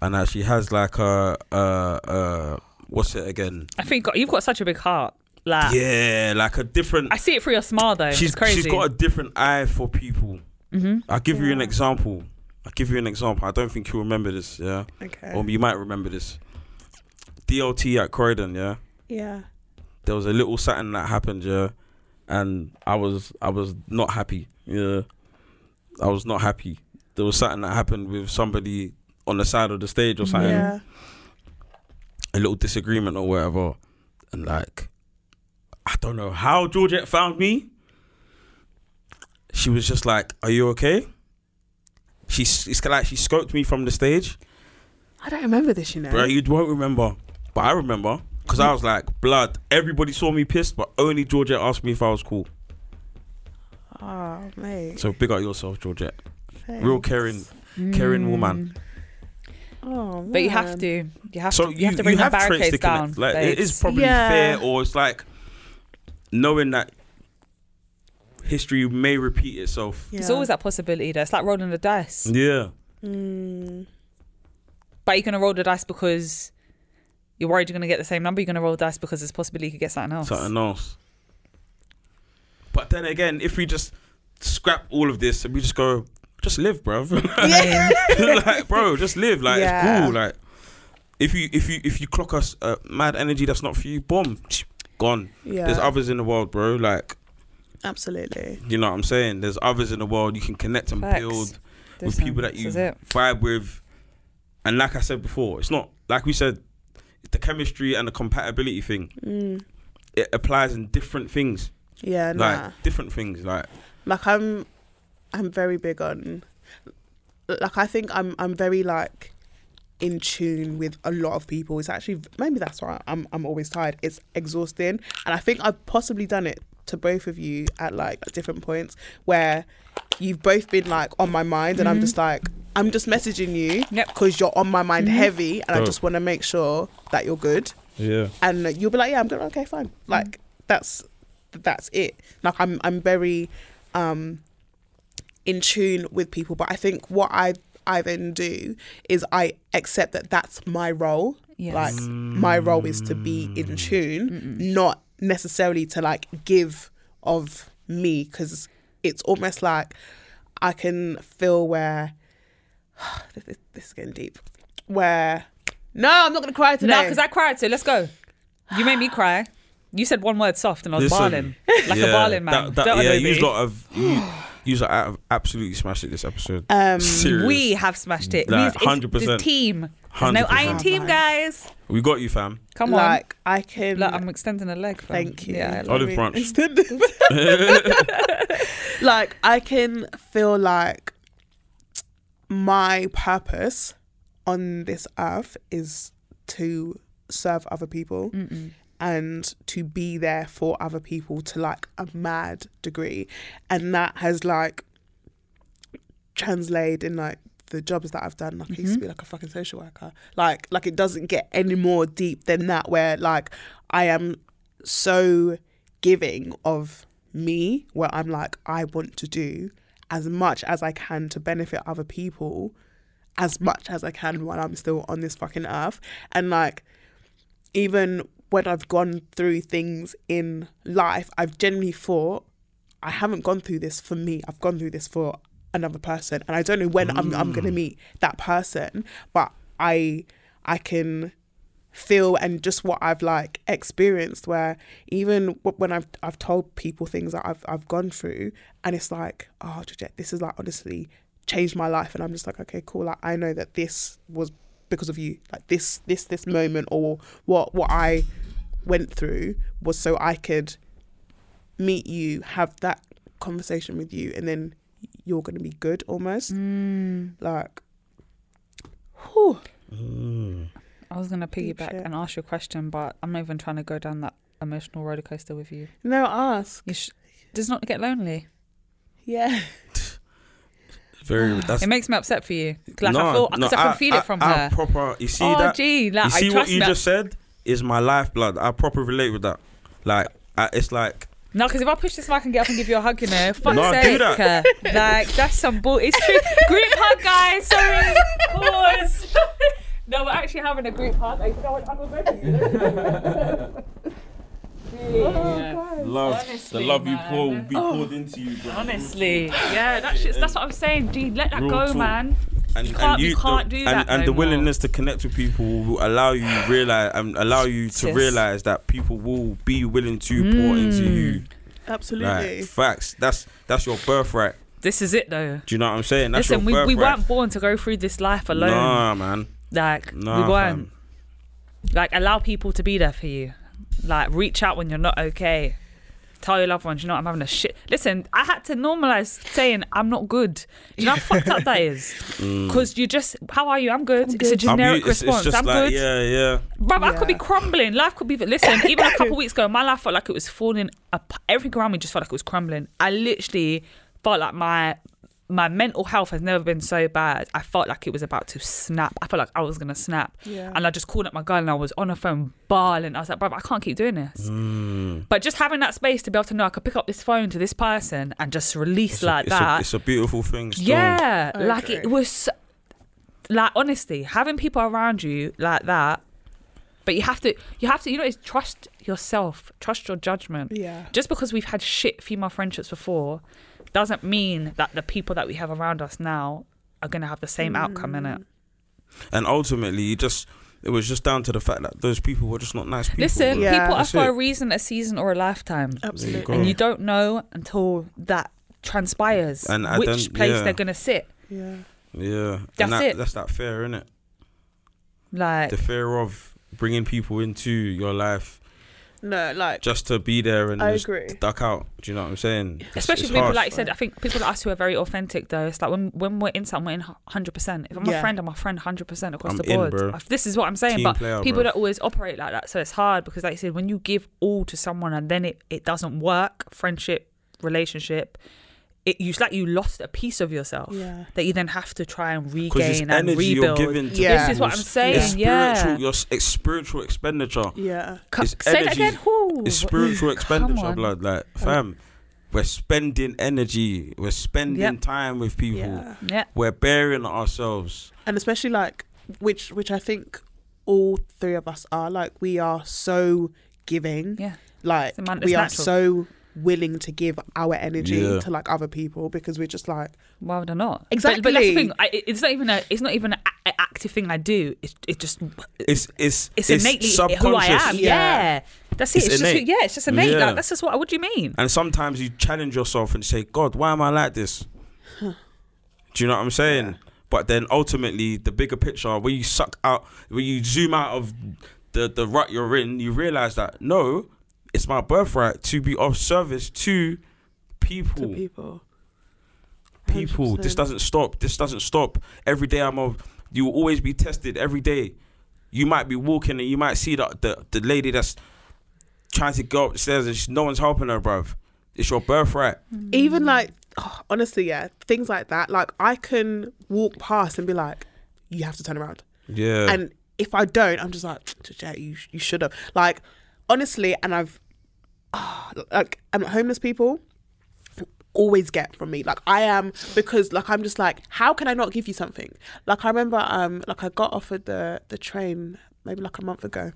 C: and that she has like a uh uh what's it again?
B: I think you've got such a big heart. Like,
C: Yeah, like a different.
B: Ah. I see it through your smile though.
C: she's
B: it's crazy. Mm-hmm.
C: she's got a different eye for people. I'll give you an example. I'll give you an example. I don't think you'll remember this, yeah?
A: Okay.
C: Or you might remember this. DLT at Croydon, yeah?
A: yeah.
C: There was a little something that happened, yeah? And I was I was not happy. Yeah. I was not happy. There was something that happened with somebody on the side of the stage or something.
A: Yeah.
C: A little disagreement or whatever. And like I don't know how Georgette found me. She was just like, Are you okay? She's it's like she scoped me from the stage.
A: I don't remember this, you know.
C: Bro, you won't remember. But I remember. Because I was like, blood. Everybody saw me pissed, but only Georgette asked me if I was cool.
A: Oh, mate.
C: So big up yourself, Georgette. Real caring, caring woman.
A: Oh, man.
B: but you have to. You have
C: So
B: to.
C: you,
B: You, have to bring the
C: have traits
B: barricades
C: to
B: down.
C: connect. Like, it
B: babes.
C: is probably
A: Yeah.
C: fair, or it's like knowing that history may repeat itself.
A: Yeah.
B: There's always that possibility though. It's like rolling the dice.
C: Yeah.
B: But you're gonna roll the dice because you're worried you're gonna get the same number. You're gonna roll the dice because there's possibility you could get something else.
C: something else. But then again, if we just scrap all of this and we just go, just live, bro. like, bro, just live. Like,
A: Yeah.
C: it's cool. Like, if you if you if you clock us uh, mad energy that's not for you, bomb, gone.
A: Yeah.
C: There's others in the world, bro. Like,
A: Absolutely.
C: you know what I'm saying? There's others in the world you can connect and
B: Facts.
C: build
B: This
C: with people
B: one.
C: that
B: This
C: you
B: is it.
C: vibe with. And like I said before, it's not like we said, the chemistry and the compatibility thing.
B: Mm.
C: It applies in different things
A: Yeah,
C: like
A: nah.
C: different things like
A: like i'm i'm very big on like i think i'm i'm very like in tune with a lot of people it's actually maybe that's why i'm i'm always tired it's exhausting and i think i've possibly done it to both of you at like different points where you've both been like on my mind and i'm just like i'm just messaging you
B: Yep.
A: because you're on my mind heavy and i
C: Dope.
A: just want to make sure that you're good
C: yeah
A: and you'll be like, yeah, I'm good. Okay,
B: Mm.
A: fine. Like that's that's it. Like I'm I'm very um in tune with people, but I think what I I then do is I accept that that's my role.
B: Yes.
A: Like my role is to be in tune, not necessarily to like give of me because it's almost like I can feel where this, this, this is getting deep. Where no, I'm not gonna cry today.
B: No, because I cried. So let's go. You made me cry. You said one word soft, and I was barling like a barling man.
C: that, that,
B: Don't I,
C: yeah
B: baby?
C: you lot have you, you lot have absolutely smashed it this episode
A: Um,
C: Serious.
B: we have smashed it.
C: Like,
B: We- it's The
C: 100%.
B: team. There's No, I ain't
C: 100%.
B: team, guys.
C: we got you fam
B: Come on.
A: like I can.
B: Look, I'm extending a leg. Fam.
A: thank you.
B: Yeah, I
C: Olive
A: Like,
C: branch.
A: instead of- like I can feel like my purpose on this earth is to serve other people and to be there for other people to like a mad degree, and that has like translate in like the jobs that I've done. Like I used to be like a fucking social worker. Like like it doesn't get any more deep than that. Where like I am so giving of me, where I'm like I want to do as much as I can to benefit other people, as much as I can while I'm still on this fucking earth, and like even when I've gone through things in life, I've generally thought, I haven't gone through this for me. I've gone through this for another person, and I don't know when I'm I'm going to meet that person, but I I can feel and just what I've like experienced. Where even w- when I've I've told people things that I've I've gone through, and it's like, oh, Georgette, this is like honestly changed my life, and I'm just like, okay, cool. Like I know that this was because of you like this this this moment or what what i went through was so i could meet you have that conversation with you and then you're going to be good almost like whew.
B: I was gonna piggyback
A: shit.
B: and ask you a question, but I'm not even trying to go down that emotional roller coaster with you.
A: no ask
B: You sh- does not get lonely.
A: yeah
C: Very. That's
B: It makes me upset for you. Like
C: no,
B: I feel,
C: no,
B: cause I, can feel it from
C: I
B: her.
C: Proper. You see
B: Oh,
C: that?
B: gee, like,
C: you
B: I
C: see what
B: trust
C: you
B: that.
C: just said is my lifeblood. I proper relate with that. Like I, it's like
B: No, because if I push this mic and get up and give you a hug, you know, fuck's
C: No,
B: sake.
C: do that.
B: uh, Like, that's some bull. It's true. group hug, guys. Sorry. Pause. No, we're actually having a group hug. Like, no, I'm a
C: love.
B: Honestly, the love you man. Oh. pour will
C: be poured into you. Bro.
B: Honestly. Yeah, that shit's, that's what I'm saying. Gee, let that
C: Real
B: go,
C: talk.
B: man.
C: and, you
B: can't- you can't do
C: and,
B: that
C: And
B: no
C: the
B: more.
C: willingness to connect with people will allow you realize and allow you to
B: Sis. Mm.
C: realize that people will be willing to pour into you.
A: absolutely
C: Like facts. That's that's your birthright.
B: This is it, though.
C: Do you know what I'm saying? That's
B: Listen,
C: your
B: we,
C: birthright.
B: we weren't born to go through this life alone.
C: Nah, man.
B: Like,
C: Nah,
B: we weren't.
C: fam.
B: Like, allow people to be there for you. Like, reach out when you're not okay. Tell your loved ones, you know, I'm having a shit. Listen, I had to normalize saying I'm not good. You know how fucked up that is? Because you just, how are you? I'm good. It's a
C: I'll be-
B: generic
C: it's,
B: response.
C: it's just
B: I'm
C: like
B: good.
C: yeah, yeah.
B: Bruv, I could be
A: Yeah.
B: crumbling. Life could be. Listen, even a couple weeks ago, my life felt like it was falling. Up. Everything around me just felt like it was crumbling. I literally felt like my my mental health has never been so bad. I felt like it was about to snap. I felt like I was gonna snap.
A: Yeah.
B: And I just called up my girl and I was on the phone bawling. I was like, bruv, I can't keep doing this.
C: Mm.
B: But just having that space to be able to know I could pick up this phone to this person and just release
C: It's a-
B: like
C: it's
B: that.
C: A, it's a beautiful thing. still.
B: Yeah, like
A: agree.
B: it was. so- Like honestly, having people around you like that, but you have to, you have to, you know, it's trust yourself, trust your judgment.
A: Yeah.
B: Just because we've had shit female friendships before, doesn't mean that the people that we have around us now are gonna have the same
A: Mm.
B: outcome in it.
C: And ultimately, you just it was just down to the fact that those people were just not nice people.
B: Listen,
C: bro.
A: Yeah. Oh.
B: people are
C: That's
B: for a
C: it. Mm.
B: reason, a season, or a lifetime,
C: There you
A: absolutely
C: go.
B: and you don't know until that transpires
C: And I
B: which
C: don't-
B: place
C: yeah.
B: they're gonna sit.
A: yeah
C: yeah,
B: That's
C: and that,
B: it.
C: That's that fear, innit?
B: Like
C: The fear of bringing people into your life
A: no like
C: just to be there and
A: I
C: just
A: agree.
C: duck out. Do you know what I'm saying? It's-
B: Especially
C: it's
B: people
C: harsh.
B: like you said, I think people like us who are very authentic though. It's like when when we're in something, we're in hundred percent. If I'm a
A: Yeah.
B: friend, I'm a friend hundred percent across
C: I'm
B: the
C: in,
B: board.
C: bro.
B: I've- this is what I'm saying.
C: Team
B: but
C: player,
B: people
C: bro.
B: don't always operate like that, so it's hard because, like you said, when you give all to someone and then it, it doesn't work, friendship, relationship, it you it's like you lost a piece of yourself
A: Yeah.
B: that you then have to try and
C: 'Cause it's
B: regain and
C: energy
B: rebuild.
C: you're giving to
A: Yeah. This
B: is what
C: people.
B: I'm saying,
C: It's
B: yeah.
C: spiritual, your s- it's spiritual expenditure.
A: yeah
B: Co-
C: It's
B: Say that
C: energy.
B: again. Ooh.
C: It's spiritual expenditure,
B: on. Oh.
C: blood. Like, fam, we're spending energy, we're spending
B: Yep.
C: time with people,
A: Yeah.
B: Yeah.
C: we're bearing ourselves.
A: and especially like which which i think all three of us are like we are so giving
B: Yeah.
A: like
B: It's a man- it's
A: we are
B: natural.
A: so willing to give our energy
C: Yeah.
A: to like other people because we're just like
B: Why would I not?
A: Exactly.
B: But, but that's the thing. I, it- it's not even a. It's not even an active thing I do. It, it just.
C: It's it's
B: It's, innately who I am. Yeah.
A: Yeah.
B: That's it.
C: It's
B: It's, just who,
C: innate.
B: yeah. It's just innate.
C: Yeah.
B: Like, that's just what. What do you mean?
C: And sometimes you challenge yourself and say, God, why am I like this? Do you know what I'm saying? But then ultimately, the bigger picture, when you suck out, when you zoom out of the, the rut you're in, you realize that no, it's my birthright to be of service to people.
A: to people
C: people. This
A: 100%.
C: doesn't stop. This doesn't stop. Every day I'm of. You will always be tested every day. You might be walking and you might see that the, the lady that's trying to go upstairs and she, no one's helping her, bruv. It's your birthright.
A: even like oh, honestly, yeah, things like that. Like I can walk past and be like, you have to turn around.
C: Yeah.
A: And if I don't, I'm just like, Jet, you you should have. Like, honestly, and I've ah, like and homeless people always get from me. Like I am because like I'm just like, how can I not give you something? Like I remember um like I got offered the the train maybe like a month ago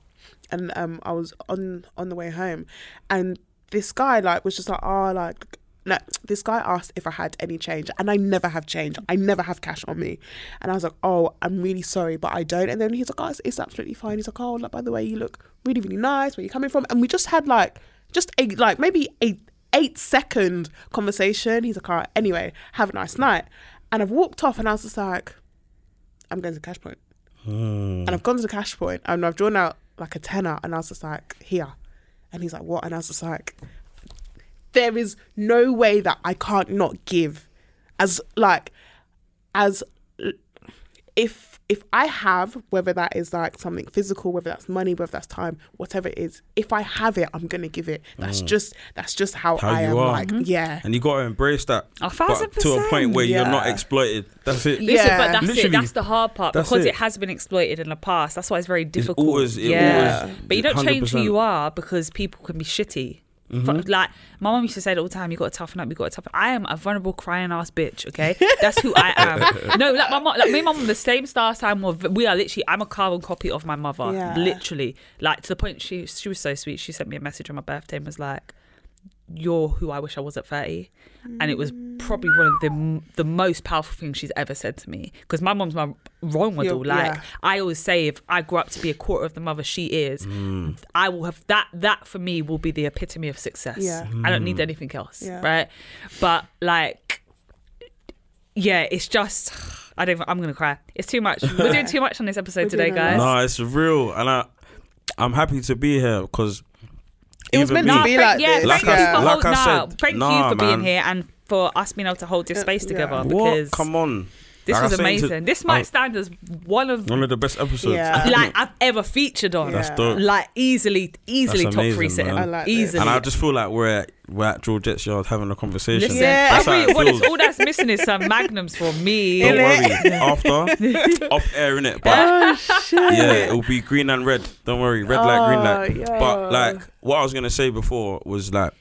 A: and um I was on on the way home and this guy like was just like, oh like no, this guy asked if I had any change, and I never have change. I never have cash on me. And I was like, oh, I'm really sorry, but I don't. And then he's like, oh, it's, it's absolutely fine. He's like, oh, like, by the way, you look really, really nice. Where you coming from? And we just had like, just a like maybe a eight second conversation. He's like, all right, anyway, have a nice night. And I've walked off, and I was just like, I'm going to the cash point.
C: Hmm.
A: And I've gone to the cash point, and I've drawn out like a tenner, and I was just like, here. And he's like, what? And I was just like, there is no way that I can't not give as like as l- if if I have whether that is like something physical whether that's money whether that's time whatever it is if I have it I'm going to give it that's just that's just how,
C: Hmm. How
A: I
C: you
A: am
C: are.
A: like
C: Mhm.
A: yeah
C: and you gotta embrace that.
B: A
C: but
B: thousand
C: to a point
B: percent.
C: where you're not
A: Yeah.
C: exploited. That's it.
A: Yeah.
B: Listen, but that's it.
C: Literally.
B: That's the hard part
C: That's
B: because
C: it.
B: it. has been exploited in the past. That's why it's very difficult.
C: always- it
B: yeah,
C: always-
B: but you don't change who
C: 100%.
B: you are because people can be shitty.
C: Mm-hmm.
B: Fu- Like my mom used to say it all the time, you got to toughen up. You got to toughen. I am a vulnerable crying ass bitch. Okay, that's who I am. no, like my mom, like me, and my mom, were the same star time. Were, v- we are literally. I'm a carbon copy of my mother.
A: Yeah.
B: Literally, like to the point she she was so sweet. She sent me a message on my birthday and was like, you're who I wish I was at 30. And it was probably one of the the most powerful things she's ever said to me. Because my mom's my role model.
A: Your-
B: like
A: yeah.
B: I always say, if I grow up to be a quarter of the mother she is, I will have that. That for me will be the epitome of success.
A: Yeah.
B: I don't need anything else,
A: Yeah.
B: right? But like, yeah, it's just I don't. I'm gonna cry. It's too much. We're doing too much on this episode today,
A: doing a lot.
B: guys.
C: Nah, it's real, and I, I'm happy to be here because
A: it was meant to
B: Nah,
A: be
B: Frank-
A: like
B: yeah,
A: this
C: Like
B: thank
C: I-
B: you for
C: like
B: hold,
C: I
B: nah,
C: said,
B: thank you
C: nah,
B: for
C: man.
B: being here and for us being able to hold this space
A: yeah.
B: together
C: what?
B: because
C: Come on,
B: this
C: Like I
B: was
C: said to- oh.
B: amazing. this might
C: I-
B: stand as one of
C: one of the best episodes.
A: Yeah.
B: like I've ever featured on.
A: That's
C: dope.
B: Like easily, easily
C: That's
B: top three
C: amazing,
B: sitting.
C: man. I like
A: this.
B: easily.
C: And I just feel like we're at, we're at Georgette's yard having a conversation.
B: Listen,
A: Yeah.
B: I
C: That's how
B: really-
C: it
B: what is-
C: feels.
B: all that's missing is some magnums for me.
C: Don't worry. After off air in it, but
A: oh shit
C: yeah, it'll be green and red. Don't worry, red light, green light.
A: Oh, yeah.
C: But like what I was gonna say before was like,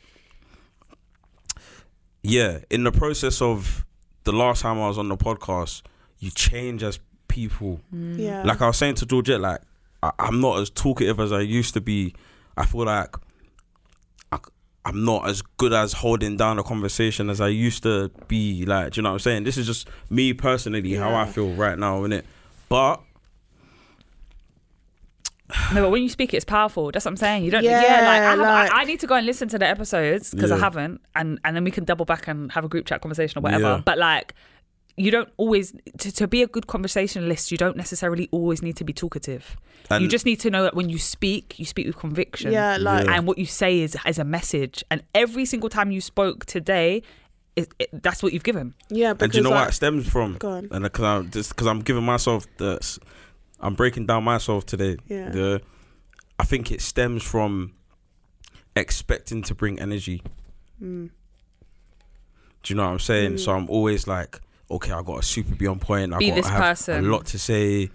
C: yeah, in the process of the last time I was on the podcast, you change as people.
A: yeah
C: Like I was saying to Georgette, like I, I'm not as talkative as I used to be. I feel like I, am not as good as holding down a conversation as I used to be. Like, do you know what I'm saying? This is just me personally how I feel right now, innit? But
B: No, but when you speak, it's powerful. That's what I'm saying. You don't.
A: Yeah,
B: Yeah, like, I, haven't-
A: like-
B: I, I need to go and listen to the episodes because I
C: Yeah.
B: haven't, and and then we can double back and have a group chat conversation or whatever.
C: Yeah.
B: But like, you don't always to, to be a good conversationalist. You don't necessarily always need to be talkative. you
C: And-
B: just need to know that when you speak, you speak with conviction.
A: Yeah, like-
B: and what you say is as a message. And every single time you spoke today, it, it, that's what you've given.
A: yeah because
C: and do you know
A: like,
C: where it stems from?
A: Go on.
C: And because I'm just because I'm giving myself the, s- I'm breaking down myself today.
A: Yeah.
C: The, I think it stems from expecting to bring energy.
A: Mm.
C: Do you know what I'm saying? So I'm always like, okay, I got to super be on point. I
B: Be
C: got
B: this
C: to have
B: person.
C: a lot to say.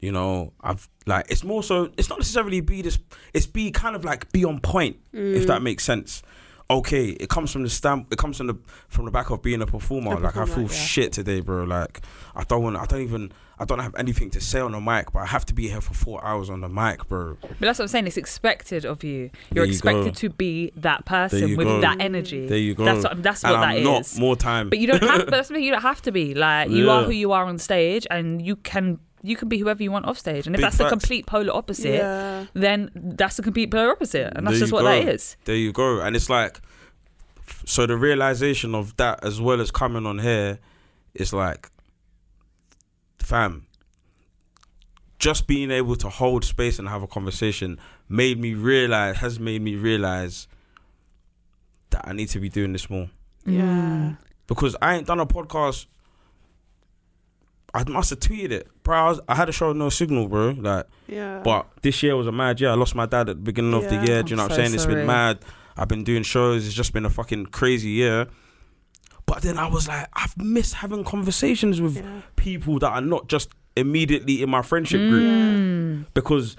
C: You know, I've like it's more so it's not necessarily be this it's be kind of like be on point, if
B: Mm.
C: that makes sense. Okay, it comes from the stamp it comes from the from the back of being a performer.
A: A
C: like I
A: performer,
C: feel
A: yeah.
C: shit today, bro. Like I don't want I don't even I don't have anything to say on the mic, but I have to be here for four hours on the mic, bro.
B: But that's what I'm saying. It's expected of you. You're
C: There you
B: expected
C: go.
B: to be that person
C: you
B: with
C: go.
B: that energy.
C: There you go.
B: Mm. That's what, that's
C: and
B: what that
C: I'm
B: is.
C: not more time.
B: But you don't have. but that's something you don't have to be. Like you are
C: Yeah.
B: who you are on stage, and you can you can be whoever you want off stage. And if
C: Big
B: that's the
C: facts.
B: complete polar opposite,
A: Yeah.
B: then that's the complete polar opposite, and that's
C: There
B: just
C: you
B: what
C: go.
B: that is.
C: There you go. And it's like, so the realization of that as well as coming on here is like, fam, just being able to hold space and have a conversation made me realize, has made me realize that I need to be doing this more.
A: yeah
C: Because I ain't done a podcast. I must have tweeted it, bro. I, was, I had a show with no signal, bro. Like,
A: yeah
C: but this year was a mad year. I lost my dad at the beginning of
A: Yeah.
C: the year. Do you know
B: I'm
C: what I'm
B: so
C: saying? It's
B: sorry.
C: been mad. I've been doing shows. It's just been a fucking crazy year. But then I was like, I've missed having conversations with people that are not just immediately in my friendship
A: Mm.
C: group because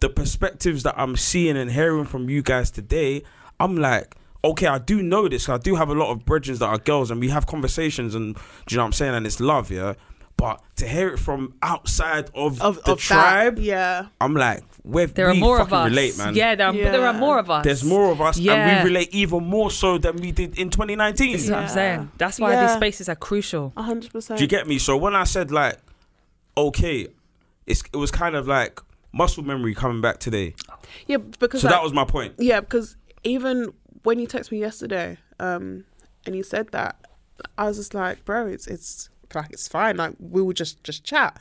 C: the perspectives that I'm seeing and hearing from you guys today, I'm like, okay, I do know this. I do have a lot of brethren that are girls, and we have conversations, and do you know what I'm saying? And it's love, yeah. But to hear it from outside of,
A: Of,
C: the
A: of
C: tribe,
A: that. Yeah.
C: I'm like, where
B: There are
C: we
B: more of
C: fucking
B: us.
C: relate, man.
B: Yeah, there are, but there are
A: Yeah.
B: more of us.
C: There's more of us,
B: Yeah.
C: and we relate even more so than we did in 2019.
B: That's what I'm
A: Yeah.
B: saying. That's why these
A: Yeah.
B: spaces are crucial.
A: A hundred percent.
C: Do you get me? So when I said like, okay, it's it was kind of like muscle memory coming back today.
A: Yeah, because
C: So
A: like-
C: that was my point.
A: Yeah, because even when you text me yesterday, um, and you said that, I was just like, bro, it's it's like it's fine. Like we will just just chat.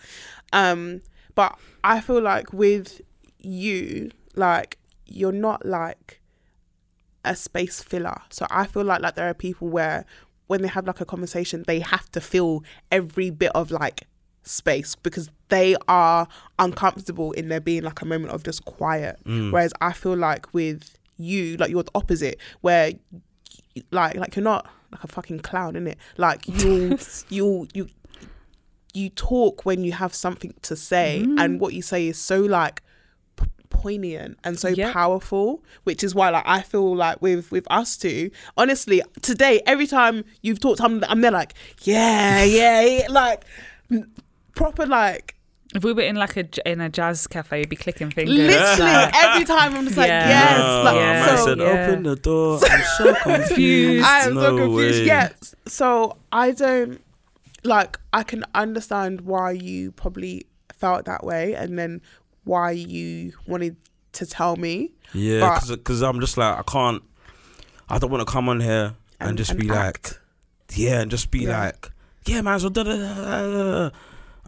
A: Um, but I feel like with you, like you're not like a space filler. So I feel like like there are people where when they have like a conversation, they have to fill every bit of like space because they are uncomfortable in there being like a moment of just quiet. Whereas I feel like with you, like you're the opposite, where y- like like you're not like a fucking clown, in it. Like you you you you talk when you have something to say and what you say is so like p- poignant and so
B: Yep.
A: powerful which is why like i feel like with with us two honestly today every time you've talked to them i'm there like yeah yeah yeah," like n- proper like
B: If we were in like a j- in a jazz cafe, you'd be clicking fingers.
A: literally
B: like,
A: every time i'm just like
B: Yeah.
A: yes
C: Oh,
A: like,
B: Yeah.
C: man
A: so-
C: said,
B: Yeah.
C: open the door. I'm so confused.
A: I am so
C: No
A: confused.
C: way.
A: Yes. So I don't like I can understand why you probably felt that way and then why you wanted to tell me.
C: Yeah,
A: But-
C: because I'm just like I can't. I don't want to come on here and,
A: And-
C: just
A: and
C: be
A: act.
C: like, yeah, and just be
A: Yeah.
C: like, yeah, man. So da, da, da, da, da.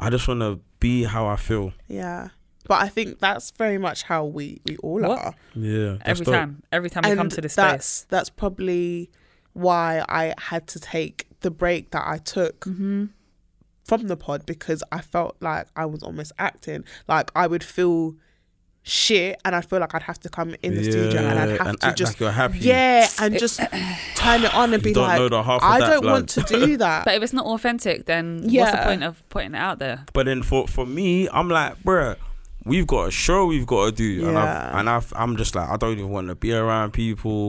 C: I just want to be how I feel.
A: Yeah. But I think that's very much how we we all
B: What?
A: are.
C: Yeah, that's
B: every
C: dope.
B: time, every time we come to this
A: that's
B: space.
A: that's probably why I had to take the break that I took
B: Mm-hmm.
A: from the pod because I felt like I was almost acting like I would feel shit and I feel like I'd have to come in the studio and I'd
C: Yeah,
A: have
C: and
A: to
C: act
A: just
C: like you're happy.
A: yeah and just turn it on and be
C: don't
A: like
C: know the half of
A: I
C: that,
A: don't
C: blood."
A: want to do that
B: But if it's not authentic, then what's the
A: Yeah.
B: point of putting it out there?
C: But then for for me, I'm like, bruh, we've got a show we've got to do, and I've,
A: Yeah.
C: and I've, I'm just like, I don't even want to be around people.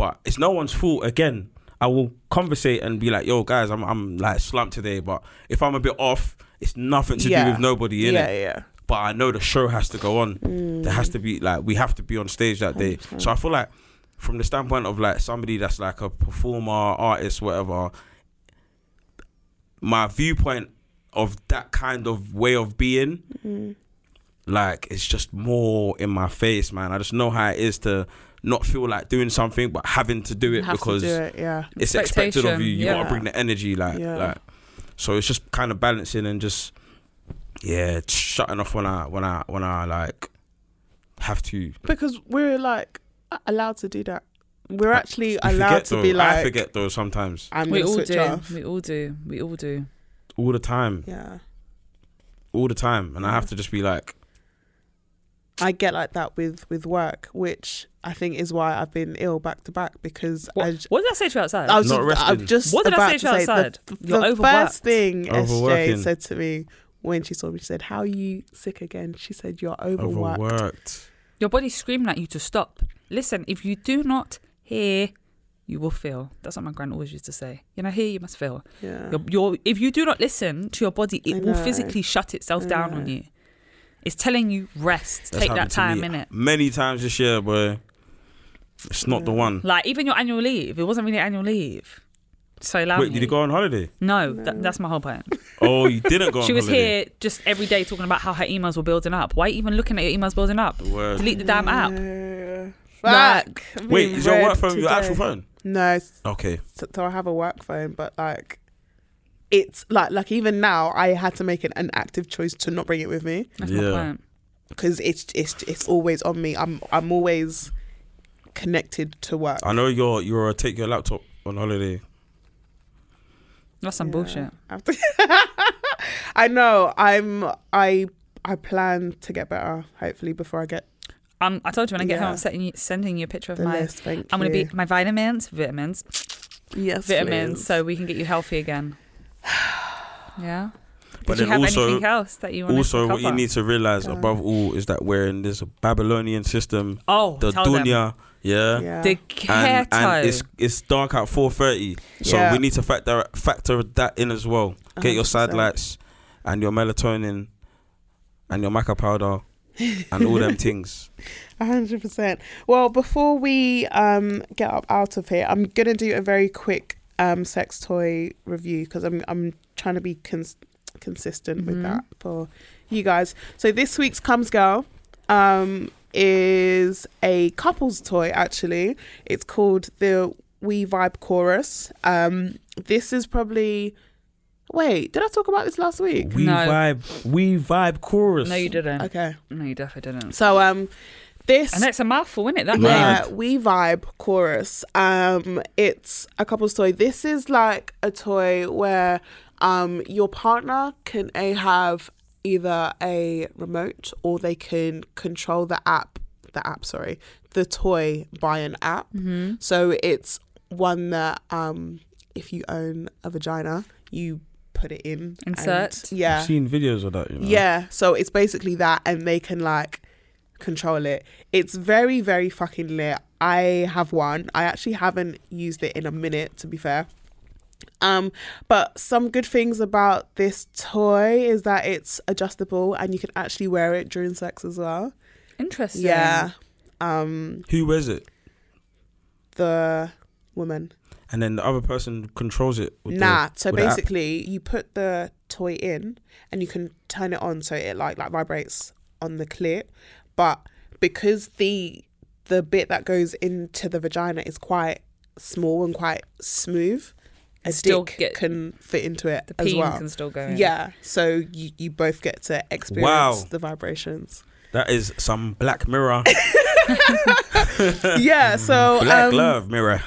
C: But it's no one's fault. Again, I will conversate and be like, yo, guys, I'm I'm like slumped today, but if I'm a bit off, it's nothing to do
A: Yeah.
C: with nobody in
A: yeah
C: it.
A: yeah
C: But I know the show has to go on. There has to be like we have to be on stage that day. So I feel like from the standpoint of like somebody that's like a performer, artist, whatever, my viewpoint of that kind of way of being, like it's just more in my face, man. I just know how it is to not feel like doing something but having to do it
A: have
C: because
A: to do it yeah
C: it's expected of
B: Expectation,
C: you. You gotta
A: yeah.
C: bring the energy, like,
A: Yeah.
C: like. So it's just kind of balancing and just, yeah, t- shutting off when I when I when I like have to.
A: because we're like allowed to do that we're actually
C: You
A: allowed to
C: though.
A: be like
C: I forget though sometimes
A: I'm
B: we
A: gonna
B: all
A: switch
B: do.
A: off
B: We all do. We all do.
C: all the time,
A: yeah
C: all the time, and I have to just be like,
A: I get like that with with work, which I think is why I've been ill back to back because
B: What,
A: I, j-
B: what did I say to you outside?
A: I was
C: Uh, Not
A: just, I'm
C: resting.
A: just
B: What did I
A: about
B: say to
A: to
B: you
A: say
B: outside?
A: the,
B: You're
A: the
B: overworked.
A: first thing
C: Overworking.
A: SJ said to me when she saw me, she said, "How are you sick again?" She said, "You're overworked."
C: overworked.
B: Your body screaming at you to stop. Listen, if you do not hear, you will feel. That's what my grand always used to say. You know, hear, you must feel.
A: Yeah,
B: Your, your, if you do not listen to your body, it
A: I
B: will
A: know.
B: physically shut itself
A: I
B: down
A: know.
B: on you. It's telling you rest,
C: That's
B: take that
C: happened to
B: time
C: me
B: in it.
C: Many times this year, boy. It's not the one.
B: Like even your annual leave, it wasn't really annual leave. So allow
C: Wait,
B: me.
C: did you go on holiday?
B: No, tha- that's my whole point.
C: Oh, you didn't go. on
B: she was
C: holiday.
B: here just every day talking about how her emails were building up. Why even looking at your emails building up?
C: Word.
B: Delete the damn app.
A: Uh,
B: Like-
A: fuck. I'm
C: Wait,
A: being
C: is your
A: red
C: work phone your
A: today.
C: actual phone?
A: No, it's-
C: Okay.
A: so so I have a work phone, but like. It's like like even now I had to make an, an active choice to not bring it with me.
B: That's
C: Yeah.
B: my point.
A: because it's it's it's always on me. I'm I'm always connected to work.
C: I know you're you're a take your laptop on holiday.
B: That's some bullshit.
A: I know. I'm I I plan to get better. Hopefully before I get
B: Um, I told you when I get home,
A: Yeah.
B: I'm setting you, sending you a picture of
A: The
B: my.
A: list, thank
B: I'm gonna be
A: you.
B: my vitamins, vitamins.
A: Yes,
B: vitamins
A: please.
B: so we can get you healthy again. Yeah.
C: But
B: Did you
C: then
B: have
C: also-
B: anything else that you want
C: Also,
B: to
C: what you need to realize above all is that we're in this Babylonian system,
B: Oh,
C: the
B: tell them.
C: dunya, yeah.
A: Yeah.
B: The
C: And,
B: keto.
C: and it's it's dark at four thirty, so
A: Yeah.
C: we need to factor factor that in as well. Get your sad
A: 100%.
C: lights, and your melatonin, and your maca powder, and all them things.
A: hundred percent. Well, before we um get up out of here, I'm gonna do a very quick um sex toy review because I'm I'm trying to be cons- consistent with that for you guys. So this week's comes girl um is a couples toy actually. It's called the We Vibe Chorus. Um, this is probably. Wait, did I talk about this last week?
C: We
B: No.
C: vibe, we vibe chorus.
B: No, you didn't.
A: Okay.
B: No, you definitely didn't.
A: So um, this
B: And that's a mouthful, isn't it? That
C: Mad.
B: yeah.
A: yeah, we vibe chorus. Um, it's a couple's toy. This is like a toy where um your partner can a have either a remote or they can control the app. The app, sorry, the toy by an app. So it's one that um if you own a vagina, you put it in. and-
B: Insert.
A: yeah.
C: I've seen videos of that. You know?
A: Yeah, so it's basically that, and they can like control it. It's very, very fucking lit. I have one. I actually haven't used it in a minute, to be fair. Um, but some good things about this toy is that it's adjustable and you can actually wear it during sex as well.
B: Interesting.
A: Yeah. Um,
C: Who wears it?
A: the woman.
C: And then the other person controls it. With the-
A: nah. so
C: with the app.
A: basically, you put the toy in and you can turn it on so it like like vibrates on the clip, but because the the bit that goes into the vagina is quite small and quite smooth, a
B: still
A: dick
B: get-
A: can fit into it
B: The
A: as
B: peen
A: well.
B: can still go in.
A: yeah, so you, you both get to experience
C: Wow.
A: the vibrations.
C: that is some Black Mirror,
A: yeah, so
C: Black
A: um,
C: Love Mirror.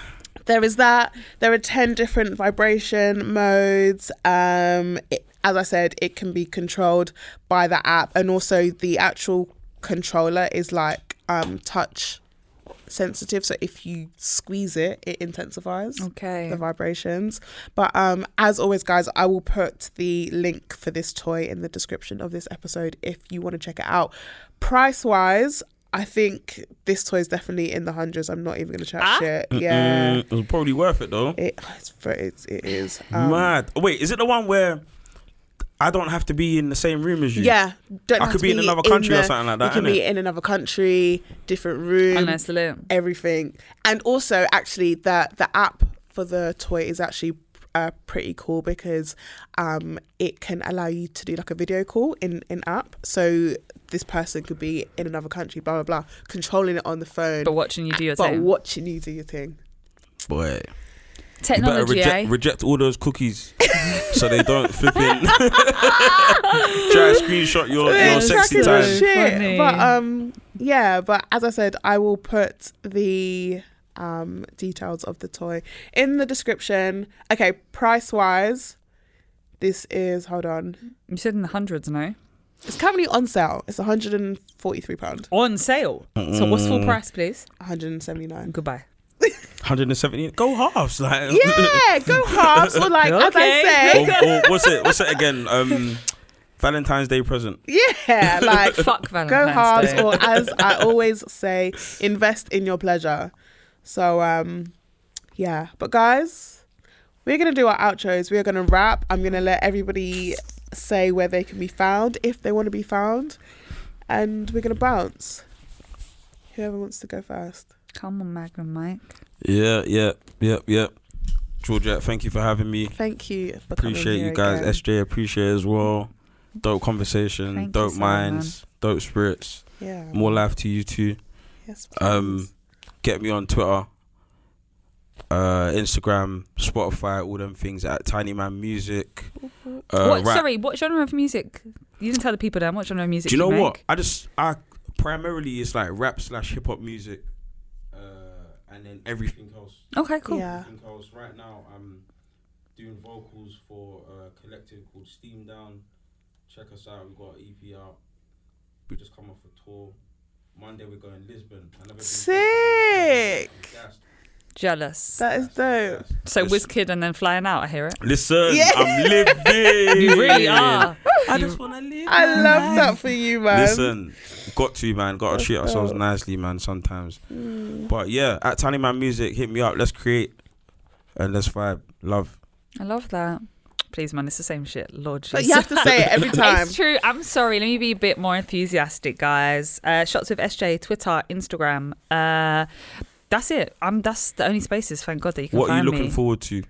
A: there is that there are 10 different vibration modes um it, as i said it can be controlled by the app and also the actual controller is like um touch sensitive so if you squeeze it it intensifies
B: Okay.
A: the vibrations but um as always guys i will put the link for this toy in the description of this episode if you want to check it out price wise i think this toy is definitely in the hundreds i'm not even gonna chat shit yeah
C: Mm, it was probably worth it though.
A: it, it's, ver- it's, it is. Um,
C: Mad. Oh, wait, is it the one where I don't have to be in the same room as you?
A: Yeah. Don't
C: I
A: have
C: could
A: to
C: be in another country or
A: the-
C: something like that,
A: You can
C: innit?
A: be in another country, different room,
B: And that's lit.
A: everything. And also, actually, the, the app for the toy is actually uh, pretty cool because um, it can allow you to do like a video call in, in app. So this person could be in another country, blah, blah, blah, controlling it on the phone.
B: But watching you do your
A: but
B: thing.
A: watching you do your thing.
C: Boy. You better
B: Technology, eh?
C: reject, reject all those cookies so they don't flip in. Try to screenshot your, your
A: It's
C: sexy
A: fucking
C: time.
A: shit.
B: Funny.
A: But um, yeah. But as I said, I will put the um details of the toy in the description. Okay, price wise, this is hold on.
B: you said in the hundreds, no?
A: It's currently on sale. It's one hundred and forty three pound,
B: On sale. So what's full price, please?
A: one hundred and seventy nine.
B: Goodbye.
C: 170. Go halves. Like.
A: Yeah, go halves or like as
B: Okay.
A: I say,
C: or, or what's it? What's it again? Um, Valentine's Day present.
A: yeah, like
B: Fuck
A: go
B: Valentine's
A: halves
B: Day.
A: or as I always say, invest in your pleasure. So um yeah. But guys, we're gonna do our outros. We're gonna wrap. I'm gonna let everybody say where they can be found if they wanna be found. And we're gonna bounce. Whoever wants to go first.
B: Come on, Magnum Mike.
C: Yeah, yeah, yeah, yeah. Georgia, thank you for having me.
A: Thank you for coming
C: Appreciate
A: here
C: you guys.
A: again.
C: SJ, appreciate as well. Dope conversation,
B: Thank you
C: dope
B: so
C: minds, dope spirits.
A: Yeah.
C: More life to you too.
A: Yes,
C: Um,
A: please.
C: get me on Twitter, uh, Instagram, Spotify, all them things at Tiny Man Music. Uh,
B: what,
C: right-
B: Sorry, what genre of music? You didn't tell the people then. What genre of music
C: Do you know
B: make?
C: what? I just I primarily it's like rap slash hip hop music, uh, and then everything else.
B: Okay, cool.
A: Yeah.
C: Everything else. Right now, I'm doing vocals for a collective called Steam Down. Check us out. We got an EP out. We just come off a tour. Monday we're going Lisbon. I never been to Lisbon.
A: Sick.
C: I'm gassed.
B: Jealous.
A: That is dope.
B: So Wizkid and then flying out. I hear it.
C: Listen,
A: Yeah.
C: I'm living.
B: You really Ah. are.
C: I just wanna live.
A: I love that for you, man.
C: Listen, got to man, got to treat ourselves nicely, man. Sometimes,
A: Mm.
C: but yeah, at Tiny Man Music, hit me up. Let's create and let's vibe. Love.
B: I love that. Please, man, it's the same shit. Lord
A: But
B: Jesus.
A: you have to say it every time.
B: It's true. I'm sorry. Let me be a bit more enthusiastic, guys. Uh, shots with SJ, Twitter, Instagram. Uh, that's it. I'm. That's the only spaces. Thank God that you can
C: What are you
B: find
C: looking
B: me
C: forward to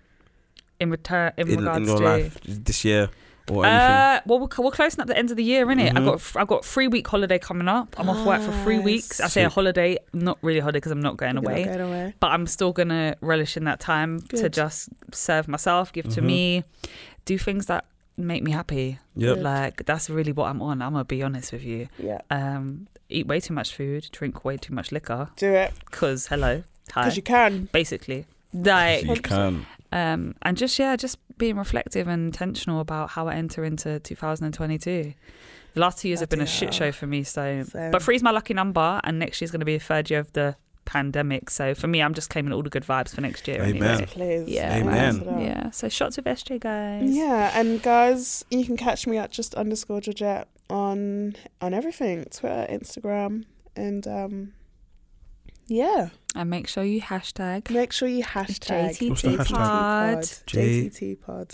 B: in return in,
C: in, in
B: regards
C: your
B: to.
C: life this year or anything?
B: Uh, well, we're, co- we're closing up the end of the year, innit? I've got I've got three week holiday coming up. I'm off work for three weeks. I say a
C: Sick.
B: holiday, not really a holiday because I'm not going
A: You're not
B: away,
A: going away.
B: but I'm still gonna relish in that time to
A: Good.
B: just serve myself, give to me, do things that make me happy.
C: Yep. Good.
B: like that's really what I'm on. I'm gonna be honest with you.
A: Yeah.
B: Um, eat way too much food, drink way too much liquor,
A: Do it
B: cause hello, hi,
A: because you can.
B: basically. Like,
C: you can.
B: um, and just yeah, just being reflective and intentional about how I enter into 2022. The last two years have been a
A: Bloody
B: shit
A: hell.
B: show for me. So,
A: Same.
B: but three's my lucky number, and next year's going to be the third year of the pandemic. So for me, I'm just claiming all the good vibes for next year.
C: Amen.
B: Anyway.
A: Please.
B: Yeah,
C: Amen.
A: man.
B: Yeah. So shots with SJ guys.
A: Yeah, and guys, you can catch me at just underscore Georgette on on everything Twitter, Instagram, and um, yeah.
B: And make sure you hashtag.
A: Make sure you hashtag
B: JTT
C: What's the hashtag?
B: pod.
C: J-
A: JTT pod.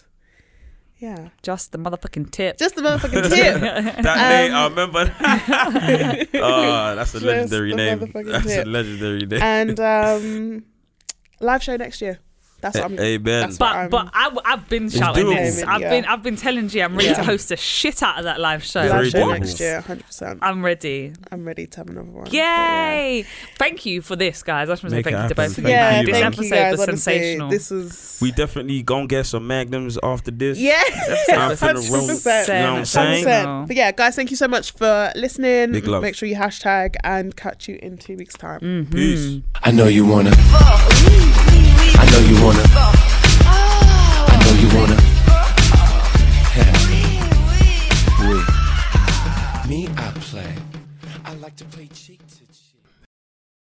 A: Yeah,
B: Just the motherfucking tip.
A: just the motherfucking tip.
C: That
A: um,
C: day, I remember. oh, that's a
A: Just
C: legendary
A: the
C: name.
A: motherfucking
C: That's
A: tip.
C: a legendary name.
A: and um, live show next year. That's what I'm.
C: Amen.
A: that's what
B: But but I, have been shouting
C: doable.
B: this. I've
A: Yeah.
B: been I've been telling you I'm ready
A: Yeah.
B: to host the shit out of that live show.
A: live
C: Very
A: show
C: doable.
A: next year, 100. percent
B: I'm ready.
A: I'm ready to have another one. but yeah.
B: Yay! Thank you for this, guys. I just want to say
C: Make
B: thank
C: it
B: you to
C: happen.
B: both of you.
C: Thank
A: Yeah,
C: you,
B: this
A: thank
B: episode
A: you guys.
B: was
A: honestly,
B: sensational.
A: this was
C: we definitely gonna get some magnums after this.
A: yeah.
C: Time for the road. You know
A: Percent.
C: what I'm saying?
A: 100%. But yeah, guys, thank you so much for listening.
C: Big love.
A: Make sure you hashtag and catch you in two weeks' time.
C: Peace.
F: I know you wanna. I know you wanna. I know you wanna. We. Me, I play. I like to play cheek to cheek.